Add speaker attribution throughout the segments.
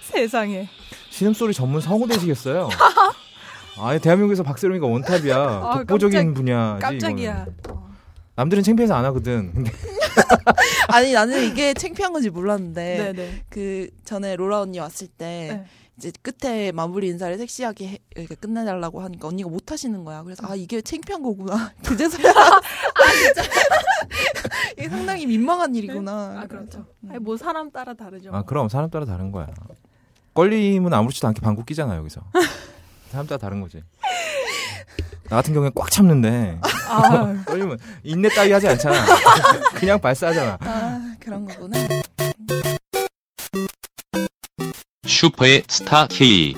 Speaker 1: 세상에.
Speaker 2: 신음소리 전문 성우 되시겠어요? 아, 대한민국에서 박세롬이가 원탑이야. 독보적인
Speaker 1: 깜짝-
Speaker 2: 분야지.
Speaker 1: 깜짝이야. 어.
Speaker 2: 이거는. 남들은 창피해서 안 하거든. 근데
Speaker 3: 아니 나는 이게 창피한 건지 몰랐는데
Speaker 1: 네, 네.
Speaker 3: 그 전에 로라 언니 왔을 때
Speaker 1: 네.
Speaker 3: 이제 끝에 마무리 인사를 섹시하게 해- 이렇게 끝내달라고 하니까 언니가 못 하시는 거야. 그래서 아 이게 창피한 거구나. 그제서야 아 진짜 이게 상당히 민망한 일이구나.
Speaker 1: 아, 그렇죠. 아니, 뭐 사람 따라 다르죠.
Speaker 2: 아, 그럼 사람 따라 다른 거야. 껄림은 아무렇지도 않게 방구 끼잖아, 여기서. 사람 따라 다른 거지. 나 같은 경우엔 꽉 참는데
Speaker 1: 아,
Speaker 2: 껄림은 인내 따위 하지 않잖아. 그냥 발사하잖아.
Speaker 3: 아 그런 거구나.
Speaker 4: 슈퍼의 스타 K.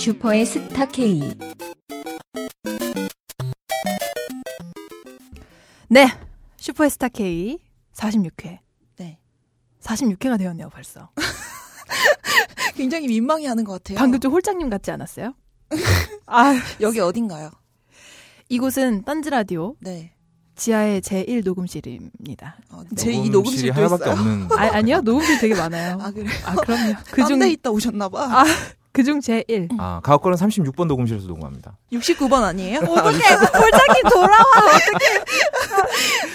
Speaker 5: 슈퍼의 스타 K.
Speaker 1: 네. 슈퍼스타 K 46회.
Speaker 3: 네.
Speaker 1: 46회가 되었네요, 벌써.
Speaker 3: 굉장히 민망해하는 것 같아요.
Speaker 1: 방금 좀 홀장님 같지 않았어요? 아,
Speaker 3: 여기 어딘가요?
Speaker 1: 이곳은 딴지 라디오
Speaker 3: 네.
Speaker 1: 지하의 제1 녹음실입니다.
Speaker 3: 어,
Speaker 2: 녹음실이
Speaker 3: 제2 녹음실도
Speaker 2: 하나밖에
Speaker 3: 있어요.
Speaker 2: 없는.
Speaker 1: 아, 아니요. 녹음실 되게 많아요.
Speaker 3: 아 그래.
Speaker 1: 아, 그럼요.
Speaker 3: 그중
Speaker 1: 그중
Speaker 3: 데 있다 오셨나 봐.
Speaker 1: 아. 그중 제1.
Speaker 2: 아, 가옥걸은 36번 녹음실에서 녹음합니다.
Speaker 3: 69번 아니에요?
Speaker 1: 어떻게 홀장님 돌아와.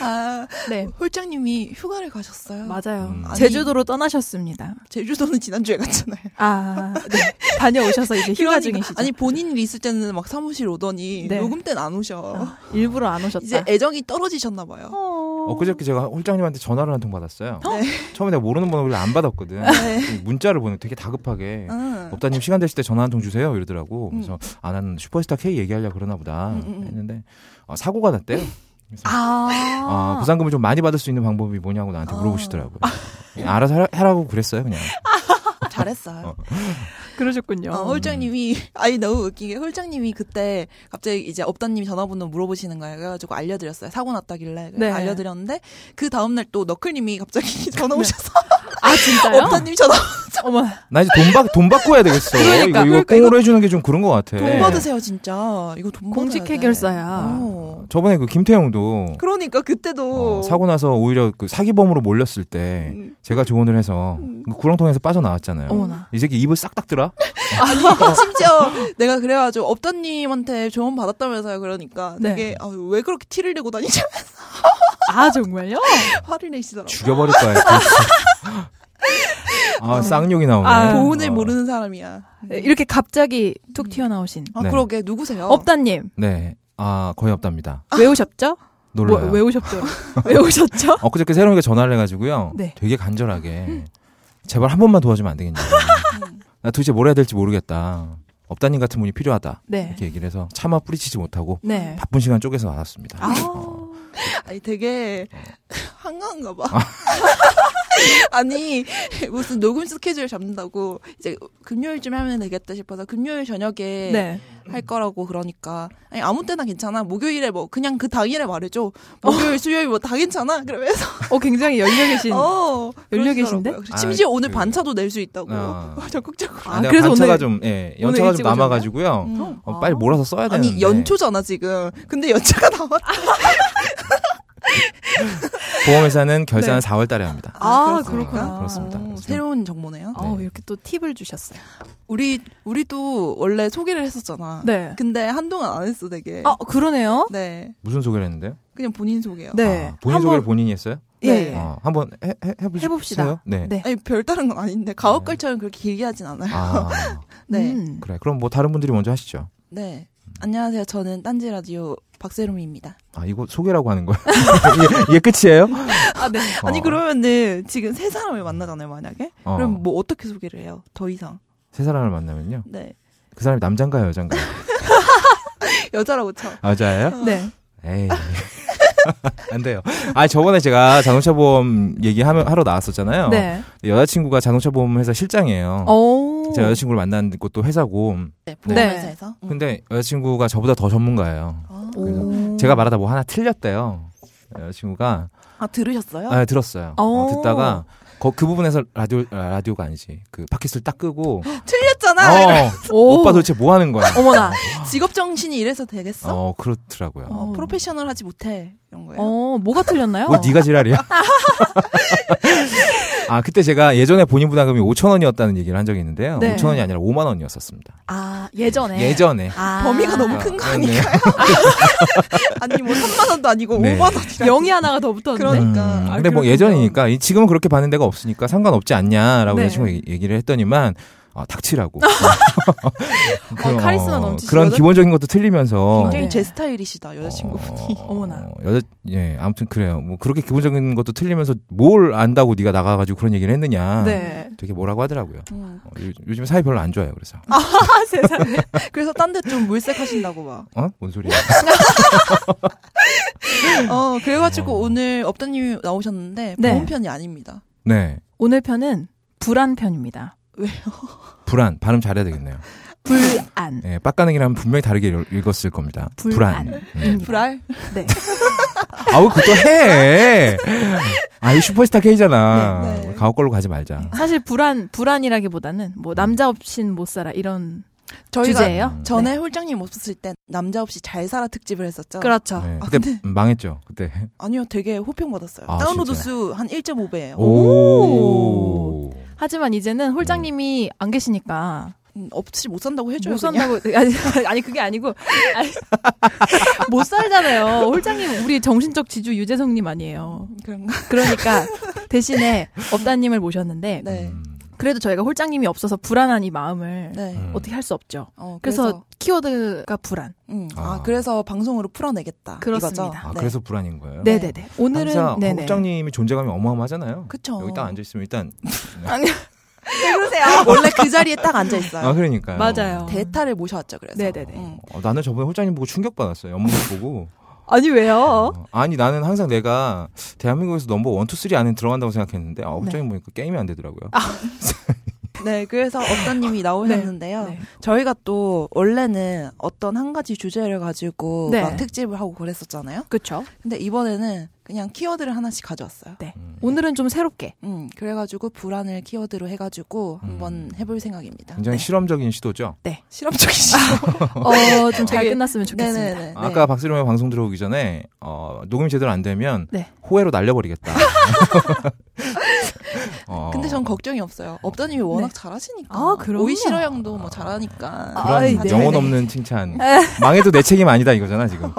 Speaker 3: 아,
Speaker 1: 네.
Speaker 3: 홀장님이 휴가를 가셨어요.
Speaker 1: 맞아요.
Speaker 2: 음.
Speaker 3: 아니.
Speaker 1: 제주도로 떠나셨습니다.
Speaker 3: 제주도는 지난주에 갔잖아요.
Speaker 1: 아, 네. 다녀오셔서 이제 휴가
Speaker 3: 그러니까-
Speaker 1: 중이시죠.
Speaker 3: 아니 본인 일 있을 때는 막 사무실 오더니
Speaker 1: 네.
Speaker 3: 녹음 때는 안 오셔.
Speaker 1: 아, 일부러 안 오셨다.
Speaker 3: 이제 애정이 떨어지셨나 봐요.
Speaker 1: 어...
Speaker 2: 엊그저께 제가 홀장님한테 전화를 한 통 받았어요.
Speaker 3: 네.
Speaker 2: 처음에 내가 모르는 번호를 안 받았거든.
Speaker 3: 네.
Speaker 2: 문자를 보내 되게 다급하게.
Speaker 1: 어,
Speaker 3: 아,
Speaker 2: 업다님 시간 되실 때 전화 한 통 주세요 이러더라고. 그래서 아 나는 슈퍼스타 K 얘기하려 그러나 보다
Speaker 3: 음, 음, 음.
Speaker 2: 했는데 어, 사고가 났대요. 아,
Speaker 1: 아,
Speaker 2: 부상금을 좀 많이 받을 수 있는 방법이 뭐냐고 나한테
Speaker 3: 아.
Speaker 2: 물어보시더라고요. 그냥 알아서 하라- 하라고 그랬어요 그냥.
Speaker 1: 뭐,
Speaker 3: 잘했어요.
Speaker 1: 그러셨군요.
Speaker 3: 어,
Speaker 1: 음.
Speaker 3: 홀장님이 아니 너무 웃기게 홀장님이 그때 갑자기 이제 업다님이 전화번호 물어보시는 거예요. 그래가지고 알려드렸어요. 사고 났다길래
Speaker 1: 네.
Speaker 3: 알려드렸는데 그 다음날 또 너클님이 갑자기 전화 오셔서
Speaker 1: 아, 네. 진짜요?
Speaker 3: 업다님 전화
Speaker 1: 어머,
Speaker 2: 나 이제 돈받돈 바꿔야 되겠어.
Speaker 1: 그러니까,
Speaker 2: 이거 이거
Speaker 1: 그러니까,
Speaker 2: 꽁으로 해주는 게 좀 그런 것 같아.
Speaker 3: 돈 받으세요 진짜. 이거 돈
Speaker 1: 공식
Speaker 3: 받아야 돼.
Speaker 1: 해결사야.
Speaker 3: 어.
Speaker 2: 저번에 그 김태형도
Speaker 3: 그러니까 그때도
Speaker 2: 어, 사고 나서 오히려 그 사기범으로 몰렸을 때
Speaker 3: 음.
Speaker 2: 제가 조언을 해서 그 구렁텅이에서 빠져나왔잖아요.
Speaker 1: 음. 어머나.
Speaker 2: 이 새끼 입을 싹 닦더라.
Speaker 3: 아니 심지어 내가 그래가지고 업다님한테 조언 받았다면서요 그러니까
Speaker 1: 네.
Speaker 3: 되게 아, 왜 그렇게 티를 내고 다니지
Speaker 1: 아, 정말요?
Speaker 3: 화를 내시더라고
Speaker 2: 아. 죽여버릴 거야. 진짜. 아 쌍욕이 나오네.
Speaker 1: 아,
Speaker 3: 보은을
Speaker 2: 어.
Speaker 3: 모르는 사람이야 음.
Speaker 1: 네, 이렇게 갑자기 툭 음. 튀어나오신.
Speaker 3: 아
Speaker 2: 네.
Speaker 3: 그러게 누구세요
Speaker 1: 업다님,
Speaker 2: 네. 아 거의 없답니다.
Speaker 1: 외우셨죠? 뭐,
Speaker 2: 놀라요.
Speaker 1: 외우셨죠? 외우셨죠?
Speaker 2: 엊그저께 새로운게 전화를 해가지고요.
Speaker 1: 네.
Speaker 2: 되게 간절하게 제발 한 번만 도와주면 안 되겠냐.
Speaker 1: 음.
Speaker 2: 나 도대체 뭘 해야 될지 모르겠다. 업다님 같은 분이 필요하다.
Speaker 1: 네.
Speaker 2: 이렇게 얘기를 해서 차마 뿌리치지 못하고
Speaker 1: 네.
Speaker 2: 바쁜 시간 쪼개서 나왔습니다.
Speaker 1: 아,
Speaker 3: 아니 되게 한가한가 봐 아니 무슨 녹음 스케줄 잡는다고 이제 금요일쯤 하면 되겠다 싶어서 금요일 저녁에
Speaker 1: 네.
Speaker 3: 할 거라고 그러니까 아니 아무 때나 괜찮아 목요일에 뭐 그냥 그 당일에 말해줘 목요일 수요일 뭐 다 괜찮아 그러면서
Speaker 1: 어, 굉장히 열려 계신.
Speaker 3: 어,
Speaker 1: 연료
Speaker 3: 그러시더라고요.
Speaker 1: 계신데?
Speaker 3: 그래서 심지어
Speaker 2: 아,
Speaker 3: 오늘
Speaker 2: 그-
Speaker 3: 반차도 낼 수 있다고
Speaker 2: 아.
Speaker 3: 적극적으로.
Speaker 1: 아,
Speaker 2: 내가
Speaker 1: 그래서
Speaker 2: 반차가
Speaker 1: 오늘-
Speaker 2: 좀, 예,
Speaker 1: 오늘
Speaker 2: 연차가 좀
Speaker 1: 일찍 오셨나요?
Speaker 2: 남아가지고요.
Speaker 3: 음.
Speaker 2: 어, 빨리 몰아서 써야 되는데.
Speaker 3: 아니 연초잖아 지금. 근데 연차가 나왔다.
Speaker 2: 보험회사는 결산은
Speaker 1: 네.
Speaker 2: 4월달에 합니다.
Speaker 1: 아,
Speaker 2: 그렇습니다.
Speaker 1: 그렇구나.
Speaker 2: 그렇습니다. 그렇습니다.
Speaker 3: 오, 음, 새로운 정보네요.
Speaker 1: 어,
Speaker 2: 네.
Speaker 1: 이렇게 또 팁을 주셨어요.
Speaker 3: 우리 우리도 원래 소개를 했었잖아.
Speaker 1: 네.
Speaker 3: 근데 한동안 안 했어 되게.
Speaker 1: 아, 그러네요?
Speaker 3: 네.
Speaker 2: 무슨 소개를 했는데요?
Speaker 3: 그냥 본인 소개요.
Speaker 1: 네.
Speaker 2: 아, 본인 소개를 본인이 했어요?
Speaker 1: 예.
Speaker 3: 네.
Speaker 1: 예.
Speaker 2: 어, 한번 해, 해, 해보시-
Speaker 1: 해봅시다.
Speaker 2: 해요? 네.
Speaker 1: 네.
Speaker 3: 아니 별다른 건 아닌데 가옥걸처럼 그렇게 길게 하진 않아요.
Speaker 2: 아,
Speaker 3: 네.
Speaker 1: 음.
Speaker 2: 그래. 그럼 뭐 다른 분들이 먼저 하시죠.
Speaker 3: 네. 안녕하세요. 저는 딴지 라디오 박세롬입니다.
Speaker 2: 아, 이거 소개라고 하는 거야? 이게, 이게 끝이에요?
Speaker 1: 아, 네.
Speaker 3: 아니
Speaker 2: 어,
Speaker 3: 그러면은 지금 세 사람을 만나잖아요 만약에.
Speaker 2: 어,
Speaker 3: 그럼 뭐 어떻게 소개를 해요? 더 이상.
Speaker 2: 세 사람을 만나면요.
Speaker 3: 네.
Speaker 2: 그 사람이 남잔가요, 여잔가요? 아,
Speaker 3: 여자라고 쳐.
Speaker 2: 여자예요?
Speaker 1: 네.
Speaker 2: 에이. 안 돼요. 아, 저번에 제가 자동차 보험 얘기하러 나왔었잖아요.
Speaker 1: 네. 어.
Speaker 2: 여자친구가 자동차 보험 회사 실장이에요.
Speaker 1: 오.
Speaker 2: 어. 제가 여자친구를 만난 곳도 회사고
Speaker 3: 네,
Speaker 1: 네.
Speaker 3: 보험회사에서. 음.
Speaker 2: 근데 여자친구가 저보다 더 전문가예요.
Speaker 3: 아,
Speaker 1: 오.
Speaker 2: 제가 말하다 뭐 하나 틀렸대요. 여자친구가
Speaker 3: 아, 들으셨어요?
Speaker 2: 아, 들었어요. 어,
Speaker 1: 오.
Speaker 2: 듣다가 거- 그 부분에서 라디오 아, 라디오가 아니지 그 팟캐스트를 딱 끄고
Speaker 3: 틀렸잖아.
Speaker 2: 어,
Speaker 1: 네. 오.
Speaker 2: 오빠 도대체 뭐 하는 거야?
Speaker 1: 어머나.
Speaker 3: 직업 정신이 이래서 되겠어?
Speaker 2: 어 그렇더라고요.
Speaker 3: 어, 프로페셔널하지 못해 이런 거예요.
Speaker 1: 어, 뭐가 틀렸나요?
Speaker 2: 뭐 네가 지랄이야? 뭐 아 그때 제가 예전에 본인 부담금이 5천 원이었다는 얘기를 한 적이 있는데요.
Speaker 1: 네.
Speaker 2: 5천 원이 아니라 5만 원이었었습니다.
Speaker 1: 아 예전에
Speaker 2: 예전에.
Speaker 3: 아.
Speaker 1: 범위가 너무
Speaker 2: 아,
Speaker 3: 큰
Speaker 2: 네, 네.
Speaker 3: 아니 뭐 3만 원도 아니고
Speaker 2: 네.
Speaker 3: 5만 원이라.
Speaker 1: 영이 하나가 더 붙었는데
Speaker 3: 그러네.
Speaker 2: 음,
Speaker 3: 그러니까.
Speaker 1: 아,
Speaker 2: 근데 뭐
Speaker 1: 그렇군요.
Speaker 2: 예전이니까 이- 지금은 그렇게 받는 데가 없으니까 상관없지 않냐라고
Speaker 1: 네.
Speaker 2: 내 친구가 얘기- 얘기를 했더니만 아, 닥치라고. 그런,
Speaker 1: 어, 카리스마
Speaker 2: 어,
Speaker 1: 넘치시거든?
Speaker 2: 그런 기본적인 것도 틀리면서
Speaker 3: 굉장히
Speaker 1: 네.
Speaker 3: 제 스타일이시다 여자친구분이.
Speaker 2: 어,
Speaker 1: 어머나.
Speaker 2: 여자 예 아무튼 그래요. 뭐 그렇게 기본적인 것도 틀리면서 뭘 안다고 네가 나가가지고 그런 얘기를 했느냐.
Speaker 1: 네.
Speaker 2: 되게 뭐라고 하더라고요.
Speaker 3: 음.
Speaker 2: 어, 요, 요즘 사이 별로 안 좋아요. 그래서
Speaker 1: 아 세상에.
Speaker 3: 그래서 딴 데 좀 물색하신다고 막.
Speaker 2: 어 뭔 소리야?
Speaker 3: 어 그래가지고
Speaker 2: 어.
Speaker 3: 오늘 업다님이 나오셨는데
Speaker 1: 네.
Speaker 3: 본 편이 아닙니다.
Speaker 2: 네
Speaker 1: 오늘 편은 불안 편입니다.
Speaker 2: 불안 발음 잘해야 되겠네요.
Speaker 1: 불안.
Speaker 2: 예 빡가능이라면 분명히 다르게 읽- 읽었을 겁니다.
Speaker 1: 불안.
Speaker 2: 불안. 예.
Speaker 3: 불알?
Speaker 1: 네.
Speaker 2: 아우 그거 해. 아이 슈퍼스타 K잖아.
Speaker 3: 네, 네.
Speaker 2: 가옥 걸로 가지 말자.
Speaker 1: 사실 불안 불안이라기보다는 뭐 남자 없인 못 살아 이런
Speaker 3: 저희가
Speaker 1: 주제예요.
Speaker 2: 음.
Speaker 3: 전에 홀장님 없었을 때 남자 없이 잘 살아 특집을 했었죠.
Speaker 1: 그렇죠.
Speaker 2: 네.
Speaker 3: 아,
Speaker 2: 그때 음, 망했죠. 그때.
Speaker 3: 아니요, 되게 호평 받았어요.
Speaker 2: 아,
Speaker 3: 다운로드
Speaker 2: 진짜요?
Speaker 3: 수 한 1.5배예요.
Speaker 1: 오.
Speaker 2: 오.
Speaker 1: 하지만 이제는 홀장님이 안 계시니까
Speaker 3: 음, 없이 못 산다고 해줘요.
Speaker 1: 못 산다고 아니, 아니 그게 아니고 아니, 못 살잖아요. 홀장님 우리 정신적 지주 유재석님 아니에요.
Speaker 3: 그냥. 그런가?
Speaker 1: 그러니까 대신에 업다님을 모셨는데
Speaker 3: 네,
Speaker 2: 음.
Speaker 1: 그래도 저희가 홀장님이 없어서 불안한 이 마음을
Speaker 3: 네.
Speaker 2: 음.
Speaker 1: 어떻게 할 수 없죠.
Speaker 3: 어,
Speaker 1: 그래서,
Speaker 3: 그래서,
Speaker 1: 키워드가 불안.
Speaker 3: 음, 아,
Speaker 2: 아.
Speaker 3: 그래서 방송으로 풀어내겠다.
Speaker 1: 그렇습니다.
Speaker 3: 이거죠?
Speaker 2: 아
Speaker 3: 네.
Speaker 2: 그래서 불안인 거예요.
Speaker 1: 네네네. 오늘은
Speaker 2: 항상
Speaker 1: 네네.
Speaker 2: 국장님이 존재감이 어마어마하잖아요.
Speaker 3: 그쵸.
Speaker 2: 여기 딱 앉아 있으면 일단
Speaker 1: 네.
Speaker 3: 그러세요. 원래 그 자리에 딱 앉아 있어요.
Speaker 2: 아 그러니까요.
Speaker 1: 맞아요.
Speaker 3: 대타를 모셔왔죠. 그래서.
Speaker 1: 네네네.
Speaker 3: 음.
Speaker 2: 어, 나는 저번에 홀장님 보고 충격 받았어요. 연문 보고.
Speaker 1: 아니 왜요?
Speaker 2: 어, 아니 나는 항상 내가 대한민국에서 넘버 원, 투, 쓰리 안에 들어간다고 생각했는데 아, 홀장님
Speaker 1: 네.
Speaker 2: 보니까 게임이 안 되더라고요.
Speaker 1: 아,
Speaker 3: 네, 그래서 업다님이 나오셨는데요.
Speaker 1: 네.
Speaker 3: 저희가 또 원래는 어떤 한 가지 주제를 가지고
Speaker 1: 네.
Speaker 3: 막 특집을 하고 그랬었잖아요.
Speaker 1: 그렇죠.
Speaker 3: 근데 이번에는 그냥 키워드를 하나씩 가져왔어요.
Speaker 1: 네.
Speaker 2: 음.
Speaker 1: 오늘은 좀 새롭게.
Speaker 3: 음, 그래가지고 불안을 키워드로 해가지고 한번 해볼 생각입니다.
Speaker 2: 음.
Speaker 3: 네.
Speaker 2: 굉장히
Speaker 1: 네.
Speaker 2: 실험적인 시도죠.
Speaker 3: 실험적인 시도.
Speaker 1: 어, 좀 잘
Speaker 3: 되게-
Speaker 1: 끝났으면 좋겠습니다.
Speaker 3: 네네네.
Speaker 2: 아까 박스름의 방송 들어오기 전에 어, 녹음이 제대로 안 되면
Speaker 1: 네.
Speaker 2: 호해로 날려버리겠다. 어,
Speaker 3: 근데 전 걱정이 없어요. 업다님이 워낙 잘하시니까.
Speaker 1: 네. 아, 그럼요.
Speaker 3: 오이시러 형도 뭐 잘하니까.
Speaker 1: 아,
Speaker 2: 그런
Speaker 1: 아이, 네.
Speaker 2: 영혼 없는 칭찬. 망해도 내 책임 아니다 이거잖아 지금.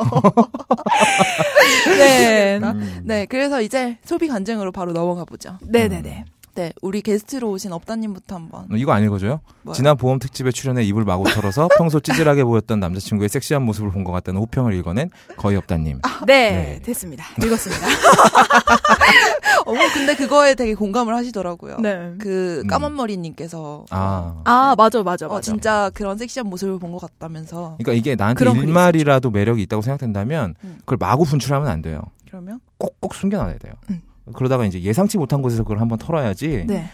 Speaker 1: 네.
Speaker 2: 음.
Speaker 3: 네, 그래서 이제 소비 간증으로 바로 넘어가 보죠.
Speaker 1: 네네네.
Speaker 3: 네, 우리 게스트로 오신 업다님부터 한번.
Speaker 2: 이거 안 읽어줘요?
Speaker 3: 뭐요?
Speaker 2: 지난 보험 특집에 출연해 입을 마구 털어서 평소 찌질하게 보였던 남자친구의 섹시한 모습을 본 것 같다는 호평을 읽어낸 거의 없다님.
Speaker 1: 네,
Speaker 2: 네.
Speaker 1: 됐습니다. 읽었습니다.
Speaker 3: 어머, 뭐 근데 그거에 되게 공감을 하시더라고요.
Speaker 1: 네.
Speaker 3: 그
Speaker 2: 음.
Speaker 3: 까만머리님께서.
Speaker 2: 아.
Speaker 1: 아, 맞아, 맞아,
Speaker 3: 어,
Speaker 1: 맞아.
Speaker 3: 진짜 그런 섹시한 모습을 본 것 같다면서.
Speaker 2: 그러니까 이게 나한테
Speaker 1: 그런 글이
Speaker 2: 일말이라도 매력이 있다고 생각된다면
Speaker 3: 음.
Speaker 2: 그걸 마구 분출하면 안 돼요.
Speaker 3: 그러면?
Speaker 2: 꼭꼭 숨겨놔야 돼요.
Speaker 1: 음.
Speaker 2: 그러다가 이제 예상치 못한 곳에서 그걸 한번 털어야지
Speaker 1: 네.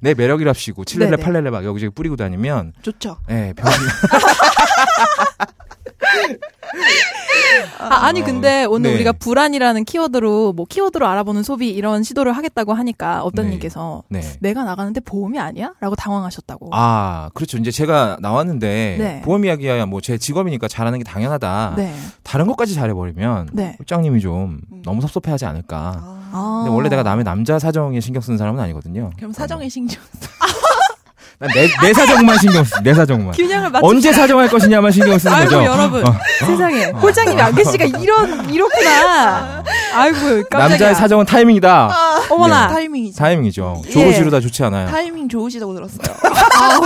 Speaker 2: 내 매력이랍시고 칠렐레
Speaker 1: 네네.
Speaker 2: 팔렐레 막 여기저기 뿌리고 다니면
Speaker 3: 좋죠.
Speaker 2: 예, 병이
Speaker 1: 아, 아니,
Speaker 2: 어,
Speaker 1: 근데 오늘
Speaker 2: 네.
Speaker 1: 우리가 불안이라는 키워드로, 뭐, 키워드로 알아보는 소비 이런 시도를 하겠다고 하니까,
Speaker 2: 네.
Speaker 1: 업다님께서
Speaker 2: 네.
Speaker 1: 내가 나가는데 보험이 아니야? 라고 당황하셨다고.
Speaker 2: 아, 그렇죠. 이제 제가 나왔는데
Speaker 1: 네.
Speaker 2: 보험 이야기야 뭐 제 직업이니까 잘하는 게 당연하다.
Speaker 1: 네.
Speaker 2: 다른 것까지 잘해버리면
Speaker 1: 네.
Speaker 2: 홀장님이 좀
Speaker 3: 음.
Speaker 2: 너무 섭섭해하지 않을까.
Speaker 3: 아.
Speaker 1: 아.
Speaker 2: 근데 원래 내가 남의 남자 사정에 신경 쓰는 사람은 아니거든요.
Speaker 3: 그럼 사정에 신경 쓰
Speaker 2: 난내 내 사정만 신경 쓰. 내 사정만.
Speaker 1: 균형을 맞추
Speaker 2: 언제 사정할 것이냐만 신경 쓰는
Speaker 1: 아이고
Speaker 2: 거죠. 어.
Speaker 1: 여러분 세상에 홀장님이 안 계시니까 이런 이렇구나 아이고 깜짝이야 아,
Speaker 2: 남자의 사정은 네. 타이밍이다.
Speaker 1: 어머나
Speaker 3: 타이밍이죠.
Speaker 2: 타이밍이죠.
Speaker 1: 예.
Speaker 2: 조르지르다 좋지 않아요.
Speaker 3: 타이밍 좋으시다고 들었어요.
Speaker 1: 아우,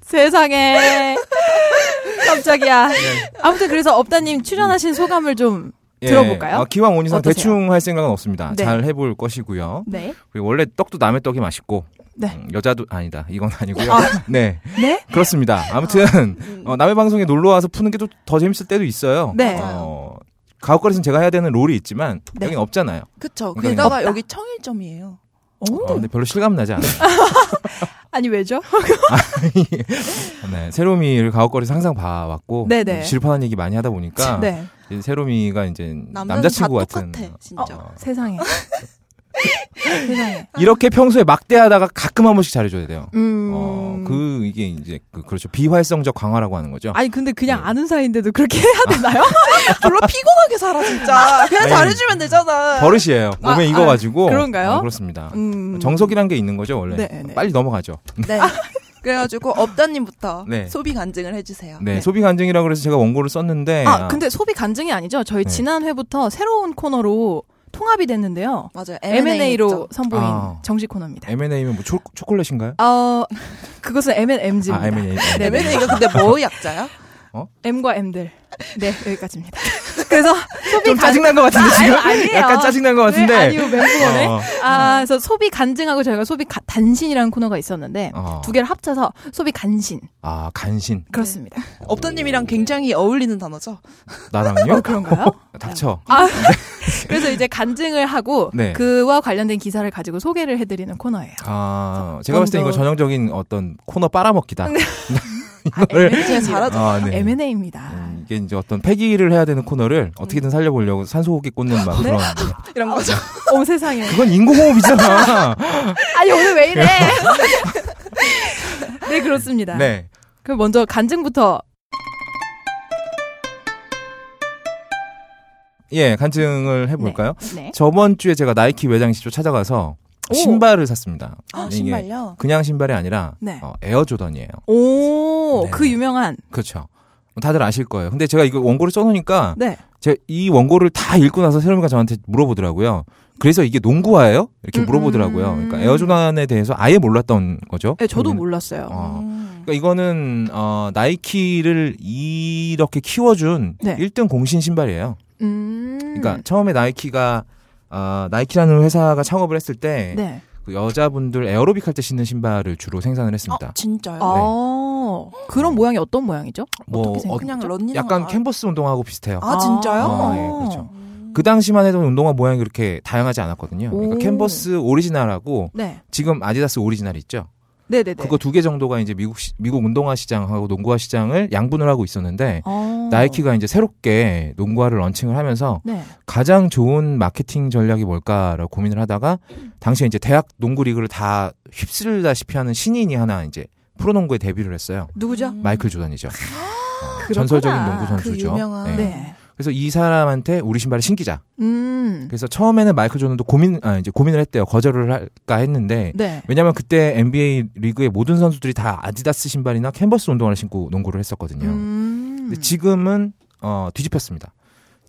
Speaker 1: 세상에. 깜짝이야.
Speaker 2: 네.
Speaker 1: 아무튼 그래서 업다님 출연하신 소감을 좀
Speaker 2: 예.
Speaker 1: 들어볼까요?
Speaker 2: 아, 기왕 온 이상
Speaker 1: 어떠세요?
Speaker 2: 대충 할 생각은 없습니다.
Speaker 1: 네.
Speaker 2: 잘 해볼 것이고요.
Speaker 1: 네.
Speaker 2: 그리고 원래 떡도 남의 떡이 맛있고
Speaker 1: 네.
Speaker 2: 음, 여자도 아니다. 이건 아니고요. 네.
Speaker 1: 네?
Speaker 2: 그렇습니다. 아무튼 어, 남의 방송에 놀러 와서 푸는 게 또 더 재밌을 때도 있어요.
Speaker 1: 네.
Speaker 2: 어, 가옥거리에서는 제가 해야 되는 롤이 있지만
Speaker 1: 네.
Speaker 2: 여긴 없잖아요.
Speaker 3: 그쵸.
Speaker 2: 그러니까
Speaker 3: 게다가
Speaker 1: 없다.
Speaker 3: 여기 청일점이에요.
Speaker 1: 오?
Speaker 2: 어, 근데 별로 실감 나지 않아요.
Speaker 1: 아니 왜죠?
Speaker 2: 네, 세로미를 가옥거리에서 항상 봐왔고 음,
Speaker 1: 네네.
Speaker 2: 질판한 얘기 많이 하다 보니까
Speaker 1: 네.
Speaker 2: 이제 세로미가 이제
Speaker 3: 남자는
Speaker 2: 남자친구
Speaker 3: 다
Speaker 2: 같은
Speaker 3: 똑같아, 진짜.
Speaker 2: 어,
Speaker 1: 세상에. 세상에.
Speaker 2: 이렇게 평소에 막대하다가 가끔 한 번씩 잘해줘야 돼요.
Speaker 1: 음.
Speaker 2: 어, 그 이게 이제 그, 그렇죠 비활성적 강화라고 하는 거죠.
Speaker 1: 아니 근데
Speaker 2: 네.
Speaker 1: 그냥 아는 사이인데도 그렇게 해야 되나요?
Speaker 3: 별로 피곤하게 살아 진짜. 그냥
Speaker 2: 아니,
Speaker 3: 잘해주면 되잖아.
Speaker 2: 버릇이에요.
Speaker 1: 아,
Speaker 2: 몸에
Speaker 1: 아,
Speaker 2: 익어가지고
Speaker 1: 그런가요?
Speaker 2: 어, 그렇습니다.
Speaker 1: 음.
Speaker 2: 정석이란 게 있는 거죠 원래.
Speaker 1: 네, 네.
Speaker 2: 빨리 넘어가죠.
Speaker 3: 네. 그래가지고 업다님부터
Speaker 2: 네.
Speaker 3: 소비 간증을 해주세요.
Speaker 2: 네, 소비 간증이라고 그래서 제가 원고를 썼는데
Speaker 1: 아 근데 소비 간증이 아니죠. 저희
Speaker 2: 네.
Speaker 1: 지난 회부터 새로운 코너로 통합이 됐는데요.
Speaker 3: 맞아요.
Speaker 1: M&A로
Speaker 3: M&A로
Speaker 1: 선보인
Speaker 2: 아.
Speaker 1: 정식 코너입니다.
Speaker 2: M&A면 뭐 초, 초콜릿인가요?
Speaker 1: 어 그것은 M&M즈입니다.
Speaker 2: 아 M&A.
Speaker 1: 네,
Speaker 2: M&A.
Speaker 3: M&A가 근데 뭐 약자야?
Speaker 1: M과 M들. 네 여기까지입니다. 그래서 소비
Speaker 2: 좀 짜증난 것 같은데 지금
Speaker 1: 아니, 아니에요.
Speaker 2: 약간 짜증난 것 같은데.
Speaker 1: 왜 아니요 멤버네.
Speaker 2: 어,
Speaker 1: 아 그래서 소비 간증하고 저희가 소비 가- 단신이라는 코너가 있었는데
Speaker 2: 어.
Speaker 1: 두 개를 합쳐서 소비 간신
Speaker 2: 아 간신.
Speaker 1: 그렇습니다.
Speaker 3: 업다님이랑 굉장히 어울리는 단어죠.
Speaker 2: 나랑요?
Speaker 1: 그런가요?
Speaker 2: 닥쳐.
Speaker 1: 아, 그래서 이제 간증을 하고
Speaker 2: 네.
Speaker 1: 그와 관련된 기사를 가지고 소개를 해드리는 코너예요.
Speaker 2: 아 제가 봤을 때 이거
Speaker 1: 먼저-
Speaker 2: 전형적인 어떤 코너 빨아먹기다.
Speaker 1: 네. 아, M&A
Speaker 3: 진짜 잘하죠.
Speaker 2: 아, 네.
Speaker 1: M&A입니다.
Speaker 2: 음, 이게 이제 어떤 폐기를 해야 되는 코너를 어떻게든 살려보려고 산소호흡기
Speaker 1: 네.
Speaker 2: 꽂는 막 그런.
Speaker 1: 아,
Speaker 3: 이런 거죠.
Speaker 1: 어 세상에.
Speaker 2: 그건 인공호흡이잖아.
Speaker 1: 아니 오늘 왜 이래? 네 그렇습니다.
Speaker 2: 네.
Speaker 1: 그럼 먼저 간증부터.
Speaker 2: 예, 간증을 해볼까요?
Speaker 1: 네.
Speaker 2: 저번 주에 제가 나이키 외장시조 찾아가서
Speaker 1: 오.
Speaker 2: 신발을 샀습니다.
Speaker 3: 아,
Speaker 2: 이게
Speaker 3: 신발요?
Speaker 2: 그냥 신발이 아니라
Speaker 1: 네.
Speaker 2: 어, 에어조던이에요.
Speaker 1: 오,
Speaker 2: 네.
Speaker 1: 그 유명한.
Speaker 2: 그렇죠. 다들 아실 거예요. 근데 제가 이거 원고를 써놓으니까
Speaker 1: 네.
Speaker 2: 제가 이 원고를 다 읽고 나서 새롬이가 저한테 물어보더라고요. 그래서 이게 농구화예요? 이렇게
Speaker 1: 음,
Speaker 2: 물어보더라고요.
Speaker 1: 음.
Speaker 2: 그러니까 에어조단에 대해서 아예 몰랐던 거죠.
Speaker 1: 네, 저도
Speaker 2: 저는.
Speaker 1: 몰랐어요.
Speaker 2: 어.
Speaker 3: 음.
Speaker 2: 그러니까 이거는 어, 나이키를 이렇게 키워준
Speaker 1: 네.
Speaker 2: 1등 공신 신발이에요.
Speaker 1: 음.
Speaker 2: 그러니까 처음에 나이키가 어, 나이키라는 회사가 창업을 했을 때
Speaker 1: 네.
Speaker 2: 그 여자분들 에어로빅 할 때 신는 신발을 주로 생산을 했습니다.
Speaker 3: 어, 진짜요?
Speaker 1: 어, 그런 모양이 어떤 모양이죠?
Speaker 2: 네. 뭐
Speaker 1: 어떻게 생각-
Speaker 2: 어,
Speaker 3: 그냥 런닝
Speaker 2: 약간 캔버스 운동하고 비슷해요.
Speaker 3: 아, 진짜요?
Speaker 2: 어, 예, 그렇죠.
Speaker 3: 음.
Speaker 2: 그 당시만 해도 운동화 모양이 그렇게 다양하지 않았거든요. 그러니까
Speaker 1: 오.
Speaker 2: 캔버스 오리지널하고
Speaker 1: 네.
Speaker 2: 지금 아디다스 오리지널 있죠.
Speaker 1: 네네네.
Speaker 2: 그거 두 개 정도가 이제 미국 시- 미국 운동화 시장하고 농구화 시장을 양분을 하고 있었는데
Speaker 1: 어.
Speaker 2: 나이키가 이제 새롭게 농구화를 런칭을 하면서
Speaker 1: 네.
Speaker 2: 가장 좋은 마케팅 전략이 뭘까라고 고민을 하다가 당시에 이제 대학 농구 리그를 다 휩쓸다시피 하는 신인이 하나 이제 프로농구에 데뷔를 했어요.
Speaker 1: 누구죠?
Speaker 3: 음.
Speaker 2: 마이클 조던이죠. 어,
Speaker 1: 그렇구나.
Speaker 2: 전설적인 농구 선수죠.
Speaker 3: 그
Speaker 2: 네.
Speaker 3: 유명한.
Speaker 1: 네.
Speaker 2: 그래서 이 사람한테 우리 신발을 신기자.
Speaker 1: 음.
Speaker 2: 그래서 처음에는 마이클 조던도 고민 아 이제 고민을 했대요. 거절을 할까 했는데
Speaker 1: 네.
Speaker 2: 왜냐면 그때 NBA 리그의 모든 선수들이 다 아디다스 신발이나 캔버스 운동화를 신고 농구를 했었거든요.
Speaker 1: 음.
Speaker 2: 근데 지금은 어, 뒤집혔습니다.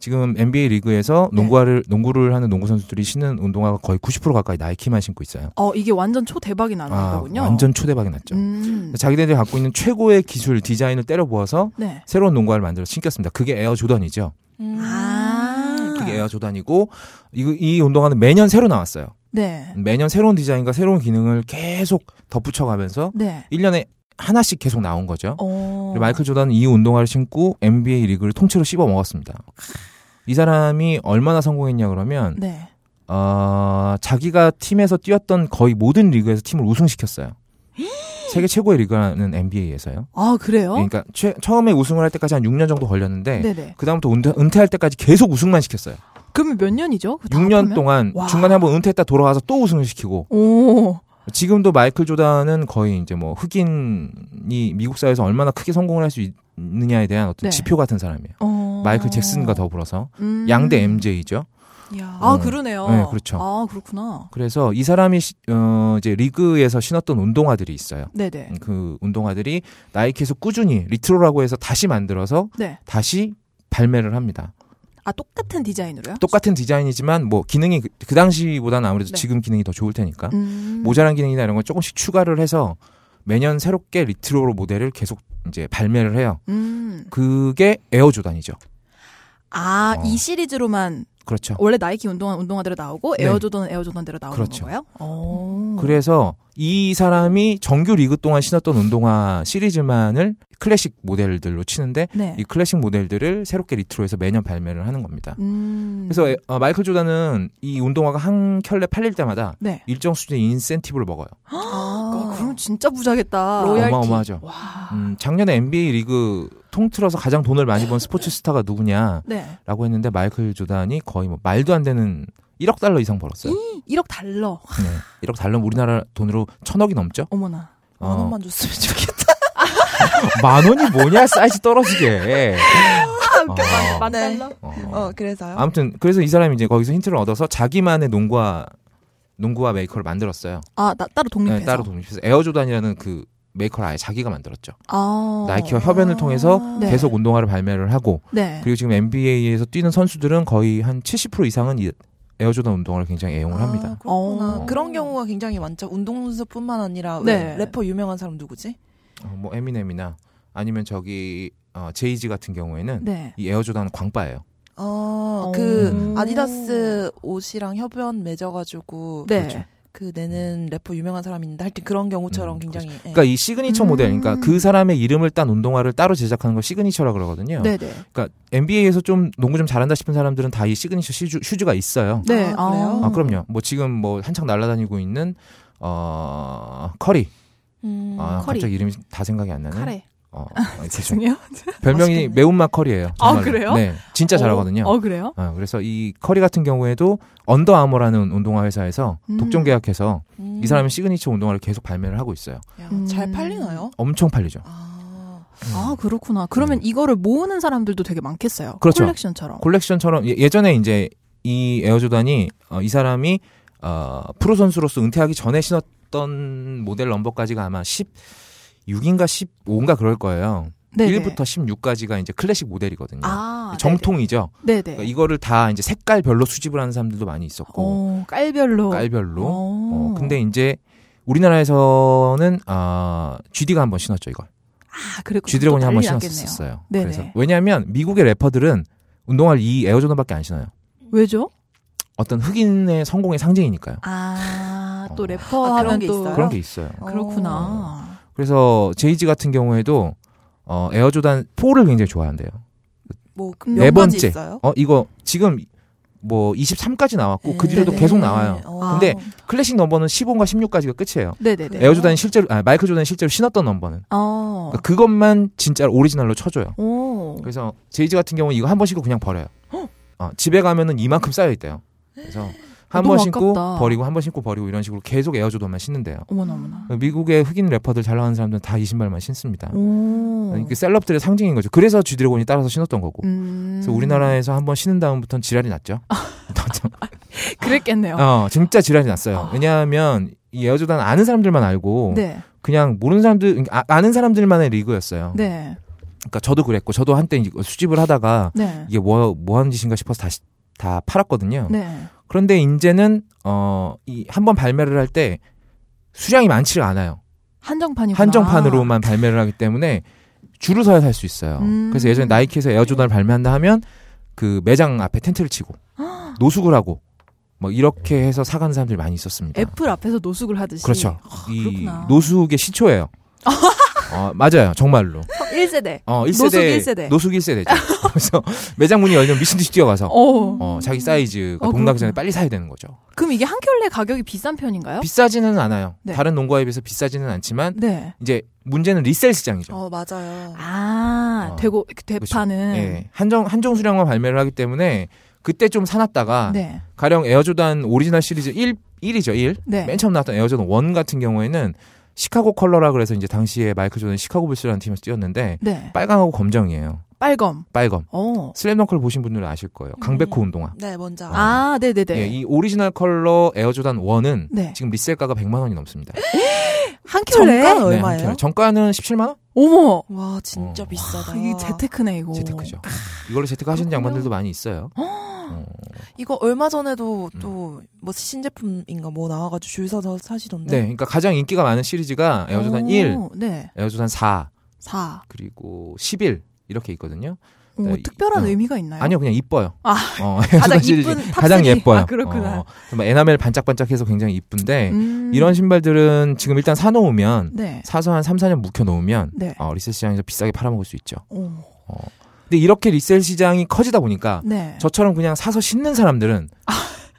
Speaker 2: 지금 NBA 리그에서
Speaker 1: 네.
Speaker 2: 농구화를 농구를 하는 농구 선수들이 신는 운동화가 거의 90% 가까이 나이키만 신고 있어요.
Speaker 1: 어, 이게 완전 초대박이 나는
Speaker 2: 아,
Speaker 1: 거군요.
Speaker 2: 완전 초대박이 났죠.
Speaker 1: 음.
Speaker 2: 자기네들이 갖고 있는 최고의 기술 디자인을 때려 부어서
Speaker 1: 네.
Speaker 2: 새로운 농구화를 만들어 신겼습니다. 그게 에어 조던이죠.
Speaker 3: 음.
Speaker 1: 아.
Speaker 2: 그게 에어 조던이고 이, 이 운동화는 매년 새로 나왔어요.
Speaker 1: 네.
Speaker 2: 매년 새로운 디자인과 새로운 기능을 계속 덧붙여 가면서
Speaker 1: 네.
Speaker 2: 1년에 하나씩 계속 나온 거죠.
Speaker 1: 어.
Speaker 2: 그리고 마이클 조던은 이 운동화를 신고 NBA 리그를 통째로 씹어 먹었습니다. 이 사람이 얼마나 성공했냐 그러면
Speaker 1: 네.
Speaker 2: 어, 자기가 팀에서 뛰었던 거의 모든 리그에서 팀을 우승시켰어요. 세계 최고의 리그라는 NBA에서요.
Speaker 1: 아, 그래요?
Speaker 2: 그러니까 최- 처음에 우승을 할 때까지 한 6년 정도 걸렸는데
Speaker 1: 네네.
Speaker 2: 그다음부터 은퇴, 은퇴할 때까지 계속 우승만 시켰어요.
Speaker 1: 그러면 몇 년이죠? 그다
Speaker 2: 6년
Speaker 1: 합하면?
Speaker 2: 동안
Speaker 1: 와.
Speaker 2: 중간에 한번 은퇴했다 돌아와서 또 우승을 시키고
Speaker 1: 오.
Speaker 2: 지금도 마이클 조단은 거의 이제 뭐 흑인이 미국 사회에서 얼마나 크게 성공을 할 수 있느냐에 대한 어떤
Speaker 1: 네.
Speaker 2: 지표 같은 사람이에요.
Speaker 1: 어.
Speaker 2: 마이클 잭슨과 더불어서
Speaker 1: 음.
Speaker 2: 양대 MJ죠.
Speaker 3: 야.
Speaker 1: 아,
Speaker 2: 음.
Speaker 1: 그러네요.
Speaker 2: 네, 그렇죠.
Speaker 1: 아, 그렇구나.
Speaker 2: 그래서 이 사람이 시- 어, 이제 리그에서 신었던 운동화들이 있어요.
Speaker 1: 네네.
Speaker 2: 그 운동화들이 나이키에서 꾸준히 리트로라고 해서 다시 만들어서
Speaker 1: 네.
Speaker 2: 다시 발매를 합니다.
Speaker 1: 아, 똑같은 디자인으로요?
Speaker 2: 똑같은 디자인이지만 뭐 기능이 그, 그 당시보다는 아무래도
Speaker 1: 네.
Speaker 2: 지금 기능이 더 좋을 테니까
Speaker 1: 음.
Speaker 2: 모자란 기능이나 이런 걸 조금씩 추가를 해서 매년 새롭게 리트로 모델을 계속 이제 발매를 해요.
Speaker 1: 음.
Speaker 2: 그게 에어 조단이죠.
Speaker 1: 아,
Speaker 2: 어.
Speaker 1: 이 시리즈로만
Speaker 2: 그렇죠.
Speaker 1: 원래 나이키 운동화 운동화대로 나오고
Speaker 2: 네.
Speaker 1: 에어조던은 에어조던대로 나오는
Speaker 2: 그렇죠.
Speaker 1: 건가요? 어. 오.
Speaker 2: 음. 그래서 이 사람이 정규 리그 동안 신었던 운동화 시리즈만을 클래식 모델들로 치는데
Speaker 1: 네.
Speaker 2: 이 클래식 모델들을 새롭게 리트로해서 매년 발매를 하는 겁니다.
Speaker 1: 음.
Speaker 2: 그래서 에- 어, 마이클 조단은 이 운동화가 한 켤레 팔릴 때마다
Speaker 1: 네.
Speaker 2: 일정 수준의 인센티브를 먹어요.
Speaker 1: 아, 그럼 진짜 부자겠다.
Speaker 3: 로얄- 로얄티.
Speaker 2: 어마어마하죠.
Speaker 1: 와.
Speaker 2: 음, 작년에 NBA 리그 통틀어서 가장 돈을 많이 번 스포츠 스타가 누구냐라고
Speaker 1: 네.
Speaker 2: 했는데 마이클 조단이 거의 뭐 말도 안 되는 1억 달러 이상 벌었어요.
Speaker 1: 1억 달러.
Speaker 2: 네. 1억 달러 우리나라 돈으로 천억이 넘죠.
Speaker 1: 어머나.
Speaker 3: 만
Speaker 2: 어,
Speaker 3: 원만 줬으면 좋겠다.
Speaker 2: 만 원이 뭐냐 사이즈 떨어지게. 어,
Speaker 1: 아, 만
Speaker 3: 네.
Speaker 1: 달러?
Speaker 2: 어.
Speaker 3: 어, 그래서요.
Speaker 2: 아무튼 그래서 이 사람이 이제 거기서 힌트를 얻어서 자기만의 농구화 농구화 메이커를 만들었어요.
Speaker 1: 아, 나, 따로 독립해서.
Speaker 2: 네, 따로 독립해서 에어조단이라는 그 메이커를 아예 자기가 만들었죠.
Speaker 1: 아.
Speaker 2: 나이키와 협연을 통해서
Speaker 1: 네.
Speaker 2: 계속 운동화를 발매를 하고
Speaker 1: 네.
Speaker 2: 그리고 지금 NBA에서 뛰는 선수들은 거의 한 70% 이상은 이 에어조단 운동화를 굉장히 애용을
Speaker 1: 아.
Speaker 2: 합니다.
Speaker 3: 아, 그렇구나.
Speaker 2: 어.
Speaker 3: 그런 경우가 굉장히 많죠. 운동선수뿐만 아니라 왜
Speaker 1: 네.
Speaker 3: 래퍼 유명한 사람 누구지?
Speaker 2: 어, 뭐 에미넴이나 아니면 저기 어, 제이지 같은 경우에는
Speaker 1: 네.
Speaker 2: 이 에어조단 광바예요.
Speaker 3: 어,
Speaker 1: 어.
Speaker 3: 그
Speaker 2: 음.
Speaker 3: 아디다스 옷이랑 협연 맺어가지고
Speaker 1: 네.
Speaker 2: 그렇죠.
Speaker 3: 그 내는 래퍼 유명한 사람인데 하여튼 그런 경우처럼
Speaker 2: 음,
Speaker 3: 굉장히 예.
Speaker 2: 그러니까 이 시그니처
Speaker 1: 음.
Speaker 2: 모델, 그러니까 그 사람의 이름을 딴 운동화를 따로 제작하는 걸 시그니처라 그러거든요.
Speaker 1: 네, 네.
Speaker 2: 그러니까 NBA에서 좀 농구 좀 잘한다 싶은 사람들은 다 이 시그니처 슈즈, 슈즈가 있어요.
Speaker 1: 네.
Speaker 3: 아, 그래요?
Speaker 2: 아 그럼요. 뭐 지금 뭐 한창 날아다니고 있는 어 커리.
Speaker 3: 음,
Speaker 2: 아
Speaker 1: 커리.
Speaker 2: 갑자기 이름이 다 생각이 안 나네.
Speaker 1: 카레.
Speaker 2: 어, 어, 죄송해요.
Speaker 1: 죄송해요.
Speaker 2: 별명이
Speaker 3: 맛있겠네.
Speaker 2: 매운맛 커리예요.
Speaker 1: 아,
Speaker 2: 정말로.
Speaker 1: 그래요?
Speaker 2: 네, 진짜 잘하거든요.
Speaker 1: 어, 어, 그래요?
Speaker 2: 아, 그래서 이 커리 같은 경우에도 언더아머라는 운동화 회사에서
Speaker 1: 음.
Speaker 2: 독점 계약해서
Speaker 3: 음.
Speaker 2: 이 사람의 시그니처 운동화를 계속 발매를 하고 있어요.
Speaker 3: 야,
Speaker 1: 음.
Speaker 3: 잘 팔리나요?
Speaker 2: 엄청 팔리죠.
Speaker 3: 아,
Speaker 2: 음.
Speaker 1: 아, 그렇구나. 그러면 이거를 모으는 사람들도 되게 많겠어요.
Speaker 2: 그렇죠.
Speaker 1: 컬렉션처럼.
Speaker 2: 콜렉션처럼 예- 예전에 이제 이 에어조단이 어, 이 사람이 어, 프로 선수로서 은퇴하기 전에 신었던 모델 넘버까지가 아마 16인가 15인가 그럴 거예요.
Speaker 1: 네.
Speaker 2: 1부터 16까지가 이제 클래식 모델이거든요.
Speaker 1: 아,
Speaker 2: 정통이죠.
Speaker 1: 네네.
Speaker 2: 그러니까
Speaker 1: 네네.
Speaker 2: 이거를 다 이제 색깔별로 수집을 하는 사람들도 많이 있었고
Speaker 1: 어, 깔별로.
Speaker 2: 깔별로. 어.
Speaker 1: 어.
Speaker 2: 근데 이제 우리나라에서는 아 GD가 한번 신었죠 이걸.
Speaker 1: 아, 그래.
Speaker 2: G 드래곤이 한번 신었었어요.
Speaker 1: 네네.
Speaker 2: 그래서 왜냐하면 미국의 래퍼들은 운동화를 이 에어조던밖에 안 신어요.
Speaker 1: 왜죠?
Speaker 2: 어떤 흑인의 성공의 상징이니까요.
Speaker 1: 아,
Speaker 2: 어.
Speaker 1: 또 래퍼
Speaker 3: 아, 그런
Speaker 1: 하면
Speaker 3: 게
Speaker 1: 또
Speaker 3: 있어요?
Speaker 2: 그런 게 있어요.
Speaker 1: 그렇구나.
Speaker 2: 그래서 제이지 같은 경우에도 어, 에어조단 4를 굉장히 좋아한대요.
Speaker 1: 네
Speaker 3: 뭐네 그
Speaker 2: 번째.
Speaker 3: 있어요?
Speaker 2: 어 이거 지금 뭐 23까지 나왔고 그
Speaker 3: 예.
Speaker 2: 뒤로도
Speaker 1: 네네.
Speaker 2: 계속 나와요.
Speaker 3: 어.
Speaker 1: 아.
Speaker 2: 근데 클래식 넘버는 15인가 16까지가 끝이에요.
Speaker 1: 네네네.
Speaker 3: 네.
Speaker 2: 에어조단이 실제로 아, 마이클 조단이 실제로 신었던 넘버는
Speaker 1: 어.
Speaker 2: 그것만 진짜 오리지널로 쳐줘요.
Speaker 1: 오.
Speaker 2: 그래서 제이지 같은 경우는 이거 한 번 신고 그냥 버려요. 어, 집에 가면은 이만큼 쌓여 있대요. 그래서 한
Speaker 1: 너무
Speaker 2: 번 신고
Speaker 1: 아깝다.
Speaker 2: 버리고 한 번 신고 버리고 이런 식으로 계속 에어조단만 신는데요.
Speaker 1: 어머나, 어머나.
Speaker 2: 미국의 흑인 래퍼들 잘 나가는 사람들은 다 이 신발만 신습니다.
Speaker 1: 음. 오.
Speaker 2: 그 셀럽들의 상징인 거죠. 그래서 쥐드래곤이 따라서 신었던 거고.
Speaker 1: 음. 아,
Speaker 2: 그래서 우리나라에서 한번 신은 다음부터는 지랄이 났죠.
Speaker 1: 그랬겠네요.
Speaker 2: 어, 진짜 지랄이 났어요. 왜냐하면 이 에어조단 아는 사람들만 알고
Speaker 1: 아. 네.
Speaker 2: 그냥 모르는 사람들 아, 는 사람들만의 리그였어요.
Speaker 1: 네.
Speaker 2: 그러니까 저도 그랬고 저도 한때 이거 수집을 하다가
Speaker 1: 네.
Speaker 2: 이게 뭐, 뭐 하는 짓인가 싶어서 다시 다 팔았거든요.
Speaker 1: 네.
Speaker 2: 그런데 이제는 어, 이 한 번 발매를 할 때 수량이 많지가 않아요.
Speaker 1: 한정판이구나.
Speaker 2: 한정판으로만 발매를 하기 때문에 줄을 서야 살 수 있어요.
Speaker 1: 음.
Speaker 2: 그래서 예전에 나이키에서 에어조단을 발매한다 하면 그 매장 앞에 텐트를 치고 노숙을 하고 뭐 이렇게 해서 사가는 사람들이 많이 있었습니다.
Speaker 1: 애플 앞에서 노숙을 하듯이.
Speaker 2: 그렇죠. 이
Speaker 1: 아, 그렇구나.
Speaker 2: 노숙의 시초예요. 어, 맞아요. 정말로.
Speaker 1: 1세대.
Speaker 2: 어,
Speaker 1: 노숙
Speaker 2: 1세대,
Speaker 1: 일세대.
Speaker 2: 노숙 1세대죠. 그래서 매장 문이 열면 미친 듯이 뛰어가서
Speaker 1: 어.
Speaker 2: 어, 자기 사이즈가
Speaker 1: 어,
Speaker 2: 동나기 전에
Speaker 1: 그렇구나.
Speaker 2: 빨리 사야 되는 거죠.
Speaker 1: 그럼 이게 한 켤레 가격이 비싼 편인가요?
Speaker 2: 비싸지는 않아요.
Speaker 1: 네.
Speaker 2: 다른 농구화에 비해서 비싸지는 않지만
Speaker 1: 네.
Speaker 2: 이제 문제는 리셀 시장이죠.
Speaker 3: 어, 맞아요.
Speaker 1: 아,
Speaker 2: 어.
Speaker 1: 되고
Speaker 2: 그렇죠.
Speaker 1: 대파는
Speaker 2: 예, 한정 한정 수량만 발매를 하기 때문에 그때 좀 사놨다가
Speaker 1: 네.
Speaker 2: 가령 에어조단 오리지널 시리즈 1 1이죠 1.
Speaker 1: 네.
Speaker 2: 맨 처음 나왔던 에어조단 1 같은 경우에는 시카고 컬러라 그래서 이제 당시에 마이클 조던 시카고 불스라는 팀에서 뛰었는데
Speaker 1: 네.
Speaker 2: 빨강하고 검정이에요.
Speaker 1: 빨검.
Speaker 2: 빨검.
Speaker 1: 어.
Speaker 2: 슬램덩크를 보신 분들은 아실 거예요. 강백호 운동화.
Speaker 3: 네, 먼저.
Speaker 1: 아, 네, 음. 네, 네.
Speaker 2: 예, 이 오리지널 컬러 에어조단 1은
Speaker 1: 네.
Speaker 2: 지금 리셀가가 100만 원이 넘습니다.
Speaker 1: 한 켤레?
Speaker 3: 정가는
Speaker 2: 네, 한
Speaker 3: 얼마예요?
Speaker 2: 켤레. 정가는 17만 원?
Speaker 1: 어머.
Speaker 3: 와, 진짜
Speaker 2: 어.
Speaker 3: 비싸다.
Speaker 1: 아, 이게 재테크네 이거.
Speaker 2: 재테크죠. 이걸로 재테크하시는
Speaker 1: 그렇군요.
Speaker 2: 양반들도 많이 있어요. 어,
Speaker 3: 이거 얼마 전에도
Speaker 2: 음.
Speaker 3: 또 뭐 신제품인가 뭐 나와가지고 줄 서서 사시던데.
Speaker 2: 네, 그러니까 가장 인기가 많은 시리즈가 에어조단 1,
Speaker 1: 오, 네.
Speaker 2: 에어조단 4
Speaker 1: 4.
Speaker 2: 그리고 11 이렇게 있거든요.
Speaker 1: 오,
Speaker 2: 네, 이-
Speaker 1: 특별한
Speaker 2: 어.
Speaker 1: 의미가 있나요?
Speaker 2: 아니요, 그냥 이뻐요.
Speaker 1: 아,
Speaker 2: 어,
Speaker 1: 가장
Speaker 2: 시리즈
Speaker 1: 이쁜 탑
Speaker 2: 가장
Speaker 1: 쓰리.
Speaker 2: 예뻐요.
Speaker 1: 아, 그렇구나.
Speaker 2: 어, 막 에나멜 반짝반짝해서 굉장히 이쁜데
Speaker 1: 음.
Speaker 2: 네. 이런 신발들은 지금 일단 사 놓으면
Speaker 1: 네.
Speaker 2: 사서 한 3, 4년 묵혀 놓으면
Speaker 1: 네.
Speaker 2: 어, 리셀 시장에서 비싸게 팔아먹을 수 있죠.
Speaker 1: 오.
Speaker 2: 근데 이렇게 리셀 시장이 커지다 보니까
Speaker 1: 네.
Speaker 2: 아,
Speaker 1: 아.
Speaker 2: 저처럼 그냥 사서 신는 사람들은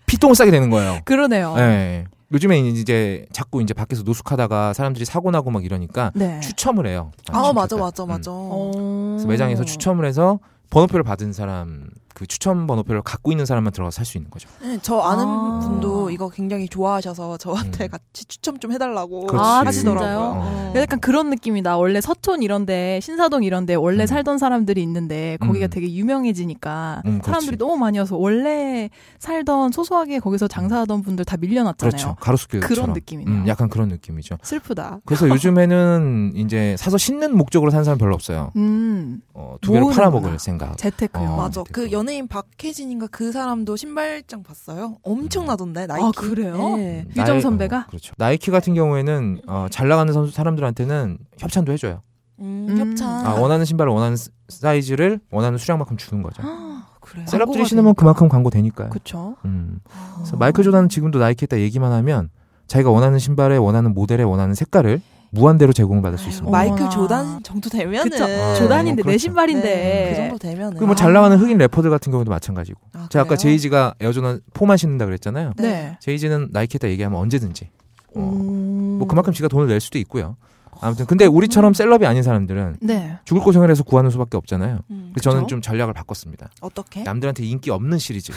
Speaker 2: 피똥을 싸게 되는 거예요.
Speaker 1: 그러네요.
Speaker 2: 예. 요즘에 이제 자꾸 이제 밖에서 노숙하다가 사람들이 사고 나고 막 이러니까
Speaker 1: 네.
Speaker 2: 추첨을 해요.
Speaker 3: 아, 맞아,
Speaker 2: 신축들.
Speaker 3: 맞아,
Speaker 2: 음.
Speaker 3: 맞아.
Speaker 1: 어.
Speaker 2: 그래서 매장에서 추첨을 해서 번호표를 받은 사람 그 그 추천 번호표를 갖고 있는 사람만 들어가서 살 수 있는 거죠.
Speaker 3: 네, 저 아는
Speaker 1: 아.
Speaker 3: 분도 이거 굉장히 좋아하셔서 저한테
Speaker 2: 음.
Speaker 3: 같이 추첨 좀 해달라고
Speaker 2: 그렇지.
Speaker 1: 아,
Speaker 3: 하시더라고요.
Speaker 1: 진짜요?
Speaker 3: 어.
Speaker 1: 약간 그런 느낌이다. 원래 서촌 이런데 신사동 이런데 원래
Speaker 2: 음.
Speaker 1: 살던 사람들이 있는데 거기가
Speaker 2: 음.
Speaker 1: 되게 유명해지니까
Speaker 2: 음, 그렇지.
Speaker 1: 아, 사람들이 너무 많이 와서 원래 살던 소소하게 거기서 장사하던 분들 다
Speaker 2: 그렇죠.
Speaker 1: 밀려났잖아요.
Speaker 2: 가로수길처럼.
Speaker 1: 그런 느낌이네요.
Speaker 2: 음, 약간 그런 느낌이죠.
Speaker 1: 슬프다.
Speaker 2: 그래서 요즘에는 이제 사서 씻는 목적으로 산 사람 별로 없어요.
Speaker 1: 음
Speaker 2: 어, 두 개를
Speaker 1: 모으는구나.
Speaker 2: 팔아먹을 생각.
Speaker 1: 재테크요.
Speaker 2: 어.
Speaker 3: 맞아.
Speaker 2: 되게
Speaker 3: 그
Speaker 2: 그거.
Speaker 3: 연예인 박혜진인가 그 사람도 신발장 봤어요. 엄청나던데 나이키.
Speaker 1: 아, 그래요?
Speaker 3: 네.
Speaker 2: 음,
Speaker 1: 유정
Speaker 2: 나이-
Speaker 1: 선배가?
Speaker 2: 어, 그렇죠. 나이키 같은 경우에는 어, 잘 나가는 선수 사람들한테는 협찬도 해줘요.
Speaker 3: 음,
Speaker 1: 음.
Speaker 3: 협찬.
Speaker 2: 아, 원하는 신발을 원하는 스- 사이즈를 원하는 수량만큼 주는 거죠.
Speaker 1: 아,
Speaker 3: 그래.
Speaker 2: 셀럽들이 신으면 그만큼 광고 되니까요.
Speaker 1: 그렇죠.
Speaker 2: 음. 그래서 마이클 조단은 지금도 나이키 했다 얘기만 하면 자기가 원하는 신발에 원하는 모델에 원하는 색깔을 무한대로 제공받을 수 있습니다.
Speaker 1: 마이-
Speaker 3: 마이클
Speaker 1: 어머나.
Speaker 3: 조단 정도 되면은
Speaker 1: 그쵸.
Speaker 2: 네. 아,
Speaker 1: 조단인데 내
Speaker 2: 뭐 그렇죠.
Speaker 1: 신발인데
Speaker 3: 네, 그 정도 되면은
Speaker 2: 그 뭐
Speaker 1: 아.
Speaker 2: 잘 나가는 흑인 래퍼들 같은 경우도 마찬가지고.
Speaker 3: 아,
Speaker 2: 제가 아까
Speaker 3: 그래요?
Speaker 2: 제이지가 에어조단 4만 신는다 그랬잖아요.
Speaker 1: 네.
Speaker 2: 제이지는 나이키 했다 얘기하면 언제든지. 어,
Speaker 1: 음.
Speaker 2: 뭐 그만큼 지가 돈을 낼 수도 있고요. 아무튼 근데 우리처럼 셀럽이 아닌 사람들은
Speaker 1: 네.
Speaker 2: 죽을 고생을 해서 구하는 수밖에 없잖아요.
Speaker 3: 음,
Speaker 2: 그래서 저는
Speaker 1: 그쵸? 네?
Speaker 2: 좀 전략을 바꿨습니다.
Speaker 3: 어떻게?
Speaker 2: 남들한테 인기 없는 시리즈.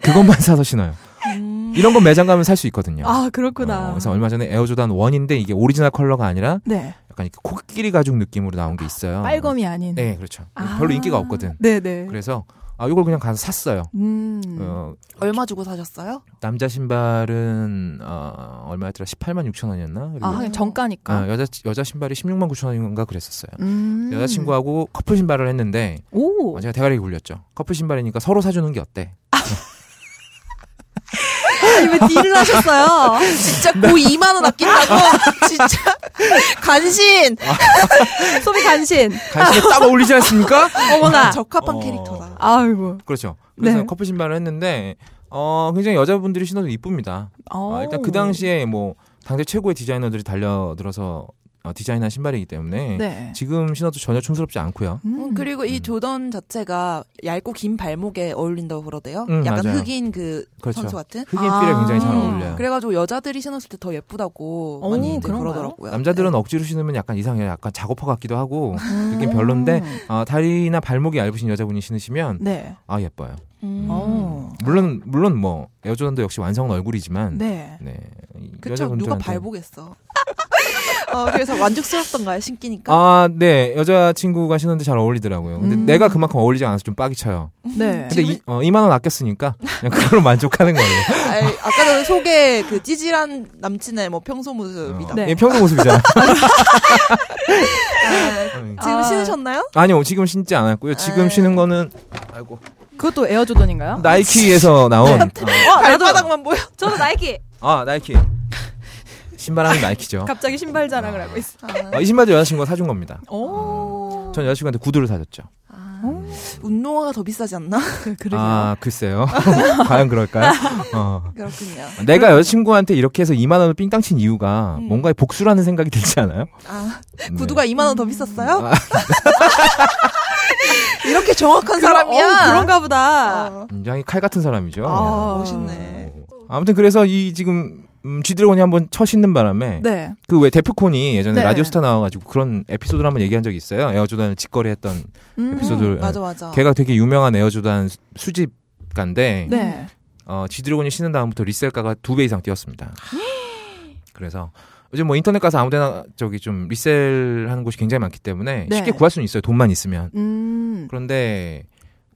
Speaker 2: 그것만 사서 신어요.
Speaker 3: 음.
Speaker 2: 이런 건 매장 가면 살 수 있거든요.
Speaker 1: 아
Speaker 2: 어,
Speaker 1: 그렇구나.
Speaker 2: 그래서 얼마 전에 에어조단 1인데 이게 오리지널 컬러가 아니라
Speaker 1: 네.
Speaker 2: 약간 이렇게 코끼리 가죽 느낌으로 나온 게 있어요.
Speaker 1: 빨검이 아닌.
Speaker 2: 네, 그렇죠.
Speaker 1: 아.
Speaker 2: 별로 인기가 없거든.
Speaker 1: 네네.
Speaker 2: 그래서 아, 이걸 그냥 가서 샀어요.
Speaker 1: 음.
Speaker 2: 어,
Speaker 3: 얼마 주고 사셨어요?
Speaker 2: 남자 신발은 어, 얼마였더라? 18만 6천 원이었나?
Speaker 1: 아 하긴 정가니까.
Speaker 2: 여자 여자 신발이 16만 9천 원인가 그랬었어요.
Speaker 1: 음.
Speaker 2: 여자친구하고 커플 신발을 했는데
Speaker 1: 오.
Speaker 2: 어, 제가 대가리 굴렸죠. 커플 신발이니까 서로 사주는 게 어때?
Speaker 1: 아니, 왜 딜을 하셨어요?
Speaker 3: 진짜 고 2만 원 아낀다고 진짜 간신
Speaker 2: 아.
Speaker 1: 소비 간신.
Speaker 2: 간신에 딱 어울리지 않습니까?
Speaker 1: 어머나.
Speaker 3: 아, 적합한
Speaker 2: 어.
Speaker 3: 캐릭터다.
Speaker 1: 아이고.
Speaker 2: 그렇죠. 그래서
Speaker 1: 네.
Speaker 2: 커플 신발을 했는데 어, 굉장히 여자분들이 신어도 이쁩니다. 어,
Speaker 1: 어.
Speaker 2: 일단 그 당시에 뭐 당대 최고의 디자이너들이 달려들어서 어, 디자인한 신발이기 때문에
Speaker 1: 네.
Speaker 2: 지금 신어도 전혀 촌스럽지 않고요.
Speaker 3: 음, 그리고 이 조던 자체가 얇고 긴 발목에 어울린다고 그러대요.
Speaker 2: 음,
Speaker 3: 약간
Speaker 2: 맞아요.
Speaker 3: 흑인 그
Speaker 2: 그렇죠.
Speaker 3: 선수 같은.
Speaker 2: 흑인 필에
Speaker 1: 아.
Speaker 2: 굉장히 잘
Speaker 3: 음,
Speaker 2: 어울려요.
Speaker 3: 그래가지고 여자들이 신었을 때 더 예쁘다고
Speaker 1: 오,
Speaker 3: 많이 이제
Speaker 1: 그런가요?
Speaker 3: 그러더라고요.
Speaker 2: 남자들은 억지로 신으면 약간 이상해요. 약간 작업화 같기도 하고
Speaker 1: 음.
Speaker 2: 느낌 별론데 어, 다리나 발목이 얇으신 여자분이 신으시면
Speaker 1: 네.
Speaker 2: 아 예뻐요.
Speaker 3: 네. 음.
Speaker 1: 어.
Speaker 2: 물론 물론 뭐 에어조단도 역시 완성은 얼굴이지만 네.
Speaker 1: 네.
Speaker 2: 이
Speaker 3: 그쵸
Speaker 2: 여자분들한테-
Speaker 3: 누가 발보겠어. 어, 그래서 만족스럽던가요 신기니까.
Speaker 2: 아, 네. 여자친구가 신었는데 잘 어울리더라고요. 근데
Speaker 1: 음.
Speaker 2: 내가 그만큼 어울리지 않아서 좀 빡이 쳐요.
Speaker 3: 음.
Speaker 1: 네.
Speaker 2: 근데 이, 어, 2만원 아꼈으니까 그냥 그걸로 만족하는 거예요.
Speaker 3: 아이, 아까 전에 소개 그 찌질한 남친의 뭐 평소 모습이다.
Speaker 2: 어,
Speaker 1: 네.
Speaker 2: 예, 평소 모습이잖아.
Speaker 3: 지금
Speaker 1: 아.
Speaker 3: 신으셨나요?
Speaker 2: 아니요, 지금 신지 않았고요. 지금
Speaker 3: 아.
Speaker 1: 네.
Speaker 2: 신은 거는 아이고
Speaker 1: 그것도 에어조던인가요?
Speaker 2: 나이키에서 나온
Speaker 1: 어, 나도
Speaker 3: 발바닥만 보여.
Speaker 1: 저도 나이키.
Speaker 2: 아 나이키 신발하면
Speaker 3: 어.
Speaker 2: 나이키죠.
Speaker 1: 갑자기 신발 자랑을 하고 있어.
Speaker 2: 어, 이 신발도 여자친구가 사준 겁니다.
Speaker 3: 어.
Speaker 1: 오.
Speaker 2: 전 여자친구한테 구두를 사줬죠.
Speaker 3: 아, 운동화가 더 비싸지 않나?
Speaker 1: 그, 그러게요.
Speaker 2: 아 글쎄요, 과연 그럴까요? 어.
Speaker 3: 그렇군요.
Speaker 2: 내가 여자친구한테 이렇게 해서 2만 원을 삥땅 친 이유가
Speaker 1: 네.
Speaker 3: 음.
Speaker 2: 뭔가 복수라는 생각이 들지 않아요?
Speaker 3: 아,
Speaker 2: 네.
Speaker 3: 구두가 2만 원 더 비쌌어요?
Speaker 2: 아.
Speaker 3: 이렇게 정확한
Speaker 1: 그런-
Speaker 3: 사람이야.
Speaker 1: 어우, 그런가 보다.
Speaker 3: 어.
Speaker 2: 굉장히 칼 같은 사람이죠.
Speaker 1: 아.
Speaker 3: 멋있네.
Speaker 2: 어. 아무튼 그래서 이 지금 음, 지드래곤이 한번 쳐 신는 바람에
Speaker 1: 네.
Speaker 2: 그 왜 데프콘이 예전에
Speaker 1: 네.
Speaker 2: 라디오스타 나와가지고 그런 에피소드를 한번 얘기한 적이 있어요. 에어조단을 직거래했던
Speaker 1: 음.
Speaker 2: 에피소드.
Speaker 3: 맞아 맞아.
Speaker 2: 걔가 되게 유명한 에어조단 수- 수집가인데
Speaker 1: 네.
Speaker 2: 어, 지드래곤이 신은 다음부터 리셀가가 두 배 이상 뛰었습니다. 그래서 요즘 뭐 인터넷 가서 아무데나 저기 좀 리셀하는 곳이 굉장히 많기 때문에
Speaker 1: 네.
Speaker 2: 쉽게 구할 수는 있어요. 돈만 있으면.
Speaker 1: 음.
Speaker 2: 그런데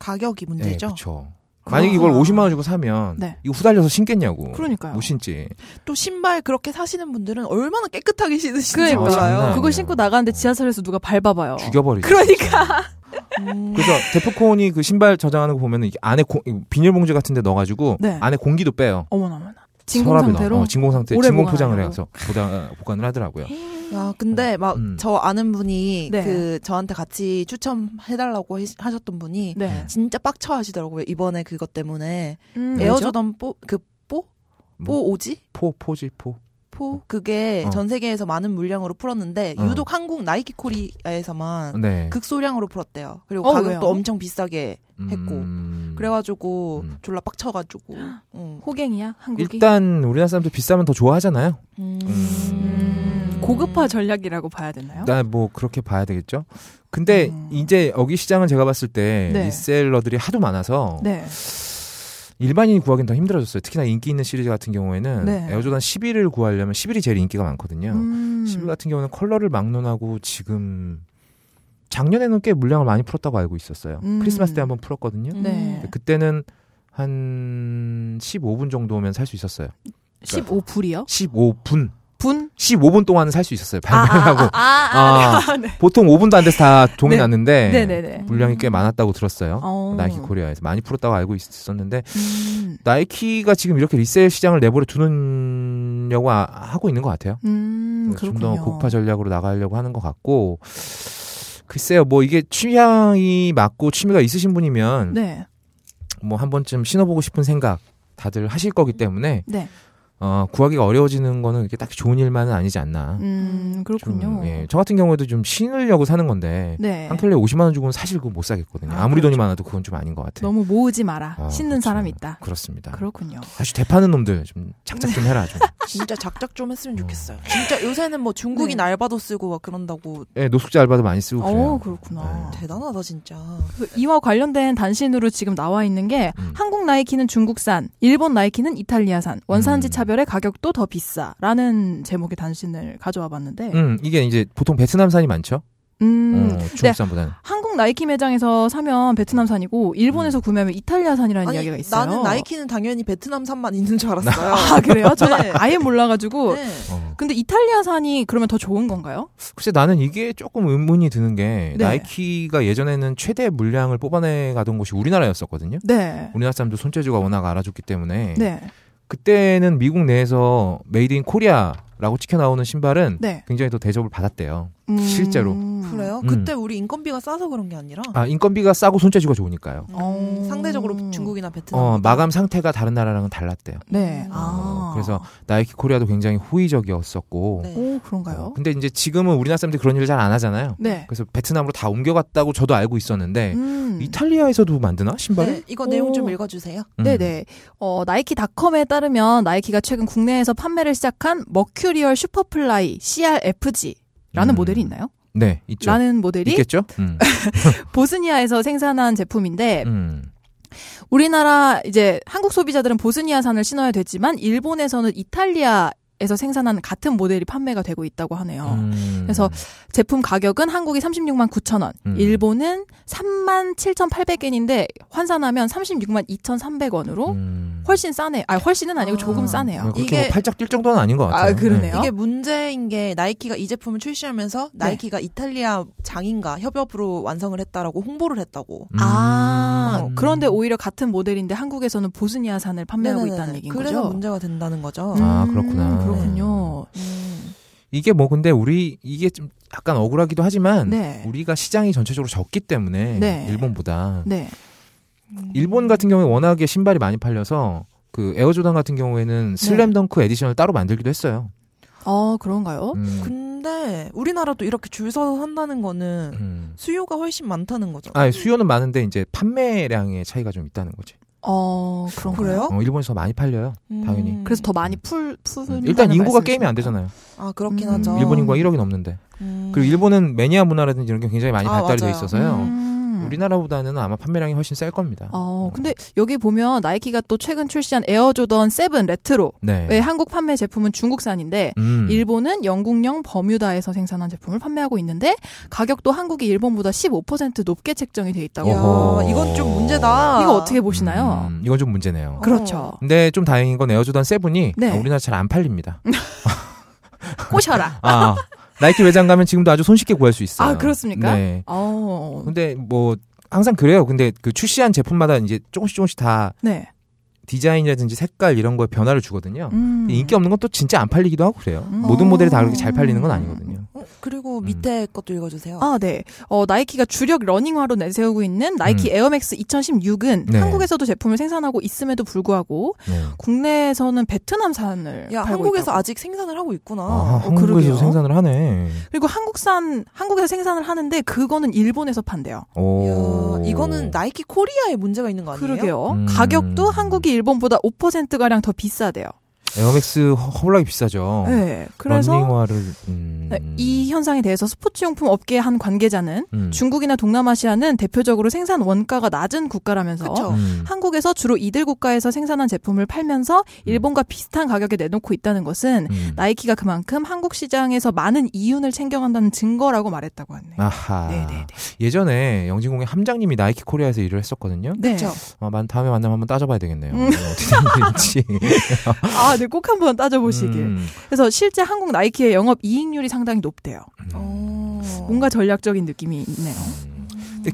Speaker 3: 가격이
Speaker 2: 네,
Speaker 3: 문제죠.
Speaker 2: 그렇죠. 만약 에 이걸
Speaker 1: 그렇구나.
Speaker 2: 50만 원 주고 사면
Speaker 1: 네.
Speaker 2: 이거 후달려서 신겠냐고.
Speaker 1: 그러니까요.
Speaker 2: 못 신지.
Speaker 3: 또 신발 그렇게 사시는 분들은 얼마나 깨끗하게 신으신지
Speaker 1: 그러니까.
Speaker 2: 장난
Speaker 3: 몰라요.
Speaker 2: 아니에요.
Speaker 1: 그걸 신고 나가는데 지하철에서 누가 밟아봐요.
Speaker 2: 죽여버리죠.
Speaker 1: 어. 그러니까.
Speaker 3: 음.
Speaker 2: 그래서 데프콘이 그 신발 저장하는 거 보면은 이게 안에 고- 이 비닐봉지 같은 데 넣어가지고
Speaker 1: 네.
Speaker 2: 안에 공기도 빼요.
Speaker 1: 어머나, 어머나. 진공
Speaker 2: 서랍에 넣어.
Speaker 1: 상태로.
Speaker 2: 어, 진공 상태
Speaker 1: 오래
Speaker 2: 진공 포장을
Speaker 1: 보관하려고.
Speaker 2: 해서 보다- 보관을 하더라고요.
Speaker 1: 아,
Speaker 3: 야, 아, 근데 막
Speaker 2: 음.
Speaker 3: 저 아는 분이
Speaker 1: 네.
Speaker 3: 그 저한테 같이 추첨해달라고 해- 하셨던 분이
Speaker 1: 네.
Speaker 3: 진짜 빡쳐 하시더라고요. 이번에 그것 때문에
Speaker 1: 음,
Speaker 2: 네.
Speaker 3: 에어조던 뽀그뽀뽀
Speaker 2: 뭐?
Speaker 3: 오지
Speaker 2: 포 포지 포.
Speaker 3: 포 그게
Speaker 2: 어.
Speaker 3: 전 세계에서 많은 물량으로 풀었는데
Speaker 2: 어.
Speaker 3: 유독 한국 나이키 코리아에서만
Speaker 2: 네.
Speaker 3: 극소량으로 풀었대요. 그리고
Speaker 1: 어,
Speaker 3: 가격도
Speaker 1: 왜요?
Speaker 3: 엄청 비싸게 했고.
Speaker 2: 음,
Speaker 3: 그래가지고
Speaker 2: 음.
Speaker 3: 졸라 빡쳐가지고. 어. 응.
Speaker 1: 호갱이야, 한국이.
Speaker 2: 일단 우리나라 사람들 비싸면 더 좋아하잖아요.
Speaker 3: 음.
Speaker 2: 음.
Speaker 1: 고급화 전략이라고 봐야 되나요?
Speaker 2: 나 뭐 그렇게 봐야 되겠죠. 근데
Speaker 3: 음.
Speaker 2: 이제 여기 시장은 제가 봤을 때
Speaker 1: 네.
Speaker 2: 리셀러들이 하도 많아서
Speaker 1: 네.
Speaker 2: 일반인이 구하기는 더 힘들어졌어요. 특히나 인기 있는 시리즈 같은 경우에는
Speaker 1: 네.
Speaker 2: 에어조단 11을 구하려면 11이 제일 인기가 많거든요.
Speaker 1: 음.
Speaker 2: 11 같은 경우는 컬러를 막론하고 지금 작년에는 꽤 물량을 많이 풀었다고 알고 있었어요.
Speaker 1: 음.
Speaker 2: 크리스마스 때 한번 풀었거든요.
Speaker 3: 음.
Speaker 1: 네.
Speaker 2: 근데 그때는 한 15분 정도면 살 수 있었어요.
Speaker 1: 15불이요?
Speaker 2: 15분.
Speaker 1: 분?
Speaker 2: 15분 동안은 살 수 있었어요. 발매하고.
Speaker 1: 아, 아, 아, 네.
Speaker 2: 보통 5분도 안 돼서 다 종이
Speaker 1: 네.
Speaker 2: 났는데
Speaker 1: 네네네.
Speaker 2: 물량이 꽤 많았다고 들었어요.
Speaker 1: 어.
Speaker 2: 나이키 코리아에서 많이 풀었다고 알고 있었는데
Speaker 1: 음.
Speaker 2: 나이키가 지금 이렇게 리셀 시장을 내버려 두는려고 아- 하고 있는 것 같아요.
Speaker 1: 음,
Speaker 2: 네, 좀
Speaker 1: 그렇군요.
Speaker 2: 더 고파 뭐 전략으로 나가려고 하는 것 같고 글쎄요 뭐 이게 취향이 맞고 취미가 있으신 분이면
Speaker 1: 네.
Speaker 2: 뭐 한 번쯤 신어보고 싶은 생각 다들 하실 거기 때문에
Speaker 1: 네.
Speaker 2: 어, 구하기가 어려워지는 거는 이렇게 딱히 좋은 일만은 아니지 않나.
Speaker 1: 음,
Speaker 2: 좀,
Speaker 1: 그렇군요.
Speaker 2: 예, 저 같은 경우에도 좀 신으려고 사는 건데
Speaker 1: 네.
Speaker 2: 한 켤레 50만 원 주고는 사실 그거 못 사겠거든요.
Speaker 1: 아,
Speaker 2: 아무리 돈이
Speaker 1: 그렇죠.
Speaker 2: 많아도 그건 좀 아닌 것 같아요.
Speaker 1: 너무 모으지 마라.
Speaker 2: 아,
Speaker 1: 씻는
Speaker 2: 그렇죠.
Speaker 1: 사람 있다.
Speaker 2: 그렇습니다.
Speaker 1: 그렇군요.
Speaker 2: 사실 대파는 놈들 좀 작작 좀 해라 좀.
Speaker 3: 진짜 작작 좀 했으면 좋겠어요.
Speaker 2: 음.
Speaker 3: 진짜 요새는 뭐 중국인
Speaker 1: 네.
Speaker 3: 알바도 쓰고 막 그런다고
Speaker 2: 예, 노숙자 알바도 많이 쓰고 그래요. 네.
Speaker 1: 어, 그렇구나.
Speaker 3: 대단하다 진짜.
Speaker 1: 그 이와 관련된 단신으로 지금 나와 있는 게
Speaker 2: 음.
Speaker 1: 한국 나이키는 중국산, 일본 나이키는 이탈리아산, 원산지
Speaker 2: 음.
Speaker 1: 차별의 가격도 더 비싸라는 제목의 단신을 가져와 봤는데
Speaker 2: 음, 이게 이제 보통 베트남산이 많죠.
Speaker 1: 음,
Speaker 2: 어,
Speaker 1: 네,
Speaker 2: 중국산보다는.
Speaker 1: 한국 나이키 매장에서 사면 베트남산이고
Speaker 2: 음.
Speaker 1: 일본에서 구매하면 이탈리아산이라는 이야기가 있어요.
Speaker 3: 나는 나이키는 당연히 베트남산만 있는 줄 알았어요.
Speaker 1: 아 그래요? 저는
Speaker 3: 네.
Speaker 1: 아예 몰라가지고
Speaker 3: 네.
Speaker 2: 어.
Speaker 1: 근데 이탈리아산이 그러면 더 좋은 건가요?
Speaker 2: 글쎄 나는 이게 조금 의문이 드는 게
Speaker 1: 네.
Speaker 2: 나이키가 예전에는 최대 물량을 뽑아내 가던 곳이 우리나라였었거든요.
Speaker 1: 네.
Speaker 2: 우리나라 사람도 손재주가 워낙 알아줬기 때문에
Speaker 1: 네.
Speaker 2: 그때는 미국 내에서 메이드 인 코리아라고 찍혀 나오는 신발은
Speaker 1: 네.
Speaker 2: 굉장히 더 대접을 받았대요.
Speaker 1: 음.
Speaker 2: 실제로.
Speaker 3: 그래요?
Speaker 2: 음.
Speaker 3: 그때 우리 인건비가 싸서 그런 게 아니라 음,
Speaker 2: 아 인건비가 싸고 손재주가 좋으니까요.
Speaker 1: 어.
Speaker 3: 상대적으로 중국이나
Speaker 1: 음,
Speaker 3: 베트남
Speaker 2: 어 마감 상태가 다른 나라랑은 달랐대요.
Speaker 1: 네.
Speaker 3: 음.
Speaker 1: 아.
Speaker 2: 어, 그래서 나이키 코리아도 굉장히 호의적이었었고.
Speaker 3: 네.
Speaker 1: 오
Speaker 2: 어,
Speaker 1: 그런가요?
Speaker 2: 근데 이제 지금은 우리나라 사람들이 그런 일을 잘 안 하잖아요.
Speaker 1: 네.
Speaker 2: 그래서 베트남으로 다 옮겨갔다고 저도 알고 있었는데
Speaker 1: 음.
Speaker 2: 네. 이탈리아에서도 만드나 신발을?
Speaker 3: 네, 이거
Speaker 1: 오.
Speaker 3: 내용 좀 읽어주세요.
Speaker 2: 음.
Speaker 1: 네네. 어, 나이키닷컴에 따르면 나이키가 최근 국내에서 판매를 시작한 머큐리얼 슈퍼플라이 CRFG. 라는
Speaker 2: 음.
Speaker 1: 모델이 있나요?
Speaker 2: 네, 있죠.
Speaker 1: 라는 모델이
Speaker 2: 있겠죠? 음.
Speaker 1: 보스니아에서 생산한 제품인데
Speaker 2: 음.
Speaker 1: 우리나라 이제 한국 소비자들은 보스니아산을 신어야 되지만 일본에서는 이탈리아에서 생산한 같은 모델이 판매가 되고 있다고 하네요.
Speaker 2: 음.
Speaker 1: 어. 그래서 제품 가격은 한국이 36만 9천 원,
Speaker 2: 음.
Speaker 1: 일본은 3만 7,800엔인데 환산하면 36만 2,300원으로
Speaker 2: 음.
Speaker 1: 훨씬 싸네. 아, 훨씬은 아니고
Speaker 3: 아.
Speaker 1: 조금 싸네요.
Speaker 2: 그렇게
Speaker 3: 이게-
Speaker 2: 뭐 팔짝 뛸 정도는 아닌 것 같아요.
Speaker 1: 아, 그러네요.
Speaker 3: 이게 문제인 게 나이키가 이 제품을 출시하면서
Speaker 1: 네.
Speaker 3: 나이키가 이탈리아 장인과 협업으로 완성을 했다라고 홍보를 했다고.
Speaker 2: 음.
Speaker 1: 아,
Speaker 2: 음.
Speaker 1: 그런데 오히려 같은 모델인데 한국에서는 보스니아산을 판매하고
Speaker 3: 네네네네.
Speaker 1: 있다는 얘기인
Speaker 3: 그래서
Speaker 1: 거죠.
Speaker 3: 문제가 된다는 거죠.
Speaker 2: 아,
Speaker 1: 음,
Speaker 2: 그렇구나.
Speaker 1: 그렇군요.
Speaker 3: 음.
Speaker 2: 이게 뭐 근데 우리 이게 좀 약간 억울하기도 하지만
Speaker 1: 네.
Speaker 2: 우리가 시장이 전체적으로 적기 때문에
Speaker 1: 네.
Speaker 2: 일본보다
Speaker 1: 네.
Speaker 2: 일본 같은 경우에 워낙에 신발이 많이 팔려서 그 에어조단 같은
Speaker 1: 네.
Speaker 2: 경우에는 슬램덩크 에디션을 따로 만들기도 했어요.
Speaker 1: 어, 그런가요?
Speaker 2: 음.
Speaker 3: 근데 우리나라도 이렇게 줄 서서 산다는 거는
Speaker 2: 음.
Speaker 3: 수요가 훨씬 많다는 거죠.
Speaker 2: 아, 수요는 많은데 이제 판매량의 차이가 좀 있다는 거지.
Speaker 1: 어, 그런가요?
Speaker 3: 그래요?
Speaker 2: 어, 일본에서 많이 팔려요. 당연히.
Speaker 3: 음.
Speaker 1: 그래서 더 많이 풀, 푸는
Speaker 2: 일단
Speaker 1: 다는
Speaker 2: 인구가
Speaker 1: 말씀이신가요?
Speaker 2: 게임이 안 되잖아요.
Speaker 3: 아 그렇긴
Speaker 1: 음,
Speaker 3: 하죠.
Speaker 2: 일본 인구가 1억이 넘는데.
Speaker 3: 음.
Speaker 2: 그리고 일본은 매니아 문화라든지 이런 게 굉장히 많이
Speaker 3: 아,
Speaker 2: 발달이 돼
Speaker 3: 맞아요.
Speaker 2: 있어서요.
Speaker 1: 음.
Speaker 2: 우리나라보다는 뭐. 아마 판매량이 훨씬 쌀 겁니다.
Speaker 1: 어, 근데 여기 보면 나이키가 또 최근 출시한 에어조던 7 레트로.
Speaker 2: 네.
Speaker 1: 의 한국 판매 제품은 중국산인데
Speaker 2: 음.
Speaker 1: 일본은 영국령 버뮤다에서 생산한 제품을 판매하고 있는데 가격도 한국이 일본보다 15% 높게 책정이 돼 있다고.
Speaker 2: 어허.
Speaker 3: 야, 이건 좀 문제다.
Speaker 1: 이거 어떻게 보시나요?
Speaker 2: 음, 이건 좀 문제네요.
Speaker 1: 그렇죠.
Speaker 2: 근데 좀 다행인 건 에어조단 세븐이
Speaker 1: 네.
Speaker 2: 아, 우리나라 잘 안 팔립니다.
Speaker 1: 꼬셔라.
Speaker 2: 아, 나이키 매장 가면 지금도 아주 손쉽게 구할 수 있어요.
Speaker 1: 아 그렇습니까?
Speaker 2: 네.
Speaker 1: 어.
Speaker 2: 근데 뭐 항상 그래요. 근데 그 출시한 제품마다 이제 조금씩 조금씩 다
Speaker 1: 네.
Speaker 2: 디자인이라든지 색깔 이런 거에 변화를 주거든요.
Speaker 1: 음.
Speaker 2: 인기 없는 건 또 진짜 안 팔리기도 하고 그래요.
Speaker 1: 음.
Speaker 2: 모든 모델이 다 그렇게 잘 팔리는 건 아니거든요.
Speaker 3: 어, 그리고
Speaker 2: 음.
Speaker 3: 밑에 것도 읽어주세요.
Speaker 1: 아, 네. 어, 나이키가 주력 러닝화로 내세우고 있는 나이키 에어맥스 2016은
Speaker 2: 음. 네.
Speaker 1: 한국에서도 제품을 생산하고 있음에도 불구하고
Speaker 2: 네.
Speaker 1: 국내에서는 베트남산을
Speaker 3: 야
Speaker 1: 팔고
Speaker 3: 한국에서
Speaker 1: 있다고.
Speaker 3: 아직 생산을 하고 있구나.
Speaker 2: 아,
Speaker 1: 어,
Speaker 2: 한국에서
Speaker 1: 그러게요.
Speaker 2: 생산을 하네.
Speaker 1: 그리고 한국산 한국에서 생산을 하는데 그거는 일본에서 판대요.
Speaker 2: 오.
Speaker 3: 이야, 이거는 나이키 코리아에 문제가 있는 거 아니에요?
Speaker 1: 그러게요.
Speaker 2: 음.
Speaker 1: 가격도 한국이 일본보다 5% 가량 더 비싸대요.
Speaker 2: 에어맥스 허- 허블락이 비싸죠.
Speaker 1: 네. 그래서 네,
Speaker 2: 런닝화를 어. 음,
Speaker 1: 이 현상에 대해서 스포츠용품 업계 한 관계자는
Speaker 2: 음,
Speaker 1: 중국이나 동남아시아는 대표적으로 생산 원가가 낮은 국가라면서
Speaker 3: 그쵸.
Speaker 2: 음,
Speaker 1: 한국에서 주로 이들 국가에서 생산한 제품을 팔면서 일본과 비슷한 가격에 내놓고 있다는 것은
Speaker 2: 음.
Speaker 1: 나이키가 그만큼 한국 시장에서 많은 이윤을 챙겨간다는 증거라고 말했다고 하네요.
Speaker 2: 아하.
Speaker 1: 네네네.
Speaker 2: 예전에 영진공의 함장님이 나이키 코리아에서 일을 했었거든요.
Speaker 1: 네.
Speaker 3: 그쵸.
Speaker 2: 아, 만- 다음에 만나면 한번 따져봐야 되겠네요. 뭐
Speaker 1: 음.
Speaker 2: 어떻게 됐는지.
Speaker 1: 아, 네, 꼭 한번 따져보시길.
Speaker 2: 음,
Speaker 1: 그래서 실제 한국 나이키의 영업 이익률이 상당히 높대요.
Speaker 3: 어.
Speaker 2: 음.
Speaker 1: 뭔가 전략적인 느낌이 있네요.
Speaker 2: 근데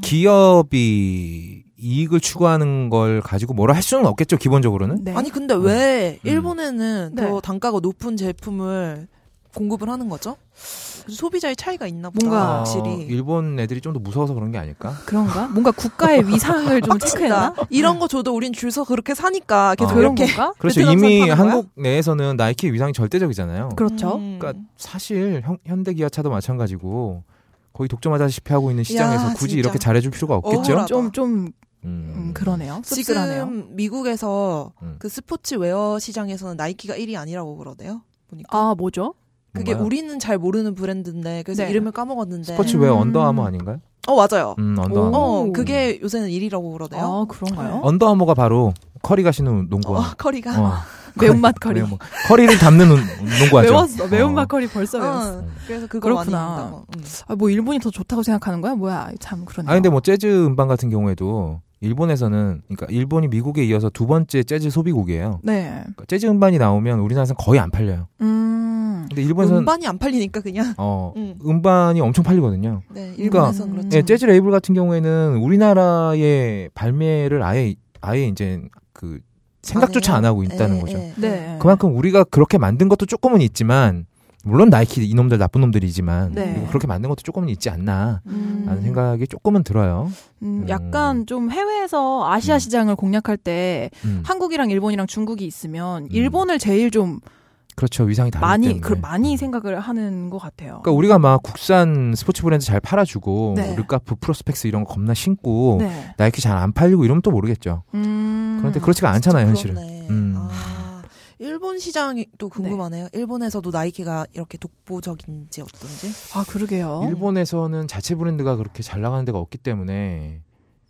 Speaker 2: 기업이 이익을 추구하는 걸 가지고 뭐라 할 수는 없겠죠, 기본적으로는.
Speaker 1: 네.
Speaker 3: 아니 근데 왜
Speaker 2: 음.
Speaker 3: 일본에는
Speaker 1: 네.
Speaker 3: 더 단가가 높은 제품을 공급을 하는 거죠? 소비자의 차이가 있나 보다.
Speaker 1: 뭔가
Speaker 2: 어,
Speaker 3: 확실히
Speaker 2: 일본 애들이 좀 더 무서워서 그런 게 아닐까?
Speaker 1: 그런가? 아, 뭔가 국가의 위상을 좀 체크했나?
Speaker 3: 이런 거 줘도 우린 줄 서 그렇게 사니까 계속
Speaker 2: 아.
Speaker 1: 그런
Speaker 3: 이렇게
Speaker 1: 건가? 음.
Speaker 2: 그렇죠.
Speaker 3: 베트남
Speaker 2: 이미
Speaker 3: 산 파는 거야?
Speaker 2: 한국 내에서는 나이키의 위상이 절대적이잖아요.
Speaker 1: 그렇죠.
Speaker 3: 음.
Speaker 2: 그러니까 사실 형- 현대 기아차도 마찬가지고 거의 독점하다시피 하고 있는 시장에서
Speaker 3: 야,
Speaker 2: 굳이
Speaker 3: 진짜.
Speaker 2: 이렇게 잘해줄 필요가 없겠죠.
Speaker 3: 어허라.
Speaker 1: 좀, 좀,
Speaker 2: 음.
Speaker 1: 음, 그러네요. 씁쓸하네요. 음.
Speaker 3: 지금 미국에서
Speaker 2: 음.
Speaker 3: 그 스포츠 웨어 시장에서는 나이키가 1위 아니라고 그러대요. 보니까
Speaker 1: 아, 뭐죠?
Speaker 3: 그게
Speaker 2: 뭔가요?
Speaker 3: 우리는 잘 모르는 브랜드인데 그래서
Speaker 1: 네.
Speaker 3: 이름을 까먹었는데
Speaker 2: 스포츠웨어
Speaker 1: 음.
Speaker 2: 언더아머 아닌가요?
Speaker 3: 어 맞아요.
Speaker 2: 음,
Speaker 1: 오.
Speaker 2: 언더아머.
Speaker 3: 어 그게 요새는 1위라고 그러대요.
Speaker 1: 아, 그런가요?
Speaker 2: 언더아머가 바로 커리가 신은 농구화.
Speaker 3: 어, 커리가
Speaker 2: 어.
Speaker 1: 매운맛 커리.
Speaker 2: 매운맛. 커리를 담는 농- 농구화죠.
Speaker 1: 매웠어.
Speaker 2: 어.
Speaker 1: 매운맛 커리 벌써
Speaker 3: 어,
Speaker 1: 매웠어.
Speaker 2: 음.
Speaker 3: 그래서 그걸 많이
Speaker 1: 그렇구나.
Speaker 3: 한다고. 음.
Speaker 1: 아, 뭐 일본이 더 좋다고 생각하는 거야? 뭐야? 참 그러네요.
Speaker 2: 아 근데 뭐 재즈 음반 같은 경우에도 일본에서는 그러니까 일본이 미국에 이어서 두 번째 재즈
Speaker 3: 음.
Speaker 2: 소비국이에요.
Speaker 1: 네.
Speaker 2: 그러니까 재즈 음반이 나오면 우리나라에서는 거의 안 팔려요.
Speaker 1: 음.
Speaker 2: 근데 일본에서는
Speaker 3: 음반이 안 팔리니까 그냥.
Speaker 2: 어
Speaker 3: 음.
Speaker 2: 음반이 엄청 팔리거든요.
Speaker 3: 네,
Speaker 2: 그러니까,
Speaker 3: 일본에서는 그렇죠.
Speaker 1: 음.
Speaker 2: 예, 재즈 레이블 같은 경우에는 우리나라의 발매를 아예 아예 이제 그 생각조차 안 하고 뭐 있다는
Speaker 3: 예,
Speaker 2: 거죠.
Speaker 1: 네.
Speaker 2: 그만큼 우리가 그렇게 만든 것도 조금은 있지만 물론 나이키 이놈들 나쁜 놈들이지만
Speaker 1: 네.
Speaker 2: 그리고 그렇게 만든 것도 조금은 있지 않나
Speaker 1: 음.
Speaker 2: 라는 생각이 조금은 들어요.
Speaker 1: 음,
Speaker 2: 음.
Speaker 1: 약간 좀 해외에서 아시아
Speaker 2: 음.
Speaker 1: 시장을 공략할 때
Speaker 2: 음,
Speaker 1: 한국이랑 일본이랑 중국이 있으면 일본을 제일 좀
Speaker 2: 그렇죠 위상이 다르기
Speaker 1: 많이
Speaker 2: 때문에. 음.
Speaker 1: 그, 많이 생각을 하는 것 같아요.
Speaker 2: 그러니까 우리가 막 국산 스포츠 브랜드 잘 팔아주고
Speaker 1: 네.
Speaker 2: 뭐 르카프 프로스펙스 이런 거 겁나 신고
Speaker 1: 네.
Speaker 2: 나이키 잘 안 팔리고 이러면 또 모르겠죠.
Speaker 1: 음.
Speaker 2: 뭐
Speaker 1: 그렇죠.
Speaker 2: 그런데 그렇지가 않잖아요 현실은.
Speaker 3: 그렇네.
Speaker 2: 음.
Speaker 3: 아, 일본 시장이 또 궁금하네요. 일본에서도 나이키가 이렇게 독보적인지 어떤지.
Speaker 1: 아 그러게요.
Speaker 2: 일본에서는 자체 브랜드가 그렇게 잘 나가는 데가 없기 때문에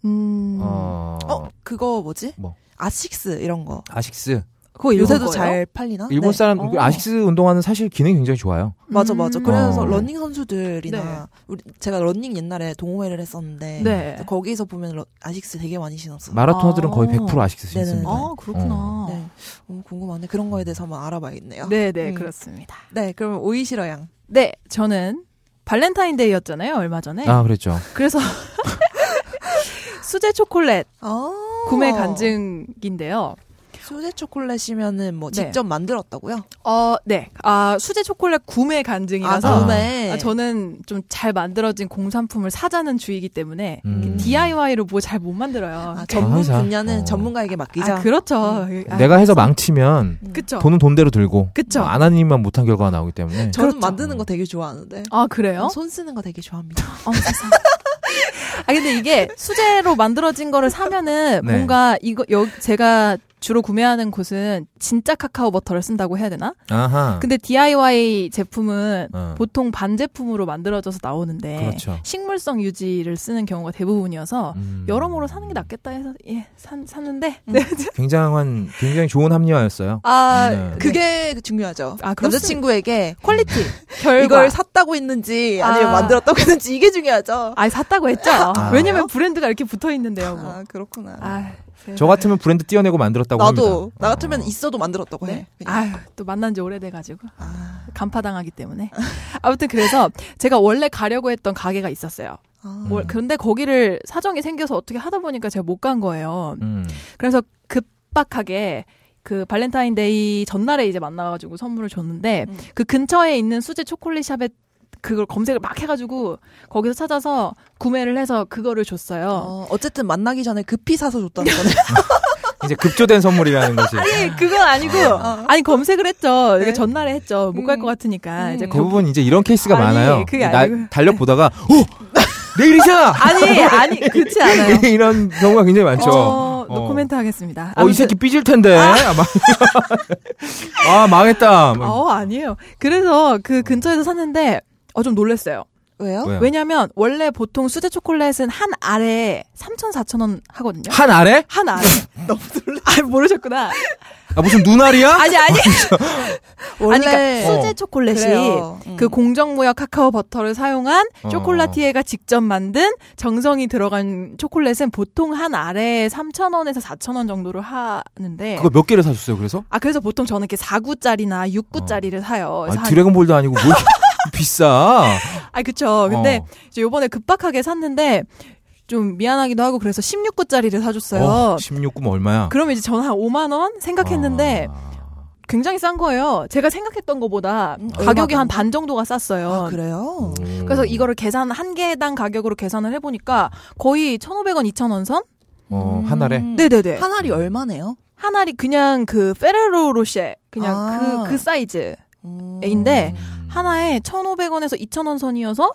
Speaker 1: 음.
Speaker 2: 어,
Speaker 3: 어, 그거 뭐지?
Speaker 2: 뭐?
Speaker 3: 아식스 이런 거.
Speaker 2: 아식스
Speaker 1: 그거 일본
Speaker 3: 요새도
Speaker 1: 거예요?
Speaker 3: 잘 팔리나?
Speaker 2: 일본
Speaker 3: 네.
Speaker 2: 사람
Speaker 1: 어.
Speaker 2: 아식스 운동화는 사실 기능이 굉장히 좋아요.
Speaker 3: 맞아 맞아.
Speaker 1: 음.
Speaker 3: 그래서
Speaker 2: 어.
Speaker 3: 러닝 선수들이나 우리 제가 러닝 옛날에 동호회를 했었는데
Speaker 1: 네.
Speaker 3: 거기서 보면 러- 아식스 되게 많이 신었어요.
Speaker 2: 마라토너들은
Speaker 1: 아.
Speaker 2: 거의 100% 아식스
Speaker 3: 네네.
Speaker 2: 신습니다.
Speaker 1: 아
Speaker 2: 어.
Speaker 1: 그렇구나.
Speaker 3: 네. 너무 궁금한데 그런 거에 대해서 한번 알아봐야겠네요.
Speaker 1: 네,
Speaker 3: 네,
Speaker 1: 네,
Speaker 3: 음.
Speaker 1: 그렇습니다.
Speaker 3: 그럼 오이시러 양.
Speaker 1: 네, 저는 발렌타인데이였잖아요, 얼마 전에.
Speaker 2: 아 그랬죠.
Speaker 1: 그래서 수제 초콜릿
Speaker 3: 아~
Speaker 1: 구매 간증인데요.
Speaker 3: 수제 초콜릿이면은 뭐
Speaker 1: 네.
Speaker 3: 직접 만들었다고요?
Speaker 1: 어, 네. 아, 수제 초콜릿 구매 간증이라서
Speaker 2: 아,
Speaker 3: 구매.
Speaker 1: 아, 저는 좀 잘 만들어진 공산품을 사자는 주의이기 때문에
Speaker 2: 음.
Speaker 1: DIY로 뭐 잘 못 만들어요.
Speaker 3: 아,
Speaker 1: 아,
Speaker 3: 전문
Speaker 2: 아, 음.
Speaker 3: 분야는
Speaker 2: 어.
Speaker 3: 전문가에게 맡기자.
Speaker 1: 그렇죠. 그렇죠. 아,
Speaker 2: 내가 아. 해서 망치면
Speaker 3: 음.
Speaker 1: 그쵸.
Speaker 2: 돈은 돈대로 들고
Speaker 1: 그쵸.
Speaker 2: 안 하는 일만 못한 결과가 나오기 때문에
Speaker 3: 저는
Speaker 1: 그렇죠.
Speaker 3: 만드는 거 되게 좋아하는데.
Speaker 1: 아, 그래요?
Speaker 3: 어, 손 쓰는 거 되게 좋아합니다.
Speaker 1: 어, 세상에. 아, 근데 이게 수제로 만들어진 거를 사면은
Speaker 2: 네.
Speaker 1: 뭔가 이거, 여, 제가 주로 구매하는 곳은 진짜 카카오 버터를 쓴다고 해야 되나?
Speaker 2: 아하.
Speaker 1: 근데 DIY 제품은
Speaker 2: 어.
Speaker 1: 보통 네. 반제품으로 만들어져서 나오는데
Speaker 2: 그렇죠.
Speaker 1: 식물성 유지를 쓰는 경우가 대부분이어서
Speaker 2: 음.
Speaker 1: 여러모로 사는 게 낫겠다 해서 예, 산, 샀는데
Speaker 3: 음.
Speaker 1: 네.
Speaker 2: 굉장한 굉장히 좋은 합리화였어요.
Speaker 1: 아,
Speaker 2: 네.
Speaker 3: 그게 중요하죠.
Speaker 1: 아, 그렇습니다.
Speaker 3: 남자친구에게
Speaker 1: 퀄리티 결과
Speaker 3: 이걸 샀다고 했는지 아니면
Speaker 1: 아.
Speaker 3: 만들었다고 했는지 이게 중요하죠.
Speaker 1: 아 샀다고 했죠.
Speaker 2: 아.
Speaker 1: 왜냐면 브랜드가 이렇게 붙어 있는데요. 뭐.
Speaker 3: 아, 그렇구나.
Speaker 1: 아,
Speaker 2: 저 같으면 브랜드 띄어내고 만들었다고
Speaker 3: 나도
Speaker 2: 합니다.
Speaker 3: 나 같으면
Speaker 2: 어.
Speaker 3: 있어도 만들었다고 해. 네, 그냥.
Speaker 1: 네. 아유, 또 만난 지 오래돼가지고
Speaker 3: 아.
Speaker 1: 간파당하기 때문에 아무튼 그래서 제가 원래 가려고 했던 가게가 있었어요.
Speaker 3: 아.
Speaker 2: 음.
Speaker 1: 월- 근데 거기를 사정이 생겨서 어떻게 하다 보니까 제가 못 간 거예요.
Speaker 2: 음.
Speaker 1: 그래서 급박하게 그 발렌타인데이 전날에 이제 만나가지고 선물을 줬는데
Speaker 3: 음.
Speaker 1: 그 근처에 있는 수제 초콜릿 샵에 그걸 검색을 막 해가지고 거기서 찾아서 구매를 해서 그거를 줬어요.
Speaker 3: 어, 어쨌든 만나기 전에 급히 사서 줬다는 거네.
Speaker 2: 이제 급조된 선물이라는 거지.
Speaker 1: 아니 그건 아니고
Speaker 3: 어.
Speaker 1: 아니 검색을 했죠. 이게
Speaker 3: 네.
Speaker 1: 전날에 했죠. 못 갈 것
Speaker 3: 음.
Speaker 1: 같으니까
Speaker 3: 음.
Speaker 1: 이제 거-
Speaker 2: 대부분 이제 이런 케이스가
Speaker 1: 아니,
Speaker 2: 많아요.
Speaker 1: 그게
Speaker 2: 나-
Speaker 1: 아니고요.
Speaker 2: 달력 보다가 오 내일이잖아.
Speaker 1: 그 아니 아니 그렇지 않아요.
Speaker 2: 이런 경우가 굉장히 많죠.
Speaker 1: 어, 노코멘트 하겠습니다.
Speaker 2: 어, 이
Speaker 1: 아무튼-
Speaker 2: 새끼 삐질 텐데. 아, 막- 아, 망했다. 막.
Speaker 1: 어, 아니에요. 그래서 그 근처에서 샀는데 어, 좀 놀랐어요.
Speaker 3: 왜요?
Speaker 2: 어. 왜요?
Speaker 1: 왜냐면 원래 보통 수제 초콜릿은 한 알에 3,400원 하거든요.
Speaker 2: 한 알에?
Speaker 1: 한 알에. 너무 놀라. 아, 모르셨구나.
Speaker 2: 아, 무슨 눈알이야?
Speaker 1: 아니, 아니. 아니,
Speaker 3: 원래
Speaker 1: 그러니까 수제
Speaker 2: 어.
Speaker 1: 초콜릿이
Speaker 3: 그래요. 음.
Speaker 1: 그 공정무역 카카오 버터를 사용한
Speaker 2: 어.
Speaker 1: 초콜라티에가 직접 만든 정성이 들어간 초콜릿은 보통 한 알에 3,000원에서 4,000원 정도를 하는데
Speaker 2: 그거 몇 개를 사줬어요, 그래서?
Speaker 1: 아 그래서 보통 저는 이렇게 4구짜리나 6구짜리를 어, 사요.
Speaker 2: 아,
Speaker 1: 그래서 한-
Speaker 2: 드래곤볼도 아니고 뭐 이렇게 비싸.
Speaker 1: 아 그쵸. 근데
Speaker 2: 어.
Speaker 1: 이제 요번에 급박하게 샀는데 좀 미안하기도 하고 그래서 16구짜리를 사줬어요.
Speaker 2: 어, 16금 얼마야?
Speaker 1: 그러면 이제 저는 한 5만 원 생각했는데
Speaker 2: 아.
Speaker 1: 굉장히 싼 거예요. 제가 생각했던 것보다
Speaker 3: 음,
Speaker 1: 가격이
Speaker 3: 얼마
Speaker 1: 한 반 정도가 쌌어요.
Speaker 3: 아, 그래요?
Speaker 2: 음.
Speaker 1: 그래서 이거를 계산 한 개당 가격으로 계산을 해보니까 거의 1,500원, 2,000원 선?
Speaker 2: 어, 한 알에
Speaker 3: 음.
Speaker 1: 네네네. 한,
Speaker 3: 한 알이 얼마네요?
Speaker 1: 한 알이 그냥 그 페레로 로쉐 그냥
Speaker 3: 아.
Speaker 1: 그 그 사이즈
Speaker 3: 음.
Speaker 1: 인데
Speaker 2: 음.
Speaker 1: 하나에 1,500원에서 2,000원 선이어서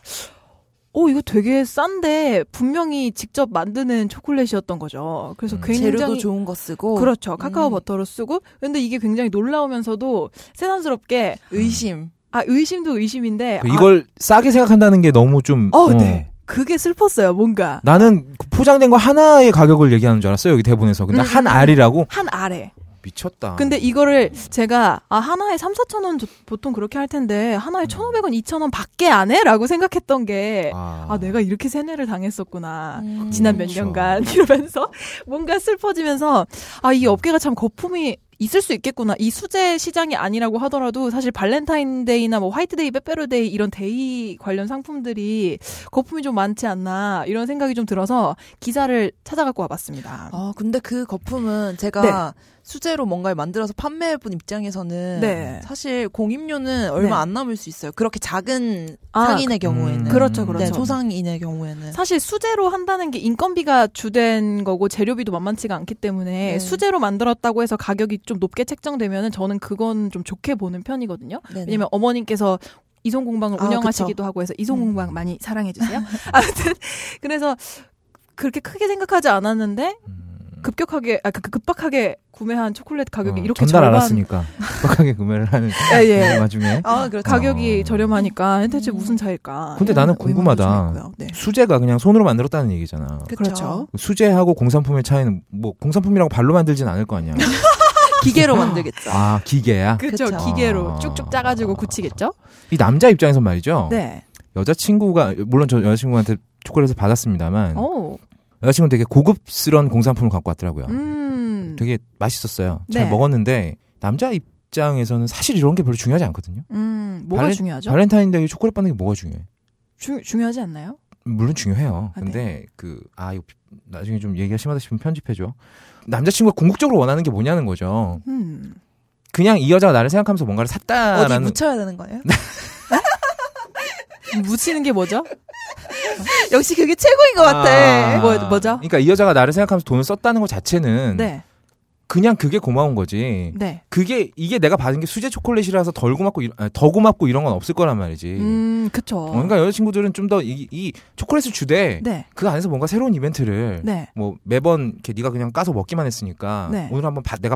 Speaker 1: 오 이거 되게 싼데 분명히 직접 만드는 초콜릿이었던 거죠. 그래서
Speaker 2: 음.
Speaker 1: 굉장히
Speaker 3: 재료도 좋은 거 쓰고
Speaker 1: 그렇죠. 카카오
Speaker 3: 음.
Speaker 1: 버터로 쓰고 근데 이게 굉장히 놀라우면서도 새삼스럽게
Speaker 3: 의심.
Speaker 1: 아 의심도 의심인데
Speaker 2: 그 이걸 싸게 생각한다는 게 너무 좀
Speaker 1: 아, 어, 네. 그게 슬펐어요. 뭔가
Speaker 2: 나는 그 포장된 거 하나의 가격을 얘기하는 줄 알았어요 여기 대본에서 근데
Speaker 1: 음,
Speaker 2: 한
Speaker 1: 음,
Speaker 2: 알이라고
Speaker 1: 한 알에
Speaker 2: 미쳤다
Speaker 1: 근데 이거를 제가 아 하나에 3, 4천 원 조- 보통 그렇게 할 텐데 하나에 1,500원, 2,000원 밖에 안 해? 라고 생각했던 게 음. 아
Speaker 2: 아,
Speaker 1: 내가 이렇게 세뇌를 당했었구나.
Speaker 3: 음.
Speaker 1: 지난 몇
Speaker 2: 그렇죠.
Speaker 1: 년간 이러면서 뭔가 슬퍼지면서 아 이 업계가 참 거품이 있을 수 있겠구나. 이 수제 시장이 아니라고 하더라도 사실 발렌타인데이나 뭐 화이트데이, 빼빼로데이 이런 데이 관련 상품들이 거품이 좀 많지 않나 이런 생각이 좀 들어서 기사를 찾아갖고 와봤습니다.
Speaker 3: 아, 근데 그 거품은 제가 수제로 뭔가를 만들어서 판매해본 입장에서는
Speaker 1: 네.
Speaker 3: 사실 공임료는 얼마
Speaker 1: 네.
Speaker 3: 안 남을 수 있어요. 그렇게 작은
Speaker 1: 아,
Speaker 3: 상인의 경우에는.
Speaker 2: 음.
Speaker 1: 그렇죠, 그렇죠.
Speaker 3: 네, 소상인의 경우에는.
Speaker 1: 사실 수제로 한다는 게 인건비가 주된 거고 재료비도 만만치가 않기 때문에
Speaker 3: 네.
Speaker 1: 수제로 만들었다고 해서 가격이 좀 높게 책정되면은 저는 그건 좀 좋게 보는 편이거든요.
Speaker 3: 네네.
Speaker 1: 왜냐면 어머님께서 이송공방을
Speaker 3: 아,
Speaker 1: 운영하시기도 하고 해서 이송공방 많이 사랑해 주세요. 아무튼 그래서 그렇게 크게 생각하지 않았는데
Speaker 2: 음.
Speaker 1: 급격하게 아, 그- 그- 급박하게 구매한 초콜릿 가격이
Speaker 2: 어,
Speaker 1: 이렇게
Speaker 2: 전날
Speaker 1: 절반
Speaker 2: 알았으니까 빡하게 구매를 하는
Speaker 1: 예, 예.
Speaker 2: 와중에
Speaker 3: 아, 그렇죠.
Speaker 1: 가격이
Speaker 2: 어.
Speaker 1: 저렴하니까 대체
Speaker 3: 음.
Speaker 1: 무슨 차일까?
Speaker 2: 근데 나는
Speaker 1: 이런 의문도 좀 있고요.
Speaker 2: 궁금하다
Speaker 1: 네.
Speaker 2: 수제가 그냥 손으로 만들었다는 얘기잖아
Speaker 3: 그쵸.
Speaker 1: 그렇죠.
Speaker 2: 수제하고 공산품의 차이는 뭐 공산품이라고 발로 만들진 않을 거 아니야
Speaker 1: 그
Speaker 3: 기계로 만들겠죠.
Speaker 2: 아 기계야
Speaker 1: 그렇죠.
Speaker 3: 그쵸.
Speaker 1: 기계로
Speaker 2: 아. 어,
Speaker 1: 쭉쭉 짜가지고 굳히겠죠.
Speaker 2: 이 남자 입장에선 말이죠
Speaker 1: 네.
Speaker 2: 여자친구가 물론 저 여자친구한테 초콜릿을 받았습니다만
Speaker 1: 오.
Speaker 2: 여자친구는 되게 고급스러운 공산품을 갖고 왔더라고요
Speaker 1: 음.
Speaker 2: 되게 맛있었어요. 잘
Speaker 1: 네.
Speaker 2: 먹었는데 남자 입장에서는 사실 이런 게 별로 중요하지 않거든요.
Speaker 1: 음. 뭐가
Speaker 2: 발렌-
Speaker 1: 중요하죠?
Speaker 2: 발렌타인데이 초콜릿 받는 게 뭐가 중요해?
Speaker 1: 중, 중요하지 않나요?
Speaker 2: 물론 중요해요.
Speaker 1: 아,
Speaker 2: 근데 그아 이거 나중에 좀 얘기가 심하다 싶으면 편집해 줘. 남자친구가 궁극적으로 원하는 게 뭐냐는 거죠.
Speaker 1: 음.
Speaker 2: 그냥 이 여자가 나를 생각하면서 뭔가를
Speaker 3: 어디
Speaker 2: 샀다라는 네.
Speaker 3: 묻혀야 되는 거예요?
Speaker 1: 묻히는 게 뭐죠?
Speaker 3: 역시 그게 최고인 것 같아.
Speaker 2: 아.
Speaker 1: 뭐- 뭐죠?
Speaker 2: 그러니까 이 여자가 나를 생각하면서 돈을 썼다는 것 자체는
Speaker 1: 네.
Speaker 2: 그냥 그게 고마운 거지.
Speaker 1: 네.
Speaker 2: 그게 이게 내가 받은 게 수제 초콜릿이라서 덜 고맙고 이- 아니, 더 고맙고 이런 건 없을 거란 말이지.
Speaker 1: 음, 그쵸.
Speaker 2: 어, 그러니까 여자친구들은 좀 더 이 초콜릿을 주되
Speaker 1: 네.
Speaker 2: 그 안에서 뭔가 새로운 이벤트를
Speaker 1: 네.
Speaker 2: 뭐 매번 이렇게 네가 그냥 까서 먹기만 했으니까
Speaker 1: 네. 아,
Speaker 2: 오늘 한번 바- 내가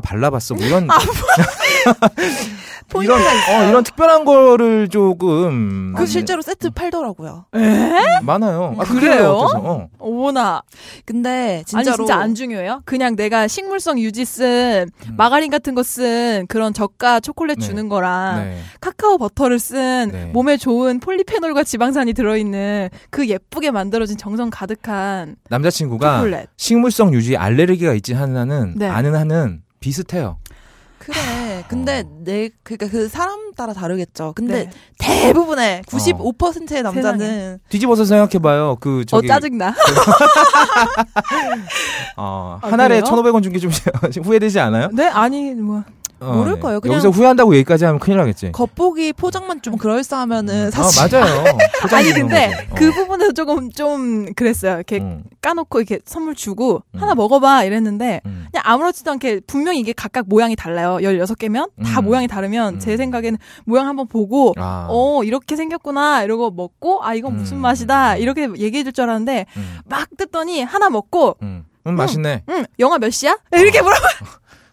Speaker 2: 발라봤어 뭐 이런
Speaker 3: 포인트가
Speaker 2: 이런 어, 이런 특별한 거를 조금
Speaker 3: 그 실제로
Speaker 2: 음.
Speaker 3: 세트 팔더라고요.
Speaker 1: 네.
Speaker 2: 많아요. 아,
Speaker 1: 음, 그래요?
Speaker 2: 그래요? 어때서? 어.
Speaker 1: 오나.
Speaker 3: 근데
Speaker 1: 아니,
Speaker 3: 진짜로
Speaker 1: 진짜 안 중요해요? 그냥 내가 식물성 유지 쓴, 마가린 같은 거 쓴 그런 저가 초콜릿
Speaker 2: 음. 네.
Speaker 1: 주는 거랑
Speaker 2: 네.
Speaker 1: 카카오 버터를 쓴
Speaker 2: 네.
Speaker 1: 몸에 좋은 폴리페놀과 지방산이 들어있는 그 예쁘게 만들어진 정성 가득한
Speaker 2: 남자친구가
Speaker 1: 초콜릿.
Speaker 2: 식물성 유지 알레르기가 있지 하나는
Speaker 1: 네.
Speaker 2: 아는 한은 비슷해요.
Speaker 3: 그래. 근데 내 그러니까 그 사람 따라 다르겠죠. 근데
Speaker 1: 네.
Speaker 2: 어.
Speaker 3: 대부분의 95%의 남자는
Speaker 2: 뒤집어서 생각해봐요. 그
Speaker 1: 어,
Speaker 2: 저기
Speaker 1: 짜증나.
Speaker 2: 어,
Speaker 1: 아,
Speaker 2: 한 알에
Speaker 1: 그래요?
Speaker 2: 1,500원 준 게 좀 후회되지 않아요?
Speaker 1: 네? 아니, 뭐.
Speaker 2: 어,
Speaker 3: 모를
Speaker 2: 네.
Speaker 3: 거예요. 그냥-
Speaker 2: 여기서 후회한다고 얘기까지 하면 큰일 나겠지.
Speaker 3: 겉보기 포장만 좀 그럴싸하면은 사실
Speaker 2: 아 맞아요.
Speaker 1: 아니
Speaker 2: 포장이
Speaker 1: 근데
Speaker 2: 그런 거죠.
Speaker 1: 그
Speaker 2: 어.
Speaker 1: 부분에서 조금 좀 그랬어요. 이렇게
Speaker 2: 음,
Speaker 1: 까놓고 이렇게 선물 주고
Speaker 2: 음.
Speaker 1: 하나 먹어봐 이랬는데
Speaker 2: 음.
Speaker 1: 그냥 아무렇지도 않게 분명히 이게 각각 모양이 달라요. 16개면 다
Speaker 2: 음.
Speaker 1: 모양이 다르면
Speaker 2: 음.
Speaker 1: 제 생각에는 모양 한번 보고
Speaker 2: 아,
Speaker 1: 어 이렇게 생겼구나 이러고 먹고 아 이건 무슨
Speaker 2: 음.
Speaker 1: 맛이다 이렇게 얘기해 줄 줄 알았는데
Speaker 2: 음,
Speaker 1: 막 뜯더니 하나 먹고
Speaker 2: 음. 음 맛있네.
Speaker 1: 응, 영화 몇 시야? 이렇게 물어.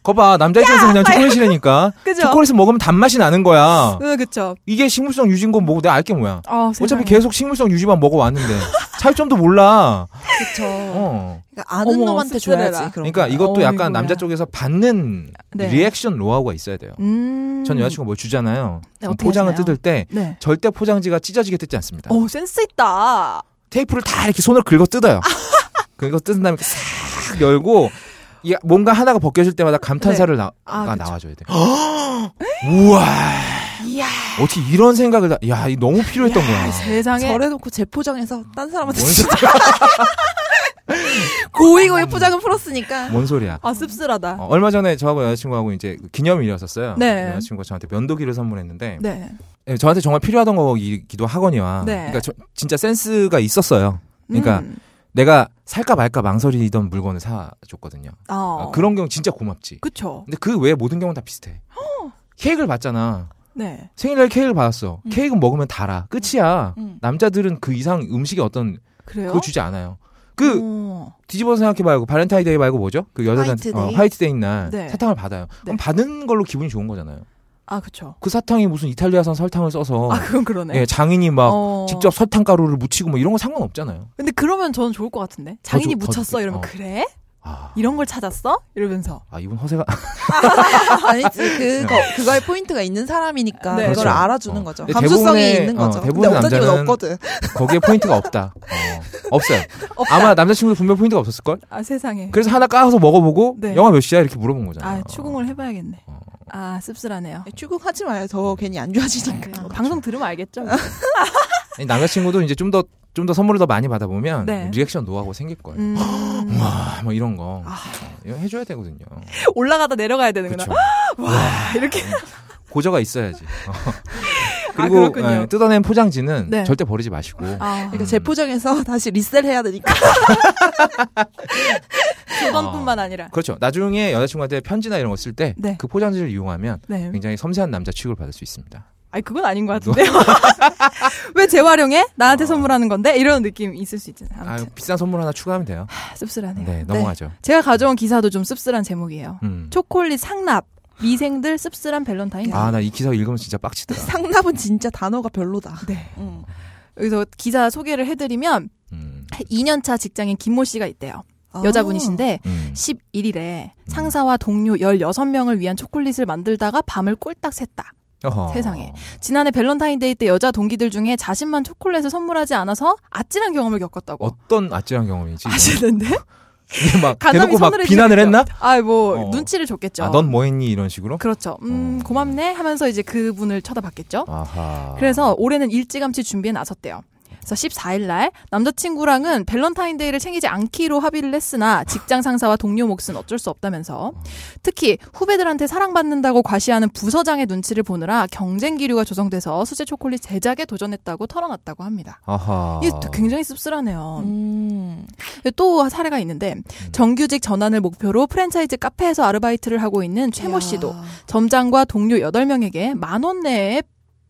Speaker 2: 거봐 남자 입장에서 그냥 초콜릿이라니까.
Speaker 1: 그죠?
Speaker 2: 초콜릿을 먹으면 단맛이 나는 거야.
Speaker 1: 응, 그쵸.
Speaker 2: 이게 식물성 유지인 건 뭐고 내가 알게 뭐야.
Speaker 1: 아,
Speaker 2: 어차피
Speaker 1: 세상에.
Speaker 2: 계속 식물성 유지만 먹어 왔는데 차이점도 몰라.
Speaker 3: 그쵸.
Speaker 2: 어.
Speaker 3: 그러니까 아는
Speaker 1: 어머,
Speaker 3: 놈한테
Speaker 1: 씁쓸해라.
Speaker 3: 줘야지. 그런
Speaker 2: 그러니까
Speaker 3: 거.
Speaker 2: 이것도
Speaker 1: 어이구야.
Speaker 2: 약간 남자 쪽에서 받는
Speaker 1: 네.
Speaker 2: 리액션 노하우가 있어야 돼요.
Speaker 1: 음.
Speaker 2: 전 여자친구가 뭘 주잖아요.
Speaker 1: 네,
Speaker 2: 그럼
Speaker 1: 어떻게
Speaker 2: 포장을
Speaker 1: 하시나요?
Speaker 2: 뜯을 때
Speaker 1: 네.
Speaker 2: 절대 포장지가 찢어지게 뜯지 않습니다.
Speaker 1: 오, 센스 있다. 아,
Speaker 2: 테이프를 다 이렇게 손으로 긁어 뜯어요. 긁어 뜯은 다음에 싹 열고 이 뭔가 하나가 벗겨질 때마다 감탄사를 나,
Speaker 1: 아,
Speaker 2: 가
Speaker 1: 그쵸.
Speaker 2: 나와줘야 돼. 우와
Speaker 1: 이야.
Speaker 2: 어떻게 이런 생각을 다, 야 이거 너무 필요했던 거야.
Speaker 1: 세상에.
Speaker 3: 절해놓고 재포장해서 딴 사람한테
Speaker 2: 뭔,
Speaker 3: 진짜 고이고의 포장은 풀었으니까.
Speaker 2: 뭔 소리야?
Speaker 1: 아, 씁쓸하다.
Speaker 2: 어, 얼마 전에 저하고 여자친구하고 이제 그 기념일이었었어요.
Speaker 1: 네.
Speaker 2: 여자친구가 저한테 면도기를 선물했는데
Speaker 1: 네.
Speaker 2: 예, 저한테 정말 필요하던 거기도 하거니와
Speaker 1: 네.
Speaker 2: 그러니까 저- 진짜 센스가 있었어요. 그러니까
Speaker 1: 음.
Speaker 2: 내가 살까 말까 망설이던 물건을 사줬거든요.
Speaker 1: 어.
Speaker 2: 아, 그런 경우 진짜 고맙지.
Speaker 1: 그쵸.
Speaker 2: 근데 그 외에 모든 경우는 다 비슷해. 케이크를 받잖아.
Speaker 1: 네.
Speaker 2: 생일날 케이크를 받았어. 케이크 먹으면 달아. 끝이야.
Speaker 3: 음.
Speaker 2: 남자들은 그 이상 음식에 어떤
Speaker 1: 그래요?
Speaker 2: 그거 주지 않아요. 그
Speaker 1: 어.
Speaker 2: 뒤집어서 생각해 봐요. 그 발렌타인데이 말고 뭐죠? 그 여자들한테
Speaker 3: 화이트데이.
Speaker 2: 어, 화이트데이 날
Speaker 1: 네.
Speaker 2: 사탕을 받아요. 그럼
Speaker 1: 네.
Speaker 2: 받은 걸로 기분이 좋은 거잖아요.
Speaker 1: 아, 그쵸.
Speaker 2: 그 사탕이 무슨 이탈리아산 설탕을 써서
Speaker 1: 아, 그건 그러네.
Speaker 2: 예, 장인이 막
Speaker 1: 어.
Speaker 2: 직접 설탕 가루를 묻히고 뭐 이런 거 상관없잖아요.
Speaker 1: 근데 그러면 저는 좋을 것 같은데. 장인이
Speaker 2: 더 주-
Speaker 1: 묻혔어? 이러면
Speaker 2: 어.
Speaker 1: 그래?
Speaker 2: 아,
Speaker 1: 이런 걸 찾았어? 이러면서.
Speaker 2: 아, 이분 허세가
Speaker 3: 아니지 그거 그거에 포인트가 있는 사람이니까
Speaker 1: 네.
Speaker 3: 그걸
Speaker 1: 그렇죠.
Speaker 3: 알아주는
Speaker 2: 어.
Speaker 3: 거죠.
Speaker 2: 근데
Speaker 3: 감수성이
Speaker 2: 대부분의-
Speaker 3: 있는
Speaker 2: 어,
Speaker 3: 거죠.
Speaker 2: 대부분의
Speaker 3: 근데 남자들은
Speaker 2: 남자는-
Speaker 3: 없거든.
Speaker 2: 거기에 포인트가 없다. 어, 없어요. 아마 남자친구도 분명 포인트가 없었을 걸.
Speaker 1: 아, 세상에.
Speaker 2: 그래서 하나 까서 먹어보고
Speaker 1: 네.
Speaker 2: 영화 몇 시야 이렇게 물어본 거잖아요.
Speaker 1: 아, 추궁을 해봐야겠네.
Speaker 2: 어.
Speaker 1: 아, 씁쓸하네요.
Speaker 3: 출국하지 마요. 더 괜히 안 좋아지니까.
Speaker 1: 방송 들으면 알겠죠?
Speaker 2: 아니, 남자친구도 이제 좀 더 좀 더 선물을 더 많이 받아보면
Speaker 1: 네.
Speaker 2: 리액션 노하고 생길 거예요.
Speaker 1: 음. 아.
Speaker 2: 와, 뭐 이런 거 어, 이거 해줘야 되거든요.
Speaker 1: 올라가다 내려가야 되는구나.
Speaker 2: 그렇죠.
Speaker 1: 와, 이렇게.
Speaker 2: 어. 고저가 있어야지. 그리고
Speaker 1: 아, 그렇군요.
Speaker 2: 예, 뜯어낸 포장지는
Speaker 1: 네.
Speaker 2: 절대 버리지 마시고
Speaker 1: 아,
Speaker 3: 그러니까 재포장해서 다시 리셀해야 되니까.
Speaker 1: 조던뿐만 아니라.
Speaker 2: 그렇죠. 나중에 여자친구한테 편지나 이런 거 쓸 때 그
Speaker 1: 네.
Speaker 2: 포장지를 이용하면
Speaker 1: 네.
Speaker 2: 굉장히 섬세한 남자 취급을 받을 수 있습니다.
Speaker 1: 아니, 그건 아닌 것 같은데요. 왜 재활용해? 나한테 선물하는 건데? 이런 느낌 있을 수 있잖아요.
Speaker 2: 어. 아,
Speaker 1: 아무튼. 아,
Speaker 2: 비싼 선물 하나 추가하면 돼요.
Speaker 1: 씁쓸하네요.
Speaker 2: 네, 넘어가죠.
Speaker 1: 제가 가져온 기사도 좀 씁쓸한 제목이에요.
Speaker 2: 음.
Speaker 1: 초콜릿 상납. 미생들 씁쓸한 밸런타인.
Speaker 2: 아, 나 이 기사 읽으면 진짜 빡치더라.
Speaker 3: 상납은 진짜 단어가 별로다.
Speaker 1: 네.
Speaker 3: 음.
Speaker 1: 여기서 기사 소개를 해드리면
Speaker 2: 음.
Speaker 1: 2년차 직장인 김모 씨가 있대요.
Speaker 3: 아.
Speaker 1: 여자분이신데
Speaker 2: 음.
Speaker 1: 11일에 상사와 동료 16명을 위한 초콜릿을 만들다가 밤을 꼴딱 샜다.
Speaker 2: 어허.
Speaker 1: 세상에. 지난해 밸런타인데이 때 여자 동기들 중에 자신만 초콜릿을 선물하지 않아서 아찔한 경험을 겪었다고.
Speaker 2: 어떤 아찔한 경험이지?
Speaker 1: 아시는데?
Speaker 2: 이게 막
Speaker 1: 간담이
Speaker 2: 대놓고 막
Speaker 1: 서늘해지겠죠.
Speaker 2: 비난을 했나?
Speaker 1: 아, 뭐
Speaker 2: 어.
Speaker 1: 눈치를 줬겠죠.
Speaker 2: 아, 넌 뭐했니 이런 식으로?
Speaker 1: 그렇죠. 음,
Speaker 2: 어.
Speaker 1: 고맙네 하면서 이제 그분을 쳐다봤겠죠.
Speaker 2: 아하.
Speaker 1: 그래서 올해는 일찌감치 준비에 나섰대요. 그래서 14일 날 남자친구랑은 밸런타인데이를 챙기지 않기로 합의를 했으나 직장 상사와 동료 몫은 어쩔 수 없다면서 특히 후배들한테 사랑받는다고 과시하는 부서장의 눈치를 보느라 경쟁 기류가 조성돼서 수제 초콜릿 제작에 도전했다고 털어놨다고 합니다.
Speaker 2: 아하.
Speaker 1: 이게 굉장히 씁쓸하네요.
Speaker 3: 음.
Speaker 1: 또 사례가 있는데 정규직 전환을 목표로 프랜차이즈 카페에서 아르바이트를 하고 있는 최모
Speaker 3: 음. 이야.
Speaker 1: 씨도 점장과 동료 8명에게 만 원 내에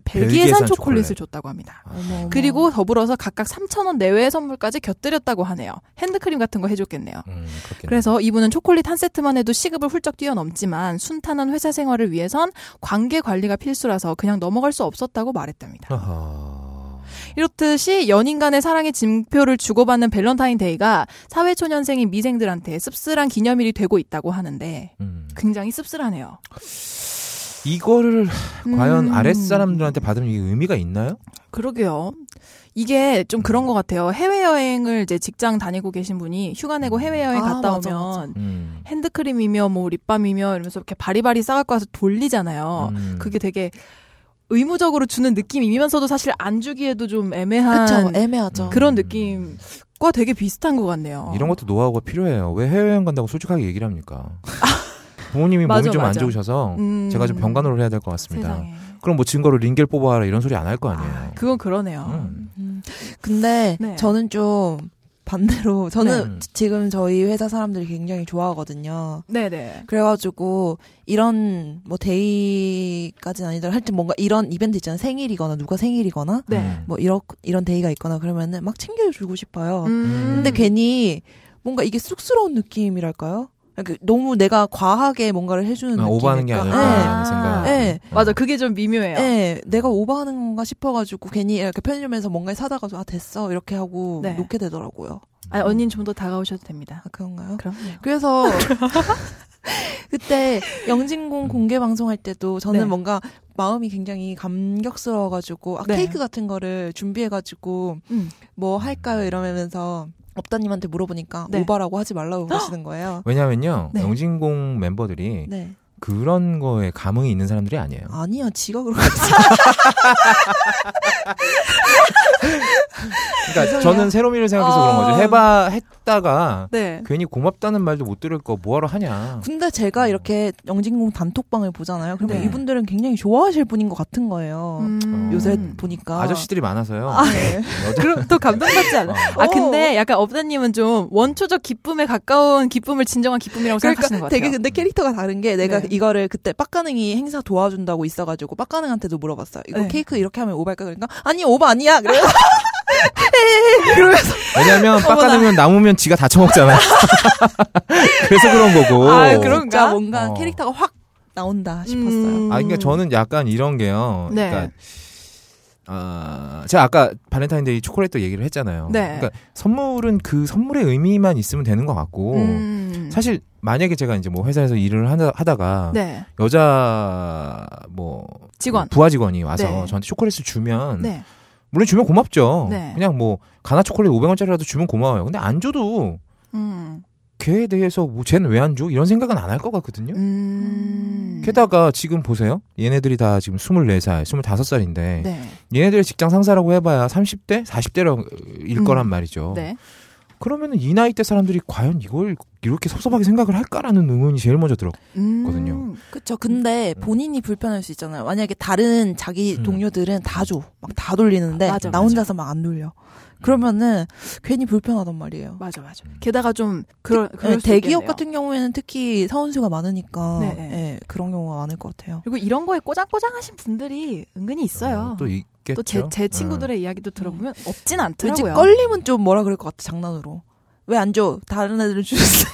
Speaker 1: 벨기에산
Speaker 2: 벨기에산
Speaker 1: 초콜릿을
Speaker 2: 초콜릿.
Speaker 1: 줬다고 합니다.
Speaker 3: 어머, 어머.
Speaker 1: 그리고 더불어서 각각 3,000원 내외의 선물까지 곁들였다고 하네요. 핸드크림 같은 거 해줬겠네요.
Speaker 2: 음, 그렇겠네.
Speaker 1: 그래서 이분은 초콜릿 한 세트만 해도 시급을 훌쩍 뛰어넘지만 순탄한 회사 생활을 위해선 관계 관리가 필수라서 그냥 넘어갈 수 없었다고 말했답니다.
Speaker 2: 아하.
Speaker 1: 이렇듯이 연인 간의 사랑의 증표를 주고받는 밸런타인데이가 사회초년생인 미생들한테 씁쓸한 기념일이 되고 있다고 하는데
Speaker 2: 음.
Speaker 1: 굉장히 씁쓸하네요.
Speaker 2: 이거를 과연
Speaker 1: 음.
Speaker 2: 아랫사람들한테 받으면 이게 의미가 있나요?
Speaker 1: 그러게요. 이게 좀 그런 것 같아요. 해외여행을 이제 직장 다니고 계신 분이 휴가 내고 해외여행
Speaker 3: 아,
Speaker 1: 갔다
Speaker 3: 맞아,
Speaker 1: 오면
Speaker 3: 맞아.
Speaker 2: 음.
Speaker 1: 핸드크림이며 뭐 립밤이며 이러면서 이렇게 바리바리 싸갖고 와서 돌리잖아요.
Speaker 2: 음.
Speaker 1: 어, 그게 되게 의무적으로 주는 느낌이면서도 사실 안 주기에도 좀 애매한
Speaker 3: 그쵸 애매하죠.
Speaker 1: 그런
Speaker 2: 음.
Speaker 1: 느낌과 되게 비슷한 것 같네요.
Speaker 2: 이런 것도 노하우가 필요해요. 왜 해외여행 간다고 솔직하게 얘기를 합니까? 부모님이
Speaker 1: 맞아,
Speaker 2: 몸이 좀 안
Speaker 1: 맞아.
Speaker 2: 좋으셔서
Speaker 1: 음.
Speaker 2: 제가 좀 병간호를 해야 될 것 같습니다.
Speaker 1: 세상에.
Speaker 2: 그럼 뭐 증거로 링겔 뽑아라 이런 소리 안 할 거 아니에요.
Speaker 1: 아, 그건 그러네요.
Speaker 2: 음.
Speaker 3: 음. 근데
Speaker 1: 네.
Speaker 3: 저는 좀 반대로 저는
Speaker 2: 네.
Speaker 3: 지- 지금 저희 회사 사람들이 굉장히 좋아하거든요.
Speaker 1: 네네.
Speaker 2: 음.
Speaker 3: 그래가지고 이런 뭐 데이까지는 아니더라도 하여튼 뭔가 이런 이벤트 있잖아요. 생일이거나 누가 생일이거나
Speaker 1: 네.
Speaker 2: 음.
Speaker 3: 뭐 이런 이런 데이가 있거나 그러면은 막 챙겨주고 싶어요.
Speaker 1: 음.
Speaker 3: 근데 괜히 뭔가 이게 쑥스러운 느낌이랄까요? 그러니까 너무 내가 과하게 뭔가를 해주는
Speaker 2: 아,
Speaker 3: 느낌.
Speaker 2: 오버하는 게 아닐까 하는
Speaker 1: 아.
Speaker 2: 생각.
Speaker 3: 네.
Speaker 2: 어.
Speaker 1: 맞아, 그게 좀 미묘해요.
Speaker 2: 음.
Speaker 3: 예, 내가 오버하는 건가 싶어가지고 괜히 이렇게 편의점에서 뭔가 사다가 아 됐어 이렇게 하고
Speaker 1: 네.
Speaker 3: 놓게 되더라고요.
Speaker 1: 아, 언니는 좀 더 다가오셔도 됩니다.
Speaker 3: 아 그런가요?
Speaker 1: 그럼요. 네.
Speaker 3: 그래서 그때 영진공 공개 방송할 때도 저는
Speaker 1: 네.
Speaker 3: 뭔가 마음이 굉장히 감격스러워가지고 아,
Speaker 1: 네.
Speaker 3: 케이크 같은 거를 준비해가지고
Speaker 1: 음.
Speaker 3: 뭐 할까요 이러면서 업다님한테 물어보니까
Speaker 1: 네.
Speaker 3: 오바라고 하지 말라고 그러시는 거예요.
Speaker 2: 왜냐면요
Speaker 3: 네.
Speaker 2: 영진공 멤버들이
Speaker 3: 네,
Speaker 2: 그런 거에 감흥이 있는 사람들이 아니에요.
Speaker 3: 아니야, 지가 그렇고
Speaker 2: 그러니까
Speaker 3: 죄송해요.
Speaker 2: 저는 새로미를 생각해서 그런
Speaker 1: 어.
Speaker 2: 거죠. 해봐 했다가
Speaker 1: 네.
Speaker 2: 괜히 고맙다는 말도 못 들을 거 뭐하러 하냐.
Speaker 1: 그러니까.
Speaker 3: 근데 제가 이렇게 영진공 단톡방을 보잖아요. 그러면
Speaker 1: 네.
Speaker 3: 이분들은 굉장히 좋아하실 분인 것 같은 거예요.
Speaker 1: 음.
Speaker 2: 요새
Speaker 3: 요새
Speaker 1: 음.
Speaker 3: 보니까
Speaker 2: 아저씨들이 많아서요.
Speaker 3: 네.
Speaker 2: 여자
Speaker 1: 그럼 또 감동받지 않아?
Speaker 2: 어.
Speaker 1: 아, 근데 약간 업다님은 좀 원초적 기쁨에 가까운 기쁨을 진정한 기쁨이라고 생각하시는 것 같아요.
Speaker 3: 그러니까
Speaker 1: 음.
Speaker 3: 되게 근데 캐릭터가 다른 게 내가
Speaker 1: 네.
Speaker 3: 이거를 그때 빡가능이 행사 도와준다고 있어가지고 빡가능한테도 물어봤어요. 이거
Speaker 1: 네.
Speaker 3: 케이크 이렇게 하면 오바일까 그러니까 아니 오바 아니야. 그래요. 그러면서
Speaker 2: 왜냐면 빡가능은 남으면 지가 다 처먹잖아. 그래서 그런 거고.
Speaker 1: 아, 그럼-
Speaker 3: 진짜 뭔가
Speaker 2: 어.
Speaker 3: 캐릭터가 확 나온다
Speaker 1: 음.
Speaker 3: 싶었어요.
Speaker 2: 아, 그러니까 저는 약간 이런 게요.
Speaker 1: 네.
Speaker 2: 그러니까 아, 제가 아까 발렌타인데이 초콜릿도 얘기를 했잖아요.
Speaker 1: 네.
Speaker 2: 그러니까 선물은 그 선물의 의미만 있으면 되는 것 같고
Speaker 1: 음.
Speaker 2: 뭐 사실 만약에 제가 이제 뭐 회사에서 일을 하다, 하다가
Speaker 1: 네.
Speaker 2: 여자 뭐
Speaker 1: 직원.
Speaker 2: 부하 직원이 와서
Speaker 1: 네.
Speaker 2: 저한테 초콜릿을 주면
Speaker 1: 네.
Speaker 2: 물론 주면 고맙죠.
Speaker 1: 네.
Speaker 2: 그냥 뭐 가나 초콜릿 500원짜리라도 주면 고마워요. 근데 안 줘도
Speaker 1: 음.
Speaker 2: 걔에 대해서 뭐 쟤는 왜 안 줘? 이런 생각은 안 할 것 같거든요.
Speaker 1: 음.
Speaker 2: 게다가 지금 보세요. 얘네들이 다 지금 24살, 25살인데
Speaker 1: 네.
Speaker 2: 얘네들의 직장 상사라고 해봐야 30대, 40대일
Speaker 1: 음.
Speaker 2: 거란 말이죠.
Speaker 1: 네.
Speaker 2: 그러면 은이 나이 때 사람들이 과연 이걸 이렇게 섭섭하게 생각을 할까라는 의문이 제일 먼저 들어.
Speaker 1: 음.
Speaker 2: 거든요.
Speaker 3: 그렇죠. 근데
Speaker 2: 음.
Speaker 3: 본인이 불편할 수 있잖아요. 만약에 다른 자기
Speaker 2: 음.
Speaker 3: 동료들은 다 줘, 막 다 돌리는데
Speaker 1: 아, 맞아, 음.
Speaker 3: 나
Speaker 1: 맞아.
Speaker 3: 혼자서 막 안 돌려. 그러면은 괜히 불편하단 말이에요.
Speaker 1: 맞아 맞아.
Speaker 2: 음.
Speaker 1: 게다가 좀 그런 그럴 수
Speaker 3: 예, 대기업
Speaker 1: 있겠네요.
Speaker 3: 같은 경우에는 특히 사원수가 많으니까
Speaker 1: 네, 네.
Speaker 3: 예, 그런 경우가 많을 것 같아요.
Speaker 1: 그리고 이런 거에 꼬장꼬장하신 분들이 은근히 있어요.
Speaker 2: 음, 또 있겠죠.
Speaker 1: 또 제 제
Speaker 2: 어.
Speaker 1: 친구들의 이야기도 들어보면 없진
Speaker 3: 왠지
Speaker 1: 않더라고요.
Speaker 3: 껄림은 좀 뭐라 그럴 것 같아 장난으로. 왜 안 줘? 다른 애들은 주세요.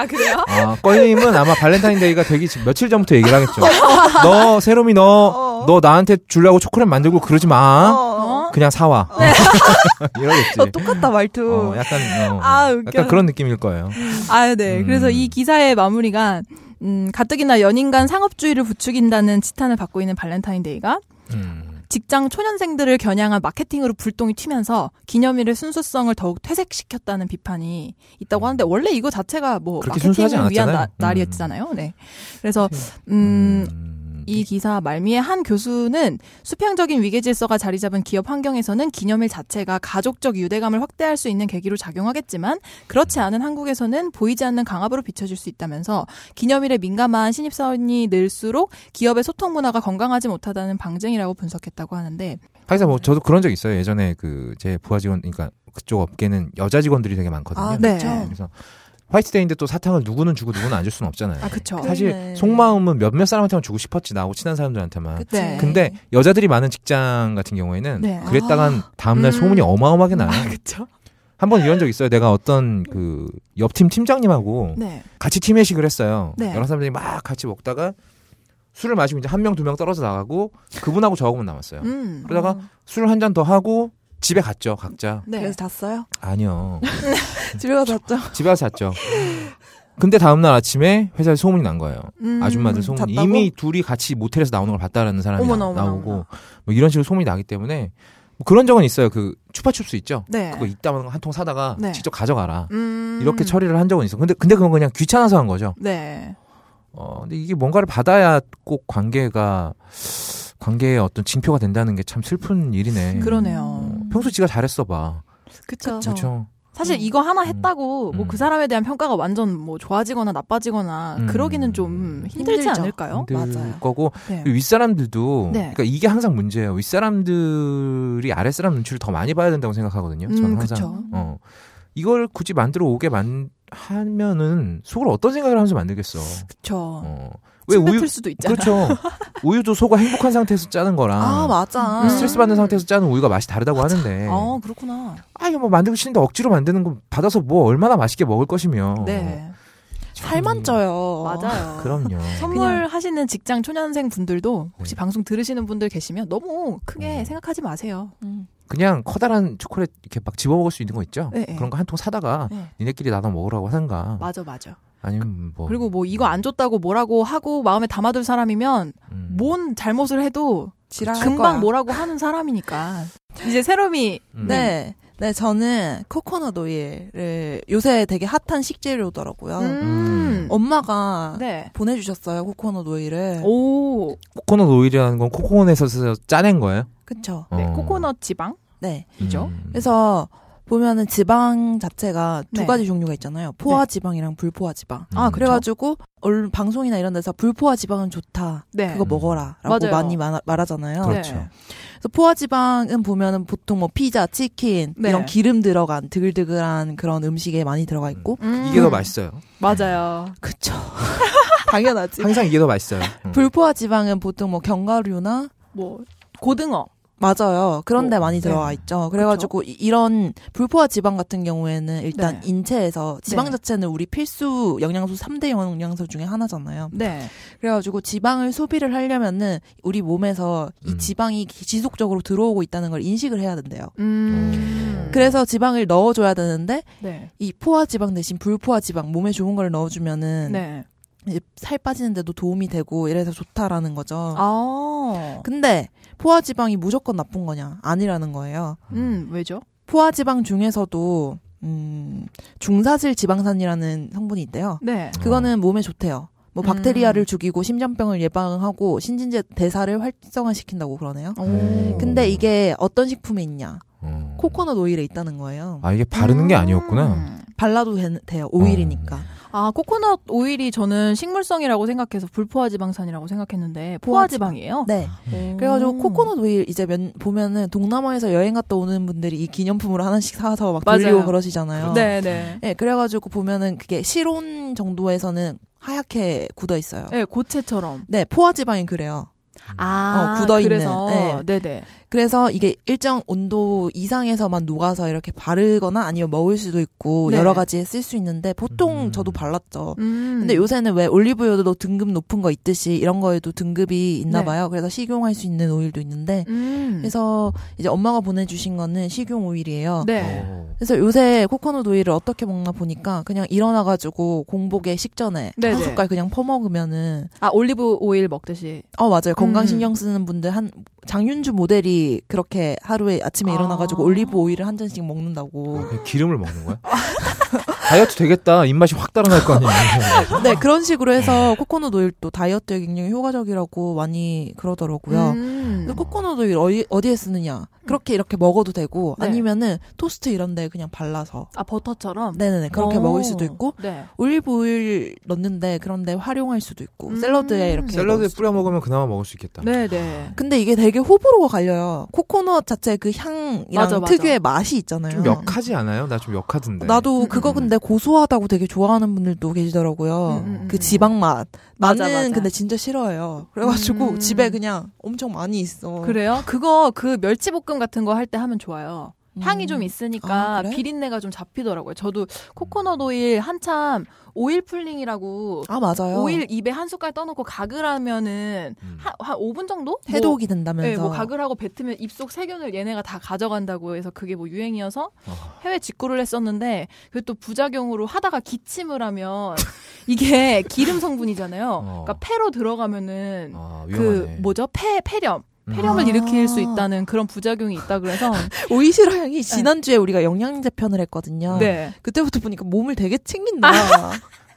Speaker 1: 아 그래요?
Speaker 2: 아, 껄림은 아마 발렌타인데이가 되기 지금 며칠 전부터 얘기를 하겠죠. 너, 세롬이 너,
Speaker 3: 어.
Speaker 2: 너 나한테 주려고 초콜릿 만들고 그러지 마.
Speaker 1: 어?
Speaker 2: 그냥 사와.
Speaker 3: 네.
Speaker 2: 이러겠지.
Speaker 3: 어, 똑같다 말투.
Speaker 2: 어, 약간, 어,
Speaker 1: 아, 웃겨.
Speaker 2: 약간 그런 느낌일 거예요.
Speaker 1: 아, 네.
Speaker 2: 음.
Speaker 1: 그래서 이 기사의 마무리가 음, 가뜩이나 연인 간 상업주의를 부추긴다는 지탄을 받고 있는 발렌타인데이가
Speaker 2: 음.
Speaker 1: 직장 초년생들을 겨냥한 마케팅으로 불똥이 튀면서 기념일의 순수성을 더욱 퇴색시켰다는 비판이 있다고 하는데 원래 이거 자체가 뭐
Speaker 2: 그렇게 순수하지
Speaker 1: 마케팅을 위한 나-
Speaker 2: 않았잖아요. 음.
Speaker 1: 날이었잖아요. 네. 그래서 음,
Speaker 2: 음.
Speaker 1: 이 기사 말미에 한 교수는 수평적인 위계 질서가 자리 잡은 기업 환경에서는 기념일 자체가 가족적 유대감을 확대할 수 있는 계기로 작용하겠지만 그렇지 않은 한국에서는 보이지 않는 강압으로 비춰질 수 있다면서 기념일에 민감한 신입사원이 늘수록 기업의 소통 문화가 건강하지 못하다는 방증이라고 분석했다고 하는데
Speaker 2: 하여튼 뭐 저도 그런 적 있어요. 예전에 그 제 부하 직원, 그러니까 그쪽 업계는 여자 직원들이 되게 많거든요.
Speaker 3: 아,
Speaker 1: 네.
Speaker 3: 그렇죠.
Speaker 2: 그래서 화이트데이인데 또 사탕을 누구는 주고 누구는 안 줄 수는 없잖아요.
Speaker 1: 아 그쵸
Speaker 2: 사실
Speaker 3: 그러네.
Speaker 2: 속마음은 몇몇 사람한테만 주고 싶었지 나하고 친한 사람들한테만.
Speaker 3: 그치?
Speaker 1: 네.
Speaker 2: 근데 여자들이 많은 직장 같은 경우에는
Speaker 1: 네.
Speaker 2: 그랬다간
Speaker 1: 음.
Speaker 2: 다음날
Speaker 1: 아,
Speaker 2: 소문이 어마어마하게 나요.
Speaker 1: 그쵸
Speaker 2: 한 번 이런 적 있어요. 내가 어떤 그 옆팀 팀장님하고
Speaker 1: 네
Speaker 2: 같이 팀 회식을 했어요.
Speaker 1: 네.
Speaker 2: 여러 사람들이 막 같이 먹다가 술을 마시고 이제 한 명 두 명 떨어져 나가고 뭐 그분하고 저하고만 남았어요.
Speaker 1: 음.
Speaker 2: 그러다가 술 한 잔 더 하고 집에 갔죠 각자.
Speaker 1: 네.
Speaker 3: 그래서 잤어요?
Speaker 2: 아니요
Speaker 3: 집에 가서 잤죠.
Speaker 2: 집에 가서 잤죠. 근데 다음날 아침에 회사에 소문이 난 거예요.
Speaker 1: 음.
Speaker 2: 아줌마들 소문이
Speaker 3: 잤다고?
Speaker 2: 이미 둘이 같이 모텔에서 나오는 걸 봤다라는 사람이
Speaker 1: 어머나,
Speaker 2: 나-
Speaker 1: 어머나,
Speaker 2: 나오고
Speaker 1: 어머나.
Speaker 2: 뭐 이런 식으로 소문이 나기 때문에 뭐 그런 적은 있어요. 그 추파춥스 있죠.
Speaker 1: 네.
Speaker 2: 그거 이따만 한 통 사다가
Speaker 1: 네.
Speaker 2: 직접 가져가라.
Speaker 1: 음.
Speaker 2: 이렇게 처리를 한 적은 있어. 근데 근데 그건 그냥 귀찮아서 한 거죠.
Speaker 1: 네
Speaker 2: 어 근데 이게 뭔가를 받아야 꼭 관계가 관계의 어떤 징표가 된다는 게 참 슬픈 일이네.
Speaker 1: 그러네요 아,
Speaker 2: 어, 평소 지가 잘했어 봐.
Speaker 1: 그쵸
Speaker 2: 그렇죠.
Speaker 1: 사실
Speaker 3: 음.
Speaker 1: 이거 하나 했다고 뭐
Speaker 2: 음.
Speaker 1: 그 사람에 대한 평가가 완전 뭐 좋아지거나 나빠지거나
Speaker 2: 음.
Speaker 1: 그러기는 좀 힘들지
Speaker 3: 힘들죠.
Speaker 1: 않을까요?
Speaker 2: 힘들
Speaker 3: 맞아요.
Speaker 2: 거고
Speaker 1: 네.
Speaker 2: 그 윗사람들도
Speaker 1: 네.
Speaker 2: 그러니까 이게 항상 문제예요. 윗사람들이 아랫사람 눈치를 더 많이 봐야 된다고 생각하거든요. 저는
Speaker 1: 음,
Speaker 2: 항상
Speaker 1: 그쵸.
Speaker 2: 어. 이걸 굳이 만들어 오게 만 하면은 속을 어떤 생각을 하면서 만들겠어.
Speaker 1: 그쵸.
Speaker 2: 어. 왜
Speaker 1: 침
Speaker 2: 우유
Speaker 1: 뱉을 수도 있잖아.
Speaker 2: 그렇죠. 우유도 소가 행복한 상태에서 짜는 거랑
Speaker 3: 아, 맞아.
Speaker 1: 음.
Speaker 2: 스트레스 받는 상태에서 짜는 우유가 맛이 다르다고 하는데
Speaker 1: 아, 그렇구나.
Speaker 2: 아 아 이거 뭐 만들고 싶은데 억지로 만드는 거 받아서 뭐 얼마나 맛있게 먹을 것이며.
Speaker 1: 네.
Speaker 2: 참,
Speaker 3: 살만 쪄요.
Speaker 1: 맞아요.
Speaker 2: 어. 그럼요.
Speaker 1: 선물하시는 직장 초년생 분들도 혹시
Speaker 2: 네.
Speaker 1: 방송 들으시는 분들 계시면 너무 크게
Speaker 2: 음.
Speaker 1: 생각하지 마세요.
Speaker 3: 음.
Speaker 2: 그냥 커다란 초콜릿 이렇게 막 집어 먹을 수 있는 거 있죠?
Speaker 1: 네, 네.
Speaker 2: 그런 거 한 통 사다가
Speaker 1: 네.
Speaker 2: 니네끼리 나눠 먹으라고 하든가.
Speaker 1: 맞아, 맞아.
Speaker 2: 아니면 뭐
Speaker 1: 그리고 뭐 이거 안 줬다고 뭐라고 하고 마음에 담아둘 사람이면
Speaker 2: 음.
Speaker 1: 뭔 잘못을 해도
Speaker 3: 지랄할
Speaker 1: 금방
Speaker 3: 거야.
Speaker 1: 뭐라고 하는 사람이니까. 이제 새롬이
Speaker 2: 음.
Speaker 3: 네. 네, 저는 코코넛 오일을 요새 되게 핫한 식재료더라고요.
Speaker 1: 음.
Speaker 3: 엄마가
Speaker 1: 네.
Speaker 3: 보내주셨어요, 코코넛 오일을.
Speaker 1: 오.
Speaker 2: 코코넛 오일이라는 건 코코넛에서 짜낸 거예요?
Speaker 3: 그쵸.
Speaker 1: 네,
Speaker 2: 어.
Speaker 1: 코코넛 지방?
Speaker 3: 네.
Speaker 1: 이죠?
Speaker 2: 음.
Speaker 3: 그래서 보면은 지방 자체가 두
Speaker 1: 네.
Speaker 3: 가지 종류가 있잖아요. 포화 지방이랑 불포화 지방.
Speaker 1: 아, 그래요?
Speaker 3: 그래가지고 얼 방송이나 이런 데서 불포화 지방은 좋다.
Speaker 1: 네.
Speaker 3: 그거
Speaker 2: 음.
Speaker 3: 먹어라라고
Speaker 1: 맞아요.
Speaker 3: 많이 말, 말하잖아요.
Speaker 1: 네.
Speaker 2: 그렇죠.
Speaker 3: 그래서 포화 지방은 보면은 보통 뭐 피자, 치킨
Speaker 1: 네.
Speaker 3: 이런 기름 들어간 드글드글한 그런 음식에 많이 들어가 있고.
Speaker 1: 음.
Speaker 2: 이게 더 맛있어요.
Speaker 1: 맞아요.
Speaker 3: 그쵸. 당연하지.
Speaker 2: 항상 이게 더 맛있어요. 음.
Speaker 3: 불포화 지방은 보통 뭐 견과류나
Speaker 1: 뭐 고등어.
Speaker 3: 맞아요. 그런데
Speaker 2: 어,
Speaker 3: 많이
Speaker 1: 네. 그렇죠.
Speaker 3: 들어와 있죠. 그래가지고 이- 이런 불포화 지방 같은 경우에는 일단
Speaker 1: 네.
Speaker 3: 인체에서 지방
Speaker 1: 네.
Speaker 3: 자체는 우리 필수 영양소 3대 영양소 중에 하나잖아요.
Speaker 1: 네.
Speaker 3: 그래가지고 지방을 소비를 하려면은 우리 몸에서 이
Speaker 2: 음.
Speaker 3: 지방이 기- 지속적으로 들어오고 있다는 걸 인식을 해야 된대요.
Speaker 1: 음.
Speaker 3: 그래서 지방을 넣어줘야 되는데
Speaker 1: 네.
Speaker 3: 이 포화 지방 대신 불포화 지방 몸에 좋은 걸 넣어주면은
Speaker 1: 네.
Speaker 3: 이제 살 빠지는데도 도움이 되고 이래서 좋다라는 거죠.
Speaker 1: 아.
Speaker 3: 근데 포화 지방이 무조건 나쁜 거냐? 아니라는 거예요.
Speaker 1: 음, 왜죠?
Speaker 3: 포화 지방 중에서도 음, 중사질 지방산이라는 성분이 있대요.
Speaker 1: 네.
Speaker 3: 그거는 몸에 좋대요. 뭐
Speaker 1: 음.
Speaker 3: 박테리아를 죽이고 심장병을 예방하고 신진제 대사를 활성화시킨다고 그러네요.
Speaker 2: 오.
Speaker 3: 근데 이게 어떤 식품에 있냐?
Speaker 2: 어.
Speaker 3: 코코넛 오일에 있다는 거예요.
Speaker 2: 아 이게 바르는 게 아니었구나.
Speaker 1: 음. 음.
Speaker 3: 발라도 되- 돼요. 오일이니까.
Speaker 1: 아, 코코넛 오일이 저는 식물성이라고 생각해서 불포화 지방산이라고 생각했는데 포화 지방이에요.
Speaker 3: 네. 그래가지고 코코넛 오일 이제 면, 보면은 동남아에서 여행 갔다 오는 분들이 이 기념품으로 하나씩 사서 막
Speaker 1: 맞아요.
Speaker 3: 돌리고 그러시잖아요.
Speaker 1: 네, 네.
Speaker 3: 예, 그래가지고 보면은 그게 실온 정도에서는 하얗게 굳어 있어요.
Speaker 1: 네, 고체처럼.
Speaker 3: 네, 포화 지방이 그래요.
Speaker 1: 아,
Speaker 3: 어, 굳어있는.
Speaker 1: 그래서 네, 네.
Speaker 3: 그래서 이게 일정 온도 이상에서만 녹아서 이렇게 바르거나 아니면 먹을 수도 있고
Speaker 1: 네.
Speaker 3: 여러 가지에 쓸 수 있는데 보통
Speaker 2: 음.
Speaker 3: 저도 발랐죠.
Speaker 1: 음.
Speaker 3: 근데 요새는 왜 올리브유도 등급 높은 거 있듯이 이런 거에도 등급이 있나
Speaker 1: 네.
Speaker 3: 봐요. 그래서 식용할 수 있는 오일도 있는데
Speaker 1: 음.
Speaker 3: 그래서 이제 엄마가 보내주신 거는 식용 오일이에요.
Speaker 1: 네.
Speaker 2: 어.
Speaker 3: 그래서 요새 코코넛 오일을 어떻게 먹나 보니까 그냥 일어나가지고 공복에 식전에
Speaker 1: 네네.
Speaker 3: 한 숟갈 그냥 퍼먹으면은
Speaker 1: 아, 올리브 오일 먹듯이.
Speaker 3: 어 맞아요 건강
Speaker 1: 음.
Speaker 3: 신경 쓰는 분들 한 장윤주 모델이 그렇게 하루에 아침에
Speaker 1: 아.
Speaker 3: 일어나가지고 올리브 오일을 한 잔씩 먹는다고
Speaker 2: 그냥 기름을 먹는 거야? 다이어트 되겠다. 입맛이 확 달아날 거 아니에요.
Speaker 3: 네 그런 식으로 해서 코코넛 오일도 다이어트에 굉장히 효과적이라고 많이 그러더라고요.
Speaker 1: 음.
Speaker 3: 근데 코코넛 오일 어디, 어디에 쓰느냐? 그렇게 이렇게 먹어도 되고
Speaker 1: 네.
Speaker 3: 아니면은 토스트 이런데 그냥 발라서
Speaker 1: 아, 버터처럼.
Speaker 3: 네네네 그렇게
Speaker 1: 오.
Speaker 3: 먹을 수도 있고
Speaker 1: 네.
Speaker 3: 올리브 오일 넣는데 그런데 활용할 수도 있고
Speaker 1: 음.
Speaker 3: 샐러드에 이렇게
Speaker 2: 샐러드에
Speaker 3: 넣을 수도
Speaker 2: 뿌려
Speaker 3: 있고.
Speaker 2: 먹으면 그나마 먹을 수 있겠다.
Speaker 1: 네, 네.
Speaker 3: 근데 이게 되게 호불호가 갈려요. 코코넛 자체 그 향이랑
Speaker 1: 맞아, 맞아.
Speaker 3: 특유의 맛이 있잖아요.
Speaker 2: 좀 역하지 않아요? 나 좀 역하던데.
Speaker 3: 나도
Speaker 1: 음,
Speaker 3: 그거
Speaker 2: 음.
Speaker 3: 근데 고소하다고 되게 좋아하는 분들도 계시더라고요.
Speaker 1: 음, 음, 음.
Speaker 3: 그 지방 맛.
Speaker 1: 맞아,
Speaker 3: 나는
Speaker 1: 맞아.
Speaker 3: 근데 진짜 싫어해요. 그래가지고
Speaker 1: 음.
Speaker 3: 집에 그냥 엄청 많이 있어.
Speaker 1: 그래요? 그거 그 멸치볶음 같은 거 할 때 하면 좋아요.
Speaker 3: 음.
Speaker 1: 향이 좀 있으니까
Speaker 3: 아, 그래?
Speaker 1: 비린내가 좀 잡히더라고요. 저도 코코넛 오일 한참 오일 풀링이라고
Speaker 3: 아 맞아요.
Speaker 1: 오일 입에 한 숟갈 떠놓고 가글하면은
Speaker 2: 음.
Speaker 1: 한, 한 5분 정도?
Speaker 3: 해독이
Speaker 1: 뭐,
Speaker 3: 된다면서.
Speaker 1: 네, 뭐 가글하고 뱉으면 입속 세균을 얘네가 다 가져간다고 해서 그게 뭐 유행이어서
Speaker 2: 어.
Speaker 1: 해외 직구를 했었는데 그게 또 부작용으로 하다가 기침을 하면 이게 기름 성분이잖아요.
Speaker 2: 어.
Speaker 1: 그러니까 폐로 들어가면은
Speaker 2: 아,
Speaker 1: 그
Speaker 2: 위험하네.
Speaker 1: 뭐죠? 폐 폐렴.
Speaker 2: 음.
Speaker 1: 폐렴을
Speaker 3: 아.
Speaker 1: 일으킬 수 있다는 그런 부작용이 있다 그래서
Speaker 3: 오이 싫어향이 지난주에 우리가 영양제 편을 했거든요.
Speaker 1: 네. 아,
Speaker 3: 그때부터 보니까 몸을 되게 챙긴다.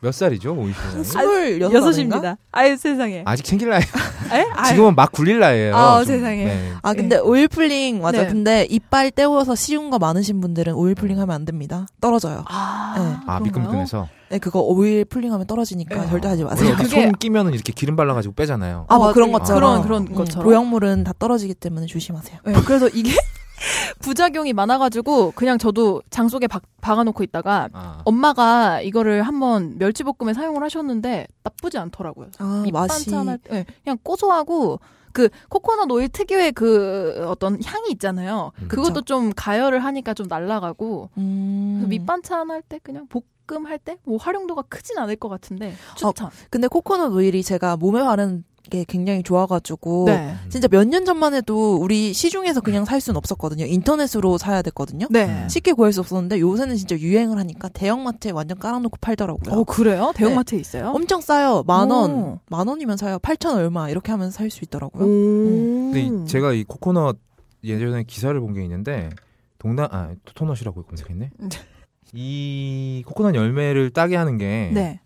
Speaker 2: 몇 살이죠, 오이 씨?
Speaker 3: 스물여섯
Speaker 1: 여섯입니다. 아유 예, 세상에. 예?
Speaker 2: 아직 챙길 나이.
Speaker 1: 에? 아유.
Speaker 2: 지금은 막 굴릴 나이에요.
Speaker 1: 아,
Speaker 2: 좀,
Speaker 1: 세상에.
Speaker 2: 네.
Speaker 3: 아 근데 오일풀링 맞아.
Speaker 1: 네.
Speaker 3: 요 근데 이빨 때워서 씌운 거 많으신 분들은 오일풀링 하면 안 됩니다. 떨어져요.
Speaker 1: 아,
Speaker 3: 네.
Speaker 2: 아,
Speaker 1: 그런가요?
Speaker 2: 미끈미끈해서.
Speaker 3: 네 그거 오일풀링 하면 떨어지니까
Speaker 2: 네.
Speaker 3: 절대 하지
Speaker 2: 원래
Speaker 3: 마세요.
Speaker 2: 어디
Speaker 1: 그게-
Speaker 2: 손 끼면은 이렇게 기름 발라가지고 빼잖아요.
Speaker 3: 아, 뭐
Speaker 1: 맞아요.
Speaker 3: 그런 것처럼.
Speaker 1: 그런 그런
Speaker 3: 음,
Speaker 1: 것처럼.
Speaker 3: 보형물은 다 떨어지기 때문에 조심하세요.
Speaker 1: 네, 그래서 이게 부작용이 많아가지고 그냥 저도 장 속에 박, 박아놓고 어, 있다가
Speaker 2: 아.
Speaker 1: 엄마가 이거를 한번 멸치볶음에 사용을 하셨는데 나쁘지 않더라고요.
Speaker 3: 아, 맛이
Speaker 1: 밑반찬할 때 네, 그냥 고소하고 그 코코넛 오일 특유의 그 어떤 향이 있잖아요.
Speaker 2: 음.
Speaker 1: 그것도
Speaker 3: 그쵸.
Speaker 1: 좀 가열을 하니까 좀 날아가고 그래서
Speaker 3: 음.
Speaker 1: 밑반찬 할 때 그냥 볶음 할 때 뭐 활용도가 크진 않을 것 같은데 추천.
Speaker 3: 근데 코코넛 오일이 제가 몸에 바르는 게 굉장히 좋아가지고
Speaker 1: 네.
Speaker 2: 음.
Speaker 3: 진짜 몇 년 전만 해도 우리 시중에서 그냥 살 수는 없었거든요. 인터넷으로 사야 됐거든요.
Speaker 1: 네.
Speaker 3: 쉽게 구할 수 없었는데 요새는 진짜 유행을 하니까 대형마트에 완전 깔아놓고
Speaker 2: 음.
Speaker 3: 팔더라고요.
Speaker 1: 어 그래요? 대형마트에 있어요?
Speaker 3: 엄청 싸요. 만
Speaker 1: 오.
Speaker 3: 원, 만 원이면 사요. 8천 얼마 이렇게 하면 살 수
Speaker 1: 어,
Speaker 3: 있더라고요.
Speaker 2: 음.
Speaker 1: 음.
Speaker 2: 근데 이- 제가 이 코코넛 예전에 기사를 본 게 있는데 동남 아 토토넛이라고 검색했네. 이 코코넛 열매를 따게 하는 게
Speaker 1: 네.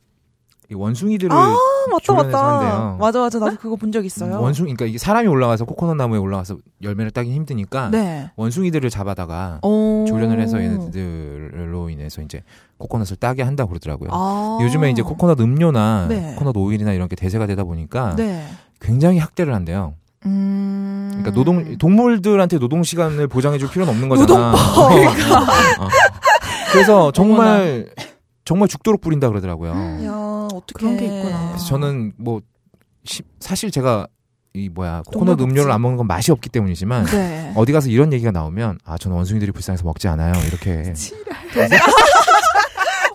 Speaker 2: 이 원숭이들을
Speaker 3: 아, 맞다
Speaker 2: 주변에서
Speaker 3: 맞다.
Speaker 2: 한대요.
Speaker 3: 맞아 맞아 나도 그거 본 적 있어요.
Speaker 2: 원숭이 그러니까 이게 사람이 올라가서 코코넛 나무에 올라가서 열매를 따긴 힘드니까
Speaker 1: 네.
Speaker 2: 원숭이들을 잡아다가
Speaker 1: 어.
Speaker 2: 조련을 해서 얘네들로 인해서 이제 코코넛을 따게 한다고 그러더라고요.
Speaker 1: 아.
Speaker 2: 요즘에 이제 코코넛 음료나
Speaker 1: 네.
Speaker 2: 코코넛 오일이나 이런 게 대세가 되다 보니까
Speaker 1: 네.
Speaker 2: 굉장히 학대를 한대요.
Speaker 1: 음.
Speaker 2: 그러니까 노동 동물들한테 노동 시간을 보장해 줄 필요는 없는 거잖아.
Speaker 1: 노동법.
Speaker 2: 어. 그래서 정말 정말 죽도록 뿌린다 그러더라고요.
Speaker 1: 음.
Speaker 3: 야 어떻게
Speaker 1: 그런 게 있구나.
Speaker 2: 그래서 저는 뭐 시- 사실 제가 이 뭐야 코코넛
Speaker 3: 동물복지.
Speaker 2: 음료를 안 먹는 건 맛이 없기 때문이지만
Speaker 1: 네.
Speaker 2: 어디 가서 이런 얘기가 나오면 아 저는 원숭이들이 불쌍해서 먹지 않아요 이렇게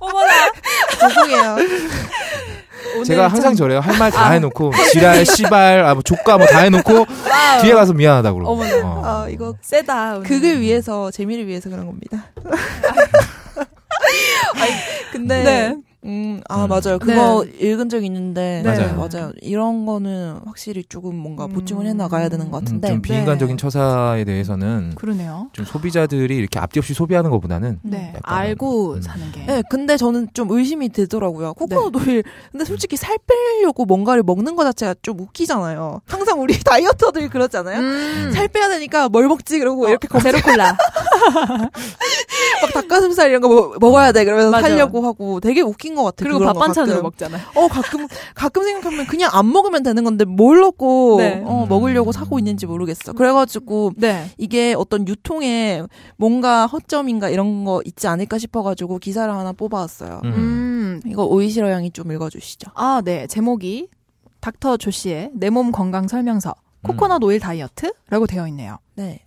Speaker 1: 어머나.
Speaker 3: 죄송해요.
Speaker 2: 제가 항상 저래요 할 말 다 해놓고 지랄 씨발 아뭐 족가 뭐 다 해놓고 뒤에 가서 미안하다 그러고
Speaker 1: 어머나.
Speaker 2: 어.
Speaker 3: 아 이거
Speaker 1: 세다. 오늘.
Speaker 3: 극을 위해서 재미를 위해서 그런 겁니다. 아니, 근데
Speaker 1: 네.
Speaker 3: 음, 아,
Speaker 2: 음.
Speaker 3: 맞아요. 그거 읽은 적 있는데.
Speaker 1: 네.
Speaker 2: 맞아요.
Speaker 3: 맞아요. 이런 거는 확실히 조금 뭔가
Speaker 1: 음.
Speaker 3: 보충을 해 나가야 되는 것
Speaker 2: 음,
Speaker 3: 같은데. 네.
Speaker 2: 좀 비인간적인 처사에 대해서는
Speaker 1: 그러네요.
Speaker 2: 좀 소비자들이 이렇게 앞뒤 없이 소비하는 것보다는
Speaker 1: 네.
Speaker 2: 약간,
Speaker 1: 알고
Speaker 2: 음.
Speaker 1: 사는 게.
Speaker 3: 네, 근데 저는 좀 의심이 되더라고요. 코코넛
Speaker 1: 네.
Speaker 3: 오일. 근데 솔직히 살 빼려고 뭔가를 먹는 거 자체가 좀 웃기잖아요. 항상 우리 다이어터들 그렇잖아요.
Speaker 1: 음. 어.
Speaker 3: 살 빼야 되니까 뭘 먹지 그러고 이렇게
Speaker 1: 제로콜라.
Speaker 3: 막 닭가슴살 이런 거 먹- 먹어야 돼 그러면서
Speaker 1: 맞아요.
Speaker 3: 살려고 하고 되게 웃긴 것 같아요.
Speaker 1: 그리고
Speaker 3: 그런 거
Speaker 1: 밥반찬으로
Speaker 3: 가끔.
Speaker 1: 먹잖아요.
Speaker 3: 어 가끔 가끔 생각하면 그냥 안 먹으면 되는 건데 뭘 넣고
Speaker 1: 네.
Speaker 3: 어, 먹으려고 사고 있는지 모르겠어. 그래가지고
Speaker 1: 네.
Speaker 3: 이게 어떤 유통에 뭔가 허점인가 이런 거 있지 않을까 싶어가지고 기사를 하나 뽑아왔어요.
Speaker 2: 음.
Speaker 1: 음.
Speaker 3: 이거 오이시러 양이 좀 읽어주시죠.
Speaker 1: 아, 네. 제목이 닥터 조씨의 내 몸 건강 설명서.
Speaker 2: 음.
Speaker 1: 코코넛 오일 다이어트라고 되어 있네요.
Speaker 3: 네.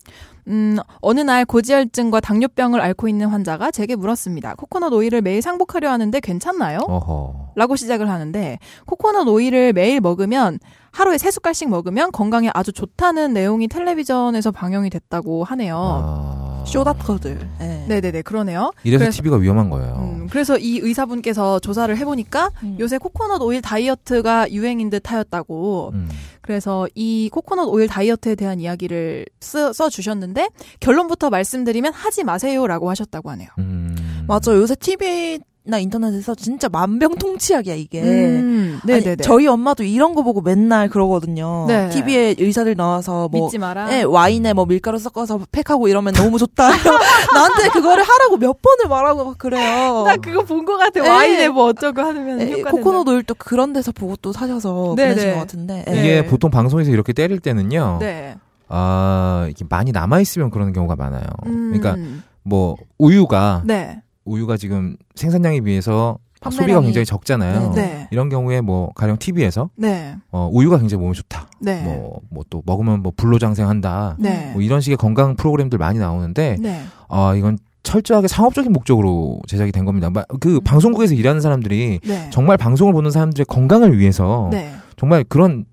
Speaker 1: 음, 어느 날 고지혈증과 당뇨병을 앓고 있는 환자가 제게 물었습니다. 코코넛 오일을 매일 상복하려 하는데 괜찮나요?
Speaker 2: 어허.
Speaker 1: 라고 시작을 하는데 코코넛 오일을 매일 먹으면 하루에 세 숟갈씩 먹으면 건강에 아주 좋다는 내용이 텔레비전에서 방영이 됐다고 하네요.
Speaker 2: 아.
Speaker 3: 쇼다커들.
Speaker 1: 예.
Speaker 3: 네.
Speaker 1: 네네네 그러네요.
Speaker 2: 이래서
Speaker 1: 그래서-
Speaker 2: TV가 위험한 거예요.
Speaker 1: 음, 그래서 이 의사분께서 조사를 해보니까
Speaker 3: 음.
Speaker 1: 요새 코코넛 오일 다이어트가 유행인 듯하였다고.
Speaker 2: 음.
Speaker 1: 그래서 이 코코넛 오일 다이어트에 대한 이야기를 쓰- 써주셨는데 결론부터 말씀드리면 하지 마세요라고 하셨다고 하네요.
Speaker 2: 음.
Speaker 3: 맞아. 요새 TV나 인터넷에서 진짜 만병통치약이야
Speaker 2: 예.
Speaker 3: 이게.
Speaker 1: 음,
Speaker 3: 아니,
Speaker 1: 네네네.
Speaker 3: 저희 엄마도 이런 거 보고 맨날 그러거든요.
Speaker 1: 네.
Speaker 3: TV에 의사들 나와서 뭐
Speaker 1: 믿지 마라.
Speaker 3: 예, 와인에 뭐 밀가루 섞어서 팩하고 이러면 너무 좋다. 나한테 그거를 하라고 몇 번을 말하고 막 그래요.
Speaker 2: 어.
Speaker 1: 나 그거 본 것 같아.
Speaker 3: 예.
Speaker 1: 와인에 뭐 어쩌고 하면
Speaker 3: 예,
Speaker 1: 효과
Speaker 3: 코코넛 오일 또 그런 데서 보고 또 사셔서
Speaker 1: 네,
Speaker 3: 보내신
Speaker 1: 네.
Speaker 3: 것 같은데. 예.
Speaker 2: 이게
Speaker 1: 네.
Speaker 2: 보통 방송에서 이렇게 때릴 때는요.
Speaker 1: 된다. 네.
Speaker 2: 아, 이게 많이 남아 있으면 그러는 경우가 많아요.
Speaker 1: 음,
Speaker 2: 그러니까 뭐 우유가
Speaker 1: 네.
Speaker 2: 우유가 지금 생산량에 비해서
Speaker 3: 판매량이-
Speaker 2: 소비가 굉장히 적잖아요.
Speaker 3: 어.
Speaker 1: 네.
Speaker 2: 이런 경우에 뭐 가령 TV에서
Speaker 1: 네.
Speaker 2: 어, 우유가 굉장히 몸에 좋다.
Speaker 1: 네.
Speaker 2: 뭐 뭐 또 먹으면 뭐 불로장생한다.
Speaker 1: 네.
Speaker 2: 뭐 이런 식의 건강 프로그램들 많이 나오는데
Speaker 1: 네.
Speaker 2: 아 이건 철저하게 상업적인 목적으로 제작이 된 겁니다. 마- 그 방송국에서 일하는 사람들이
Speaker 1: 음. 네.
Speaker 2: 정말 어. 방송을 보는 사람들의 건강을 위해서
Speaker 1: 네.
Speaker 2: 정말 그런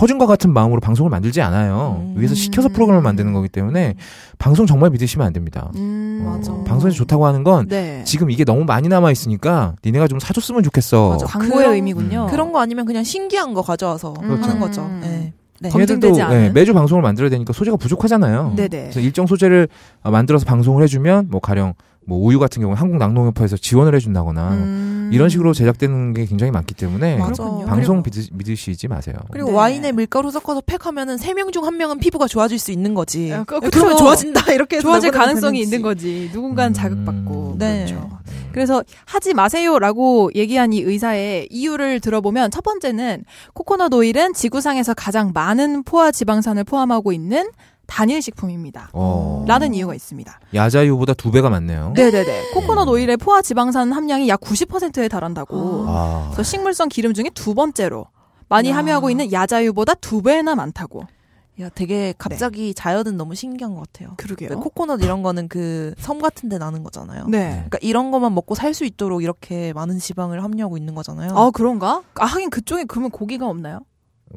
Speaker 2: 허준과 같은 마음으로 방송을 만들지 않아요.
Speaker 3: 음.
Speaker 2: 위에서 시켜서 프로그램을 만드는 거기 때문에 방송 정말 믿으시면 안 됩니다.
Speaker 1: 음,
Speaker 2: 어,
Speaker 3: 맞아.
Speaker 2: 방송이 좋다고 하는 건
Speaker 1: 네.
Speaker 2: 지금 이게 너무 많이 남아 있으니까 니네가 좀 사줬으면 좋겠어.
Speaker 3: 맞아.
Speaker 1: 광고의
Speaker 3: 그런-
Speaker 1: 의미군요.
Speaker 2: 음.
Speaker 3: 그런 거 아니면 그냥 신기한 거 가져와서
Speaker 1: 그렇죠.
Speaker 3: 하는 거죠.
Speaker 1: 음.
Speaker 3: 예. 네.
Speaker 1: 검-
Speaker 2: 얘네들도
Speaker 1: 검증되지 않은?
Speaker 2: 예, 매주 방송을 만들어야 되니까 소재가 부족하잖아요.
Speaker 1: 네네.
Speaker 2: 그래서 일정 소재를 아, 만들어서 방송을 해주면 뭐 가령 뭐 우유 같은 경우 는 한국 낙농협회에서 지원을 해준다거나
Speaker 1: 음.
Speaker 2: 이런 식으로 제작되는 게 굉장히 많기 때문에
Speaker 3: 맞아.
Speaker 1: 그렇군요.
Speaker 2: 네. 방송 믿으, 믿으시지 마세요.
Speaker 3: 그리고
Speaker 1: 네.
Speaker 3: 와인에 밀가루 섞어서 팩하면은 세 명 중 한 명은 피부가 좋아질 수 있는 거지.
Speaker 1: 아, 그-
Speaker 3: 그러면
Speaker 1: 그쵸.
Speaker 3: 좋아진다 이렇게 해서
Speaker 1: 좋아질
Speaker 3: 내보내면
Speaker 1: 가능성이
Speaker 3: 되는지.
Speaker 1: 있는 거지. 누군가는
Speaker 2: 음.
Speaker 1: 자극받고.
Speaker 3: 네.
Speaker 1: 그렇죠. 그래서 하지 마세요라고 얘기한 이 의사의 이유를 들어보면 첫 번째는 코코넛 오일은 지구상에서 가장 많은 포화 지방산을 포함하고 있는 단일 식품입니다.
Speaker 2: 어.
Speaker 1: 라는 이유가 있습니다.
Speaker 2: 야자유보다 두 배가 많네요.
Speaker 1: 네네네. 코코넛 오일의 포화 지방산 함량이 약 90%에 달한다고.
Speaker 2: 아.
Speaker 1: 그래서 식물성 기름 중에 두 번째로 많이
Speaker 3: 야.
Speaker 1: 함유하고 있는 야자유보다 두 배나 많다고.
Speaker 3: 야, 되게 갑자기 자연은 너무 신기한 것 같아요.
Speaker 1: 네. 그러게요.
Speaker 3: 그러니까 코코넛 이런 거는 그 섬 같은 데 나는 거잖아요.
Speaker 1: 네.
Speaker 3: 그러니까 이런 것만 먹고 살 수 있도록 이렇게 많은 지방을 함유하고 있는 거잖아요.
Speaker 1: 아 그런가? 아 하긴 그쪽에 그러면 고기가 없나요?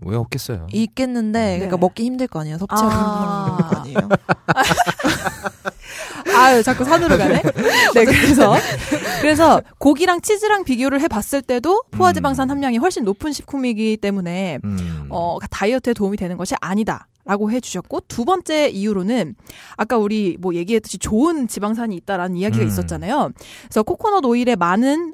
Speaker 2: 왜 없겠어요?
Speaker 3: 있겠는데 그러니까 먹기 힘들 거 아니에요. 섭취하기
Speaker 1: 네. 아.
Speaker 3: 힘들 거 아니에요.
Speaker 1: 아유 자꾸 산으로 가네. 네 그래서 그래서 고기랑 치즈랑 비교를 해봤을 때도 포화지방산
Speaker 2: 음.
Speaker 1: 함량이 훨씬 높은 식품이기 때문에
Speaker 2: 음.
Speaker 1: 어 다이어트에 도움이 되는 것이 아니다. 라고 해주셨고 두 번째 이유로는 아까 우리 뭐 얘기했듯이 좋은 지방산이 있다라는 이야기가
Speaker 2: 음.
Speaker 1: 있었잖아요. 그래서 코코넛 오일에 많은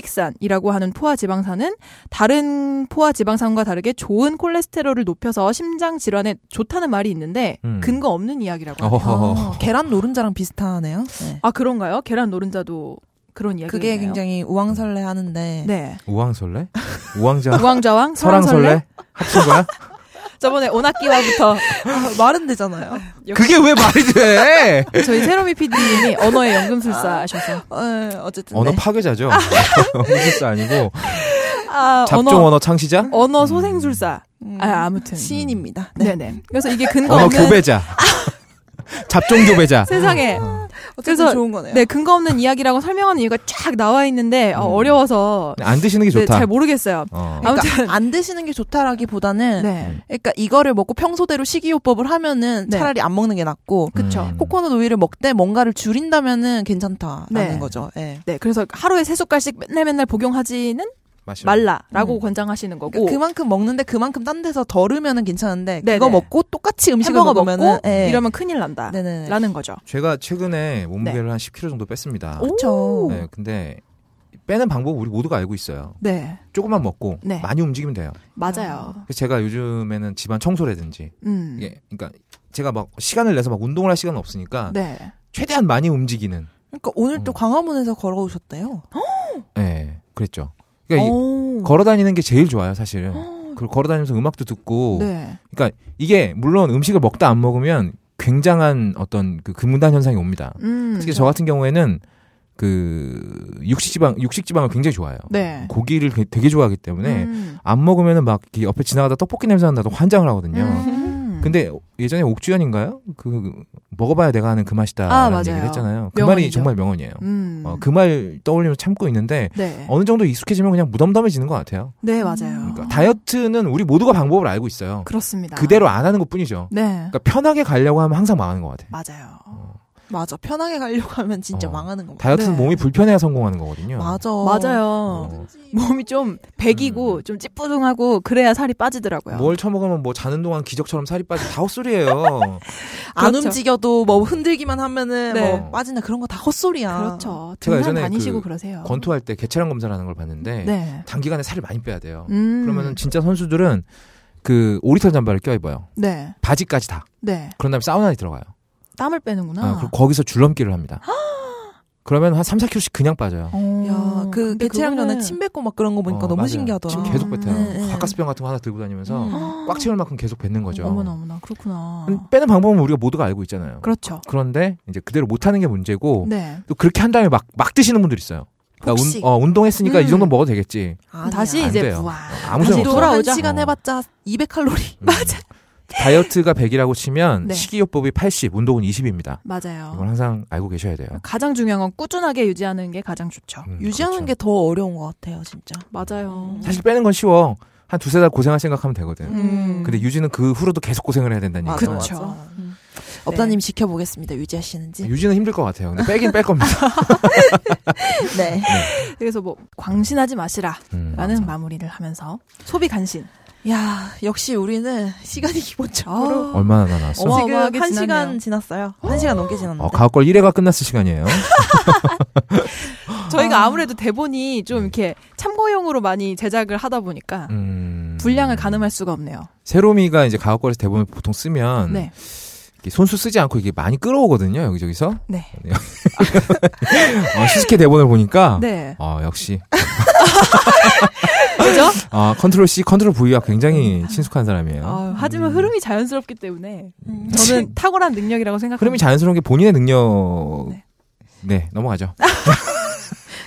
Speaker 1: 로릭산이라고 하는 포화 지방산은 다른 포화 지방산과 다르게 좋은 콜레스테롤을 높여서 심장 질환에 좋다는 말이 있는데
Speaker 2: 음.
Speaker 1: 근거 없는 이야기라고 합니다.
Speaker 2: 어허허.
Speaker 3: 아, 계란 노른자랑 비슷하네요. 네.
Speaker 1: 아 그런가요? 계란 노른자도 네, 그런 이야기.
Speaker 3: 그게 굉장히 우왕설레 하는데
Speaker 1: 네.
Speaker 2: 우왕설레? 우왕자?
Speaker 1: 우왕좌왕 설왕설래.
Speaker 2: 설왕설레? 합친 거야?
Speaker 1: 저번에 오나끼와부터
Speaker 3: 아, 말은 되잖아요.
Speaker 1: 네.
Speaker 2: 그게 왜 말이 돼?
Speaker 1: 저희 세로미 PD님이 언어의 연금술사셔서
Speaker 3: 어, 어쨌든
Speaker 2: 언어
Speaker 3: 네.
Speaker 2: 파괴자죠. 무술사 아니고
Speaker 1: 아,
Speaker 2: 잡종 언어 창시자?
Speaker 1: 언어 소생술사.
Speaker 3: 음,
Speaker 1: 아 아무튼.
Speaker 3: 시인입니다. 네.
Speaker 1: 네네. 그래서 이게 근거
Speaker 2: 언어
Speaker 1: 없는 아. 네,
Speaker 2: 교배자. 잡종 교배자.
Speaker 1: 세상에
Speaker 3: 어쨌든
Speaker 1: 그래서-
Speaker 3: 좋은 거네요.
Speaker 1: 네 근거 없는 이야기라고 설명하는 이유가 쫙 나와 있는데 어,
Speaker 2: 음.
Speaker 1: 어려워서
Speaker 2: 안 드시는 게
Speaker 1: 네,
Speaker 2: 좋다.
Speaker 1: 잘 모르겠어요.
Speaker 2: 어.
Speaker 1: 아무튼.
Speaker 3: 그러니까 안 드시는 게 좋다라기보다는
Speaker 2: 음.
Speaker 1: 네.
Speaker 3: 그러니까 이거를 먹고 평소대로 식이요법을 하면은
Speaker 1: 네.
Speaker 3: 차라리 안 먹는 게 낫고
Speaker 1: 그쵸.
Speaker 2: 음.
Speaker 3: 코코넛 오일을 먹되 뭔가를 줄인다면은 괜찮다라는
Speaker 1: 네.
Speaker 3: 거죠. 예.
Speaker 1: 네, 그래서 하루에 세 숟갈씩 맨날 맨날
Speaker 2: 그렇죠.
Speaker 1: 복용하지는
Speaker 2: 마시면-
Speaker 1: 말라라고
Speaker 2: 음.
Speaker 1: 권장하시는 거고.
Speaker 3: 그러니까 그만큼 먹는데 그만큼 딴 데서 덜으면은 괜찮은데
Speaker 1: 네네.
Speaker 3: 그거 먹고 똑같이 음식을
Speaker 1: 햄버거
Speaker 3: 먹으면은
Speaker 1: 먹고
Speaker 3: 예.
Speaker 1: 이러면 큰일 난다.
Speaker 3: 네네네.
Speaker 1: 라는 거죠.
Speaker 2: 제가 최근에 몸무게를
Speaker 1: 네.
Speaker 2: 한 10kg 정도 뺐습니다.
Speaker 3: 그쵸.
Speaker 2: 네, 근데 빼는 방법 우리 모두가 알고 있어요.
Speaker 1: 네,
Speaker 2: 조금만 먹고
Speaker 1: 네.
Speaker 2: 많이 움직이면 돼요.
Speaker 1: 맞아요.
Speaker 2: 그래서 제가 요즘에는 집안 청소라든지
Speaker 1: 음.
Speaker 2: 예, 그러니까 제가 막 시간을 내서 막 운동을 할 시간은 없으니까
Speaker 1: 네.
Speaker 2: 최대한 많이 움직이는
Speaker 3: 그러니까 오늘 또
Speaker 2: 음.
Speaker 3: 광화문에서 걸어오셨대요.
Speaker 2: 예, 그랬죠. 그러니까 이
Speaker 1: 오.
Speaker 2: 걸어 다니는 게 제일 좋아요, 사실은. 그리고 걸어 다니면서 음악도 듣고
Speaker 1: 네.
Speaker 2: 이게 물론 음식을 먹다 안 먹으면 굉장한 어떤 그 금단 현상이 옵니다.
Speaker 1: 음.
Speaker 2: 특히 저 같은 경우에는 그 육식 지방 육식 지방을 굉장히 좋아해요.
Speaker 1: 네.
Speaker 2: 고기를 게- 되게 좋아하기 때문에
Speaker 1: 음.
Speaker 2: 안 먹으면은 막 이렇게 옆에 지나가다 떡볶이 냄새 난다고 환장을 하거든요.
Speaker 1: 음.
Speaker 2: 근데 예전에 옥주현인가요? 그 먹어봐야 내가 하는 그
Speaker 1: 아,
Speaker 2: 맛이다라는
Speaker 1: 맞아요.
Speaker 2: 얘기를 했잖아요. 그 말이
Speaker 1: 명언이죠.
Speaker 2: 정말 명언이에요.
Speaker 1: 음.
Speaker 2: 어, 그 말 떠올리면 참고 있는데
Speaker 1: 네.
Speaker 2: 어느 정도 익숙해지면 그냥 무덤덤해지는 것 같아요.
Speaker 1: 네, 맞아요.
Speaker 2: 그러니까 다이어트는 우리 모두가 방법을 알고 있어요.
Speaker 1: 그렇습니다.
Speaker 2: 그대로 안 하는 것뿐이죠.
Speaker 1: 네.
Speaker 2: 그러니까 편하게 가려고 하면 항상 망하는 것 같아요.
Speaker 1: 맞아요.
Speaker 3: 맞아. 편하게 가려고 하면 진짜
Speaker 2: 어.
Speaker 3: 망하는 겁니다.
Speaker 2: 다이어트는
Speaker 1: 네.
Speaker 2: 몸이 불편해야 성공하는 거거든요.
Speaker 3: 맞아.
Speaker 1: 맞아요.
Speaker 2: 어,
Speaker 1: 몸이 좀 배기고 좀 찌뿌둥하고 그래야 살이 빠지더라고요.
Speaker 2: 음. 뭘 처먹으면 뭐 자는 동안 기적처럼 살이 빠지 다 헛소리예요.
Speaker 3: 안
Speaker 1: 그렇죠.
Speaker 3: 움직여도 뭐 흔들기만 하면은
Speaker 1: 네.
Speaker 3: 뭐 빠진다 그런 거 다 헛소리야.
Speaker 1: 그렇죠.
Speaker 2: 제가
Speaker 1: 등산
Speaker 2: 예전에
Speaker 1: 다니시고
Speaker 2: 그
Speaker 1: 그, 러세요
Speaker 2: 권투할 때 개체량 검사를 하는 걸 봤는데
Speaker 1: 네.
Speaker 2: 단기간에 살을 많이 빼야 돼요.
Speaker 1: 음.
Speaker 2: 어, 그러면은 진짜 선수들은 그 오리털 잠바를 껴입어요.
Speaker 1: 네.
Speaker 2: 바지까지 다.
Speaker 1: 네.
Speaker 2: 그런 다음에 사우나에 들어가요.
Speaker 1: 땀을 빼는구나.
Speaker 2: 아, 그리고 거기서 줄넘기를 합니다. 그러면 한 3, 4kg씩 그냥 빠져요.
Speaker 1: 어.
Speaker 3: 야, 그
Speaker 1: 근데
Speaker 3: 개체량 전에
Speaker 1: 그거는-
Speaker 3: 침 뱉고 막 그런 거 보니까
Speaker 2: 어,
Speaker 3: 너무
Speaker 2: 맞아요.
Speaker 3: 신기하더라.
Speaker 2: 지금 계속
Speaker 1: 음,
Speaker 2: 뱉어요.
Speaker 3: 네, 네.
Speaker 2: 박가스병 같은 거 하나 들고 다니면서
Speaker 3: 음.
Speaker 2: 꽉 채울 만큼 계속 뱉는 거죠.
Speaker 1: 어머나 어머나 그렇구나.
Speaker 2: 빼는 방법은 우리가 모두가 알고 있잖아요.
Speaker 1: 그렇죠.
Speaker 2: 그런데 이제 그대로 못하는 게 문제고
Speaker 1: 네.
Speaker 2: 또 그렇게 한 다음에 막, 막 드시는 분들 있어요. 나 운,
Speaker 3: 혹시-
Speaker 2: 어, 운동했으니까
Speaker 1: 음.
Speaker 2: 이 정도 먹어도 되겠지.
Speaker 3: 아니야.
Speaker 1: 다시
Speaker 2: 안
Speaker 1: 이제
Speaker 2: 돼요.
Speaker 1: 부활.
Speaker 2: 아무
Speaker 1: 다시
Speaker 2: 소용 없어. 음,
Speaker 1: 돌아오죠.
Speaker 3: 한
Speaker 2: 어.
Speaker 3: 시간 해봤자 200칼로리.
Speaker 2: 맞아. 다이어트가 100이라고 치면
Speaker 1: 네.
Speaker 2: 식이요법이 80, 운동은 20입니다. 이건
Speaker 1: 맞아요.
Speaker 2: 항상 알고 계셔야 돼요.
Speaker 1: 가장 중요한 건 꾸준하게 유지하는 게 가장 좋죠.
Speaker 2: 음,
Speaker 3: 유지하는
Speaker 2: 그렇죠.
Speaker 3: 게 더 어려운 것 같아요, 진짜.
Speaker 1: 맞아요.
Speaker 2: 사실 빼는 건 쉬워. 한 두세 달 고생할 생각하면 되거든.
Speaker 1: 음.
Speaker 2: 근데 유지는 그 후로도 계속 고생을 해야 된다는
Speaker 3: 맞아,
Speaker 2: 얘기죠.
Speaker 1: 그쵸.
Speaker 3: 맞아. 음. 업다님 지켜보겠습니다. 유지하시는지.
Speaker 2: 유지는 힘들 것 같아요. 근데 빼긴 뺄 겁니다. 아,
Speaker 3: 네.
Speaker 1: 그래서 뭐 광신하지 마시라.
Speaker 2: 음,
Speaker 1: 라는
Speaker 2: 맞아.
Speaker 1: 마무리를 하면서 소비 간신.
Speaker 3: 야, 역시 우리는 시간이 기본적으로.
Speaker 2: 얼마나 나왔어?
Speaker 1: 어머.
Speaker 3: 아, 지금
Speaker 1: 어마어마하게
Speaker 3: 한
Speaker 1: 지났네요.
Speaker 3: 시간 지났어요. 한 시간 넘게 지났는데.
Speaker 2: 어, 가옥걸 1회가 끝났을 시간이에요.
Speaker 1: 저희가
Speaker 3: 아.
Speaker 1: 아무래도 대본이 좀 이렇게 참고용으로 많이 제작을 하다 보니까
Speaker 2: 음,
Speaker 1: 분량을 가늠할 수가 없네요.
Speaker 2: 세로미가 이제 가옥걸에서 대본을 보통 쓰면
Speaker 1: 네.
Speaker 2: 이렇게 손수 쓰지 않고 이게 많이 끌어오거든요. 여기저기서.
Speaker 1: 네.
Speaker 2: 어, 시스케 대본을 보니까
Speaker 1: 네.
Speaker 2: 어, 역시
Speaker 1: 그죠?
Speaker 2: 아, 컨트롤 C, 컨트롤 V와
Speaker 1: 음.
Speaker 2: 굉장히 친숙한 사람이에요.
Speaker 1: 아, 하지만
Speaker 2: 음.
Speaker 1: 흐름이 자연스럽기 때문에
Speaker 3: 음.
Speaker 1: 저는 탁월한 능력이라고 생각합니다.
Speaker 2: 흐름이 자연스러운 게 본인의 능력.
Speaker 1: 네. 아,
Speaker 2: 네, 넘어가죠.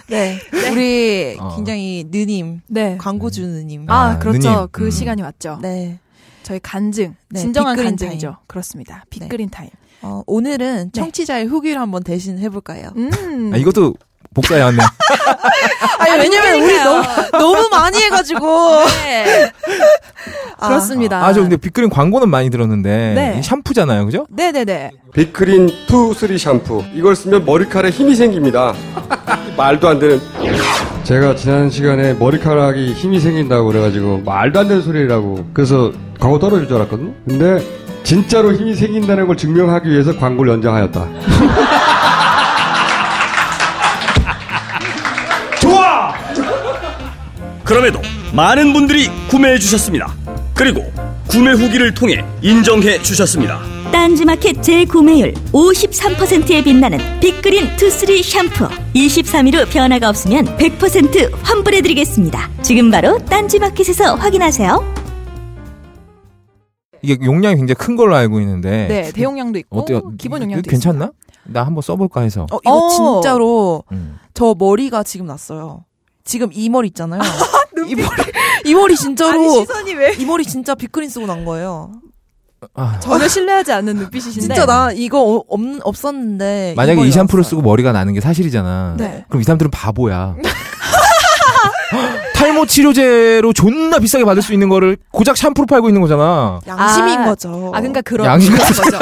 Speaker 3: 네. 우리
Speaker 2: 어.
Speaker 3: 굉장히 느님
Speaker 1: 네.
Speaker 3: 광고주 느님.
Speaker 2: 아,
Speaker 1: 아, 그렇죠.
Speaker 2: 누님.
Speaker 1: 그
Speaker 2: 음.
Speaker 1: 시간이 왔죠.
Speaker 3: 네.
Speaker 1: 저희 간증,
Speaker 3: 네,
Speaker 1: 진정한
Speaker 3: 빅그린
Speaker 1: 간증이죠. 그렇습니다.
Speaker 2: 네.
Speaker 1: 빅그린 타임.
Speaker 3: 어, 오늘은 청취자의 후기를 한번 대신 해볼까요?
Speaker 1: 음.
Speaker 2: 아, 이것도 복사해 왔네.
Speaker 3: 아니, 왜냐면 우리 너무, 너무 많이 해가지고.
Speaker 1: 네.
Speaker 3: 아,
Speaker 1: 그렇습니다.
Speaker 2: 아, 저 근데 빅그린 광고는 많이 들었는데
Speaker 1: 네.
Speaker 2: 이 샴푸잖아요, 그죠?
Speaker 1: 네네네.
Speaker 5: 비크린 투 쓰리 샴푸 이걸 쓰면 머리카락에 힘이 생깁니다 말도 안 되는 제가 지난 시간에 머리카락이 힘이 생긴다고 그래가지고 말도 안 되는 소리라고 그래서 광고 떨어질 줄 알았거든요 근데 진짜로 힘이 생긴다는 걸 증명하기 위해서 광고를 연장하였다
Speaker 6: 좋아! 그럼에도 많은 분들이 구매해 주셨습니다. 그리고 구매 후기를 통해 인정해 주셨습니다.
Speaker 7: 딴지마켓 재구매율 53%에 빛나는 빅그린 투쓰리 샴푸 23일 후 변화가 없으면 100% 환불해드리겠습니다 지금 바로 딴지마켓에서 확인하세요
Speaker 2: 이게 용량이 굉장히 큰 걸로 알고 있는데.
Speaker 1: 네, 대용량도 있고
Speaker 2: 어때요?
Speaker 1: 기본
Speaker 2: 이거
Speaker 1: 용량도
Speaker 2: 괜찮나? 나 한번 써볼까 해서.
Speaker 3: 어, 이거
Speaker 1: 어.
Speaker 3: 진짜로
Speaker 2: 음.
Speaker 3: 저 머리가 지금 났어요. 지금 이 머리 있잖아요. 이 머리, 이 머리
Speaker 1: 아니
Speaker 3: 진짜로.
Speaker 1: 시선이 왜?
Speaker 3: 이 머리 진짜 빅그린 쓰고 난 거예요.
Speaker 2: 아,
Speaker 1: 전혀 신뢰하지 않는 눈빛이신데.
Speaker 3: 진짜 나 이거 어- 없, 없었는데.
Speaker 2: 만약에
Speaker 3: 머리가
Speaker 2: 이 샴푸를
Speaker 3: 났어요.
Speaker 2: 쓰고 머리가 나는 게 사실이잖아.
Speaker 1: 네.
Speaker 2: 그럼 이 사람들은 바보야. 탈모 치료제로 존나 비싸게 받을 수 있는 거를 고작 샴푸로 팔고 있는 거잖아.
Speaker 3: 양심인
Speaker 1: 아.
Speaker 3: 거죠.
Speaker 1: 아 그러니까 그런
Speaker 2: 양심
Speaker 1: 그런 거죠.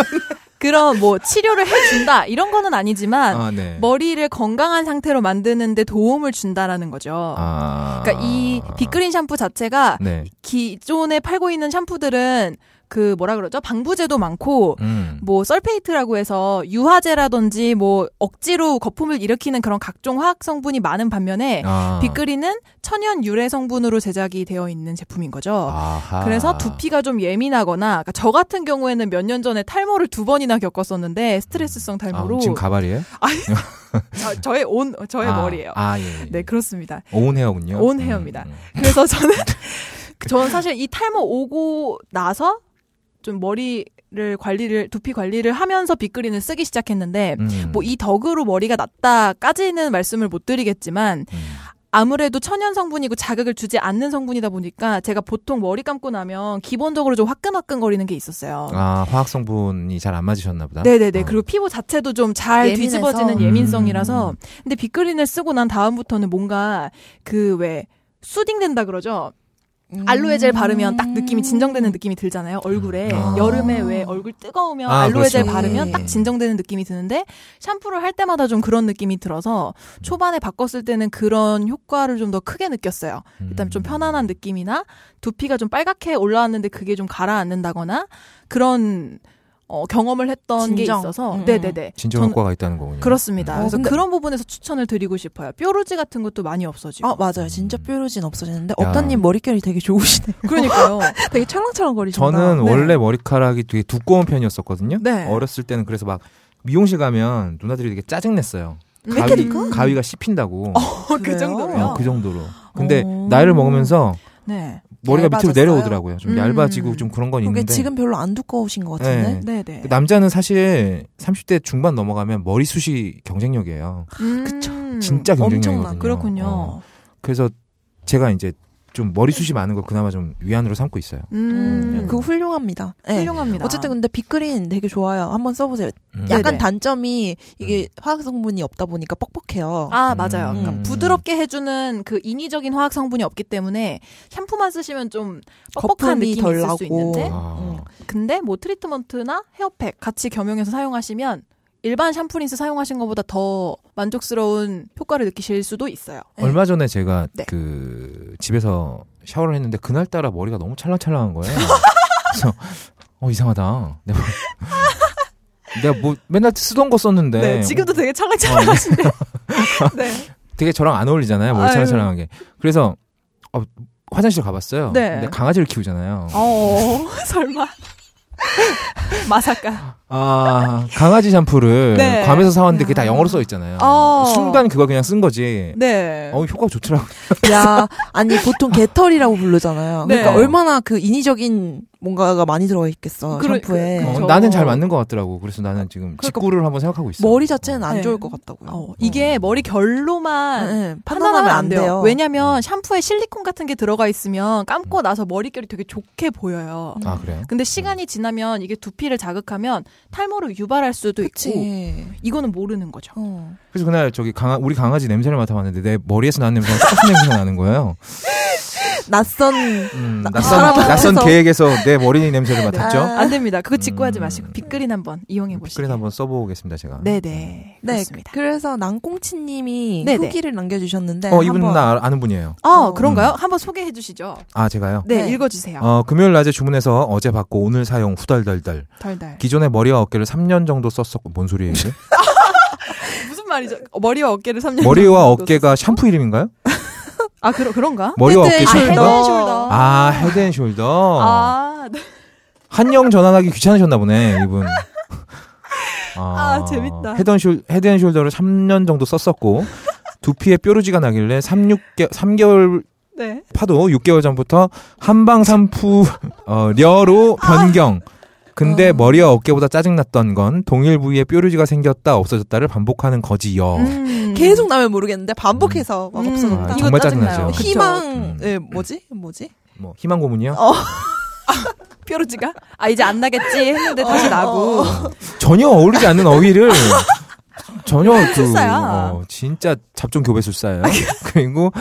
Speaker 1: 그런 뭐 치료를 해준다 이런 거는 아니지만 뭐,
Speaker 2: 아, 네.
Speaker 1: 머리를 건강한 상태로 만드는데 도움을 준다라는 거죠.
Speaker 2: 아.
Speaker 1: 그러니까 이 빅그린 샴푸 자체가
Speaker 2: 네.
Speaker 1: 기존에 팔고 있는 샴푸들은 그 뭐라 그러죠? 방부제도 많고
Speaker 2: 음.
Speaker 1: 뭐 설페이트라고 해서 유화제라든지 뭐 억지로 거품을 일으키는 그런 각종 화학 성분이 많은 반면에
Speaker 2: 아.
Speaker 1: 네. 빅그린은 천연 유래 성분으로 제작이 되어 있는 제품인 거죠.
Speaker 2: 아하.
Speaker 1: 그래서 두피가 좀 예민하거나 그러니까 저 같은 경우에는 몇 년 전에 탈모를 두 번이나 겪었었는데 스트레스성
Speaker 2: 아,
Speaker 1: 탈모로
Speaker 2: 지금 가발이에요?
Speaker 1: 저, 저의 온 저의
Speaker 2: 아,
Speaker 1: 머리예요.
Speaker 2: 아, 예.
Speaker 1: 네 그렇습니다.
Speaker 2: 온 헤어군요. 음,
Speaker 1: 온 헤어입니다. 그래서 저는 저는 사실 이 탈모 오고 나서 좀 머리를 관리를 두피 관리를 하면서 빗그린을 쓰기 시작했는데
Speaker 2: 음.
Speaker 1: 뭐 이 덕으로 머리가 낫다까지는 말씀을 못 드리겠지만
Speaker 2: 음.
Speaker 1: 아무래도 천연 성분이고 자극을 주지 않는 성분이다 보니까 제가 보통 머리 감고 나면 기본적으로 좀 화끈화끈거리는 게 있었어요.
Speaker 2: 아, 화학 성분이 잘 안 맞으셨나 보다.
Speaker 1: 네네네.
Speaker 2: 어.
Speaker 1: 그리고 피부 자체도 좀 잘
Speaker 3: 예민해서.
Speaker 1: 뒤집어지는
Speaker 2: 음.
Speaker 1: 예민성이라서. 근데 빅그린을 쓰고 난 다음부터는 뭔가 그 왜 수딩된다 그러죠?
Speaker 3: 음.
Speaker 1: 알로에 젤 바르면 딱 느낌이 진정되는 느낌이 들잖아요. 얼굴에.
Speaker 2: 아.
Speaker 1: 여름에 왜 얼굴 뜨거우면
Speaker 2: 아,
Speaker 1: 알로에 젤
Speaker 2: 그렇죠.
Speaker 1: 바르면
Speaker 3: 네.
Speaker 1: 딱 진정되는 느낌이 드는데 샴푸를 할 때마다 좀 그런 느낌이 들어서 초반에 바꿨을 때는 그런 효과를 좀 더 크게 느꼈어요.
Speaker 2: 음.
Speaker 1: 일단 좀 편안한 느낌이나 두피가 좀 빨갛게 올라왔는데 그게 좀 가라앉는다거나 그런 어, 경험을 했던 게
Speaker 3: 진정.
Speaker 1: 있어서
Speaker 3: 음.
Speaker 1: 네네네
Speaker 2: 진정
Speaker 1: 저는-
Speaker 2: 효과가 있다는 거군요.
Speaker 1: 그렇습니다.
Speaker 3: 어,
Speaker 1: 그래서
Speaker 3: 근데-
Speaker 1: 그런 부분에서 추천을 드리고 싶어요. 뾰루지 같은 것도 많이 없어지고
Speaker 3: 아 맞아요 진짜 뾰루진 없어지는데
Speaker 2: 야.
Speaker 3: 업다님 머릿결이 되게 좋으시네
Speaker 1: 그러니까요.
Speaker 3: 되게 찰랑찰랑거리신다
Speaker 2: 저는
Speaker 3: 네.
Speaker 2: 원래 머리카락이 되게 두꺼운 편이었었거든요.
Speaker 1: 네.
Speaker 2: 어렸을 때는 그래서 막 미용실 가면 누나들이 되게 짜증냈어요.
Speaker 1: 왜
Speaker 2: 가위,
Speaker 1: 그럴까?
Speaker 2: 가위가 씹힌다고.
Speaker 1: 그
Speaker 3: 그래요?
Speaker 1: 정도로요.
Speaker 2: 어, 그 정도로. 근데
Speaker 1: 어.
Speaker 2: 나이를 먹으면서
Speaker 1: 네,
Speaker 2: 머리가 밑으로
Speaker 3: 얇아졌어요?
Speaker 2: 내려오더라고요. 좀
Speaker 1: 음.
Speaker 2: 얇아지고 좀 그런 건
Speaker 3: 그게
Speaker 2: 있는데.
Speaker 3: 지금 별로 안 두꺼우신 것 같은데
Speaker 1: 네,
Speaker 2: 네.
Speaker 1: 네.
Speaker 2: 그 남자는 사실 30대 중반 넘어가면 머리숱이 경쟁력이에요.
Speaker 1: 음,
Speaker 3: 그쵸.
Speaker 2: 진짜
Speaker 3: 엄청나.
Speaker 2: 경쟁력이거든요.
Speaker 1: 그렇군요.
Speaker 2: 어. 그래서 제가 이제 좀 머리숱이 많은 걸 그나마 좀 위안으로 삼고 있어요.
Speaker 1: 음,
Speaker 3: 음, 그거 훌륭합니다 네.
Speaker 1: 훌륭합니다.
Speaker 3: 어쨌든 근데 빅그린 되게 좋아요 한번 써보세요
Speaker 2: 음.
Speaker 1: 네,
Speaker 3: 약간
Speaker 1: 네.
Speaker 3: 단점이 이게 화학 성분이 없다 보니까 뻑뻑해요
Speaker 1: 아 맞아요.
Speaker 2: 음.
Speaker 1: 그러니까 부드럽게 해주는 그 인위적인 화학 성분이 없기 때문에 샴푸만 쓰시면 좀 뻑뻑한
Speaker 3: 거품이
Speaker 1: 느낌이
Speaker 3: 덜
Speaker 1: 있을
Speaker 3: 나고.
Speaker 1: 수 있는데
Speaker 2: 아.
Speaker 3: 음.
Speaker 1: 근데 뭐 트리트먼트나 헤어팩 같이 겸용해서 사용하시면 일반 샴푸린스 사용하신 것보다 더 만족스러운 효과를 느끼실 수도 있어요.
Speaker 3: 네.
Speaker 2: 얼마 전에 제가
Speaker 1: 네.
Speaker 2: 그 집에서 샤워를 했는데 그날 따라 머리가 너무 찰랑찰랑한 거예요. 그래서 어 이상하다. 내가 뭐- 내가 뭐 맨날 쓰던 거 썼는데
Speaker 1: 네. 되게 찰랑찰랑하신데. 네.
Speaker 2: 뭐 되게 저랑 안 어울리잖아요. 머리
Speaker 1: 아유.
Speaker 2: 찰랑찰랑한 게. 그래서 어, 화장실 가봤어요.
Speaker 1: 네.
Speaker 2: 근데 강아지를 키우잖아요.
Speaker 1: 어, 설마. 마사카.
Speaker 2: 아, 강아지 샴푸를
Speaker 1: 네.
Speaker 2: 괌에서 사왔는데 그게 다 영어로 써 있잖아요.
Speaker 1: 어.
Speaker 2: 순간 그거 그냥 쓴 거지.
Speaker 1: 네.
Speaker 2: 어, 효과가 좋더라고.
Speaker 3: 야, 아니 보통 개털이라고 부르잖아요.
Speaker 1: 네.
Speaker 3: 그러니까 얼마나 그 인위적인 뭔가가 많이 들어가 있겠어
Speaker 1: 그러-
Speaker 3: 샴푸에.
Speaker 1: 그-
Speaker 2: 어,
Speaker 1: 그렇죠.
Speaker 2: 나는 잘 맞는 것 같더라고. 그래서 나는 지금
Speaker 1: 그러니까
Speaker 2: 직구를 한번 생각하고 있어.
Speaker 3: 머리 자체는 안
Speaker 1: 네.
Speaker 3: 좋을 것 같다고요.
Speaker 1: 어, 이게 머리 결로만
Speaker 3: 네, 네.
Speaker 1: 판단하면 안 돼요. 왜냐면 샴푸에 실리콘 같은 게 들어가 있으면 감고 나서 머릿결이 되게 좋게 보여요.
Speaker 2: 아, 그래요?
Speaker 1: 근데 시간이 지나면 이게 두피를 자극하면 탈모를 유발할 수도 있고
Speaker 3: 그치.
Speaker 1: 이거는 모르는 거죠.
Speaker 3: 어.
Speaker 2: 그래서 그날 저기 강아, 우리 강아지 냄새를 맡아봤는데 내 머리에서 나는 냄새가 똑같은 냄새가 나는 거예요.
Speaker 3: 낯선
Speaker 2: 음,
Speaker 3: 나-
Speaker 2: 낯선,
Speaker 3: 사람
Speaker 2: 낯선
Speaker 3: 앞에서.
Speaker 2: 계획에서 네. 아, 내 머리 냄새를 맡았죠.
Speaker 1: 안 됩니다. 그거 직구하지
Speaker 2: 음.
Speaker 1: 마시고 빅그린 한번
Speaker 2: 네.
Speaker 1: 이용해 보시고.
Speaker 2: 스크린 한번 써보겠습니다, 제가.
Speaker 1: 네네.
Speaker 3: 네.
Speaker 1: 그렇습니다.
Speaker 3: 그래서 낭꽁치님이
Speaker 1: 네네.
Speaker 3: 후기를 남겨주셨는데
Speaker 2: 어, 이분
Speaker 3: 한번-
Speaker 2: 나 아- 아는 분이에요.
Speaker 1: 어, 그런가요? 한번 소개해 주시죠.
Speaker 2: 아, 제가요?
Speaker 1: 네,
Speaker 3: 네.
Speaker 1: 읽어주세요.
Speaker 2: 어, 금요일 낮에 주문해서 어제 받고 오늘 사용 후덜덜덜.
Speaker 1: 덜덜.
Speaker 2: 기존의 머리와 어깨를 3년 정도 썼었고, 뭔 소리예요? 이게?
Speaker 1: 무슨 말이죠? 어, 머리와 어깨를 3년
Speaker 2: 머리와 어깨가 샴푸 이름인가요?
Speaker 1: 아, 그러, 그런가?
Speaker 2: 머리와
Speaker 3: 헤드
Speaker 2: 어깨
Speaker 3: 앤
Speaker 2: 샴푸인가?
Speaker 3: 숄더.
Speaker 1: 숄더.
Speaker 2: 아, 헤드앤숄더.
Speaker 1: 아, 네.
Speaker 2: 한영 전환하기 귀찮으셨나 보네, 이분.
Speaker 1: 아, 재밌다.
Speaker 2: 헤드앤숄, 헤드앤숄더를 3년 정도 썼었고, 두피에 뾰루지가 나길래 3, 6개, 3개월
Speaker 1: 네.
Speaker 2: 파도 6개월 전부터 한방 삼푸 어, 려로 변경. 근데 머리와 어깨보다 짜증났던 건 동일 부위에 뾰루지가 생겼다 없어졌다를 반복하는 거지요.
Speaker 1: 음.
Speaker 3: 계속 나면 모르겠는데 반복해서 막
Speaker 1: 음.
Speaker 3: 없어졌다.
Speaker 2: 아,
Speaker 1: 이거
Speaker 2: 정말
Speaker 1: 짜증나요.
Speaker 2: 짜증나죠. 음.
Speaker 1: 그쵸.
Speaker 3: 희망,
Speaker 2: 그쵸.
Speaker 3: 예, 뭐지? 뭐지?
Speaker 2: 뭐 희망 고문이요?
Speaker 1: 뾰루지가? 아, 이제 안 나겠지 했는데 다시 나고.
Speaker 2: 전혀 어울리지 않는 어휘를 전혀 그
Speaker 1: 술사야.
Speaker 2: 어, 진짜 잡종 교배 술사예요. 그리고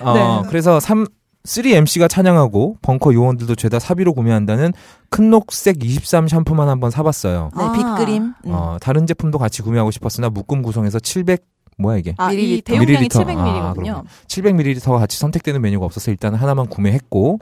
Speaker 2: 어,
Speaker 1: 네.
Speaker 2: 그래서 3 3MC가 찬양하고 벙커 요원들도 죄다 사비로 구매한다는 큰 녹색 23 샴푸만 한번 사봤어요.
Speaker 3: 네,
Speaker 1: 아.
Speaker 3: 빗그림. 음.
Speaker 2: 어, 다른 제품도 같이 구매하고 싶었으나 묶음 구성에서 700 뭐야 이게?
Speaker 1: 아, 이
Speaker 3: 밀리리터.
Speaker 1: 대용량이
Speaker 2: 밀리리터.
Speaker 1: 700ml거든요.
Speaker 2: 아, 700ml가 같이 선택되는 메뉴가 없어서 일단 하나만 구매했고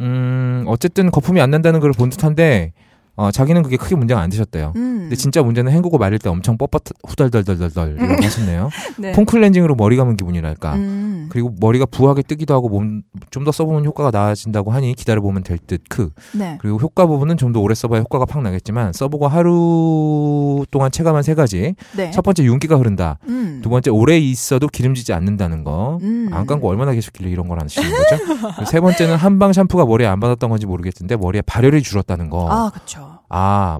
Speaker 2: 음 어쨌든 거품이 안 난다는 걸 본 듯한데 어, 자기는 그게 크게 문제가 안 되셨대요.
Speaker 1: 음.
Speaker 2: 근데 진짜 문제는 헹구고 말릴 때 엄청 뻣뻣 후덜덜덜덜덜 이라고 하셨네요.
Speaker 1: 네.
Speaker 2: 폼클렌징으로 머리 감은 기분이랄까.
Speaker 1: 음.
Speaker 2: 그리고 머리가 부하게 뜨기도 하고 몸 좀 더 써보면 효과가 나아진다고 하니 기다려보면 될 듯 크.
Speaker 1: 네.
Speaker 2: 그리고 효과 부분은 좀 더 오래 써봐야 효과가 팍 나겠지만 써보고 하루 동안 체감한 세 가지.
Speaker 1: 네.
Speaker 2: 첫 번째 윤기가 흐른다.
Speaker 1: 음.
Speaker 2: 두 번째 오래 있어도 기름지지 않는다는 거.
Speaker 1: 음.
Speaker 2: 안 깐고 얼마나 계셨길래 이런 걸 안 쓰시는 거죠? 그리고 세 번째는 한방 샴푸가 머리에 안 받았던 건지 모르겠는데 머리에 발열이 줄었다는 거. 아,
Speaker 1: 아, 그쵸.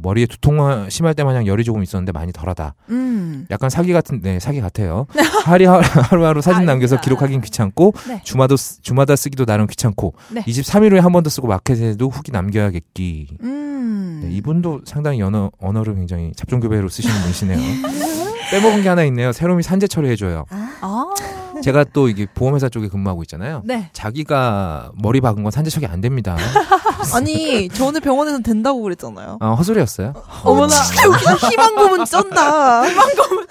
Speaker 2: 머리에 두통 심할 때 마냥 열이 조금 있었는데 많이 덜하다.
Speaker 1: 음.
Speaker 2: 약간 사기 같은 네 사기 같아요. 하리 하- 하루하루 사진
Speaker 1: 아닙니다.
Speaker 2: 남겨서 기록하긴 귀찮고
Speaker 1: 네.
Speaker 2: 주마도 쓰- 주마다 쓰기도 나름 귀찮고
Speaker 1: 네.
Speaker 2: 23일 후에 한 번 더 쓰고 마켓에도 후기 남겨야겠기.
Speaker 1: 음.
Speaker 2: 네, 이분도 상당히 언어, 언어를 굉장히 잡종교배로 쓰시는 분이시네요. 빼먹은 게 하나 있네요. 새롬이 산재 처리해줘요.
Speaker 1: 아.
Speaker 2: 제가 또 이게 보험회사 쪽에 근무하고 있잖아요.
Speaker 1: 네.
Speaker 2: 자기가 머리 박은 건 산재 처리 안 됩니다.
Speaker 3: 아니, 저는 병원에서 된다고 그랬잖아요. 아,
Speaker 2: 아, 허술이었어요.
Speaker 1: 어머나.
Speaker 3: 여기 희망 고문 쩐다.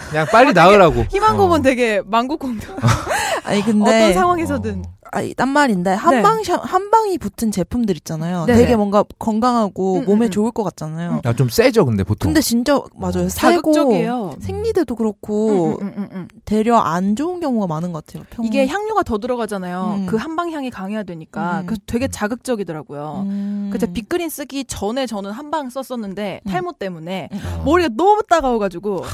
Speaker 2: 그냥 빨리 나으라고.
Speaker 1: 아,
Speaker 2: 어.
Speaker 1: 희망고문 되게 망국공격.
Speaker 3: 아니 근데 네.
Speaker 1: 어떤 상황에서든.
Speaker 3: 아니 딴 말인데 한방 샴 한방이 붙은 제품들 있잖아요.
Speaker 1: 네.
Speaker 3: 되게 뭔가 건강하고
Speaker 1: 음,
Speaker 3: 몸에
Speaker 1: 음,
Speaker 3: 좋을 것 같잖아요.
Speaker 2: 아, 좀 세죠, 근데 보통.
Speaker 3: 근데 진짜 맞아요.
Speaker 2: 어.
Speaker 3: 살고
Speaker 1: 자극적이에요.
Speaker 3: 생리대도
Speaker 1: 음,
Speaker 3: 그렇고
Speaker 1: 음, 음, 음.
Speaker 3: 되려 안 좋은 경우가 많은 것 같아요. 평...
Speaker 1: 이게 향료가 더 들어가잖아요.
Speaker 3: 음.
Speaker 1: 그 한방향이 강해야 되니까.
Speaker 3: 음.
Speaker 1: 그래서 되게 자극적이더라고요.
Speaker 3: 음.
Speaker 1: 그때 빅그린 쓰기 전에 저는 한방 썼었는데
Speaker 3: 음.
Speaker 1: 탈모 때문에
Speaker 2: 아.
Speaker 1: 머리가 너무 따가워가지고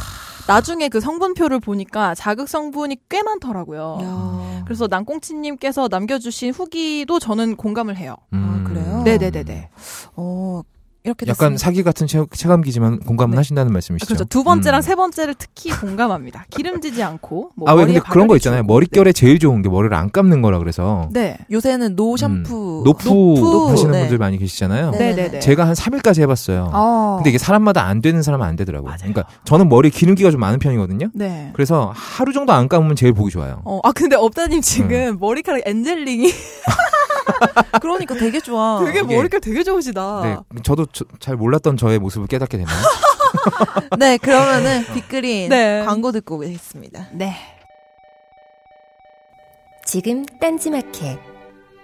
Speaker 1: 나중에 그 성분표를 보니까 자극 성분이 꽤 많더라고요.
Speaker 3: 야.
Speaker 1: 그래서 난꽁치님께서 남겨주신 후기도 저는 공감을 해요.
Speaker 2: 음.
Speaker 3: 아, 그래요?
Speaker 1: 네네네네.
Speaker 3: 어 이렇게
Speaker 2: 약간
Speaker 3: 됐습니다.
Speaker 2: 사기 같은 체, 감기지만 공감은 하신다는 말씀이시죠?
Speaker 1: 그렇죠. 두 번째랑
Speaker 2: 음.
Speaker 1: 세 번째를 특히 공감합니다. 기름지지 않고. 뭐
Speaker 2: 아, 왜
Speaker 1: 머리에
Speaker 2: 근데 그런 거
Speaker 1: 발열이
Speaker 2: 있잖아요.
Speaker 1: 줄고.
Speaker 2: 머릿결에 제일 좋은 게 머리를 안 감는 거라 그래서.
Speaker 1: 네.
Speaker 3: 요새는 노
Speaker 2: 음,
Speaker 3: 샴푸
Speaker 2: 노프,
Speaker 3: 노프,
Speaker 2: 하시는
Speaker 3: 네.
Speaker 2: 분들 많이 계시잖아요.
Speaker 3: 네.
Speaker 1: 네네네.
Speaker 2: 제가 한 3일까지 해봤어요.
Speaker 1: 어.
Speaker 2: 근데 이게 사람마다 안 되는 사람은 안 되더라고요. 그러니까 저는 머리 기름기가 좀 많은 편이거든요.
Speaker 1: 네.
Speaker 2: 그래서 하루 정도 안 감으면 제일 보기 좋아요.
Speaker 1: 어, 아 근데 업다님 지금
Speaker 2: 음.
Speaker 1: 머리카락 엔젤링이
Speaker 3: 그러니까 되게 좋아.
Speaker 1: 되게
Speaker 2: 이게-
Speaker 1: 머리카락 되게 좋으시다.
Speaker 2: 네, 저도 저- 잘 몰랐던 저의 모습을 깨닫게 되네요.
Speaker 3: 네 그러면은 빅그린
Speaker 1: 네.
Speaker 3: 광고 듣고 오겠습니다.
Speaker 1: 네.
Speaker 8: 지금 딴지마켓,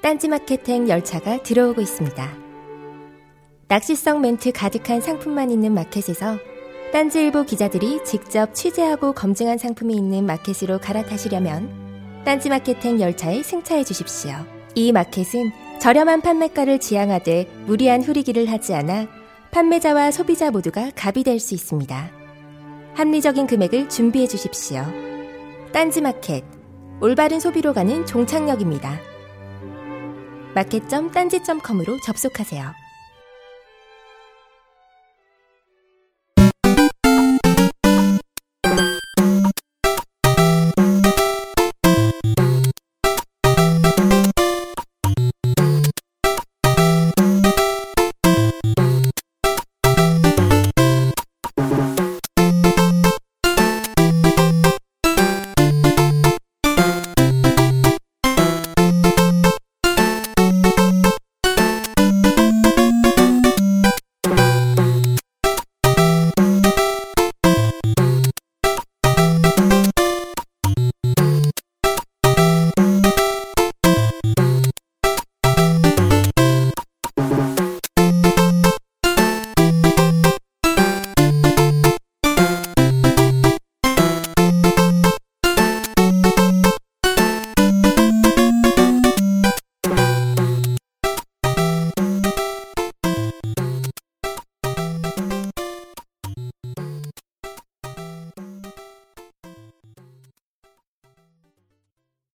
Speaker 8: 딴지마켓행 열차가 들어오고 있습니다. 낚시성 멘트 가득한 상품만 있는 마켓에서 딴지일보 기자들이 직접 취재하고 검증한 상품이 있는 마켓으로 갈아타시려면 딴지마켓행 열차에 승차해 주십시오. 이 마켓은 저렴한 판매가를 지향하되 무리한 후리기를 하지 않아 판매자와 소비자 모두가 갑이 될 수 있습니다. 합리적인 금액을 준비해 주십시오. 딴지마켓 올바른 소비로 가는 종착역입니다. 마켓.딴지.com으로 접속하세요.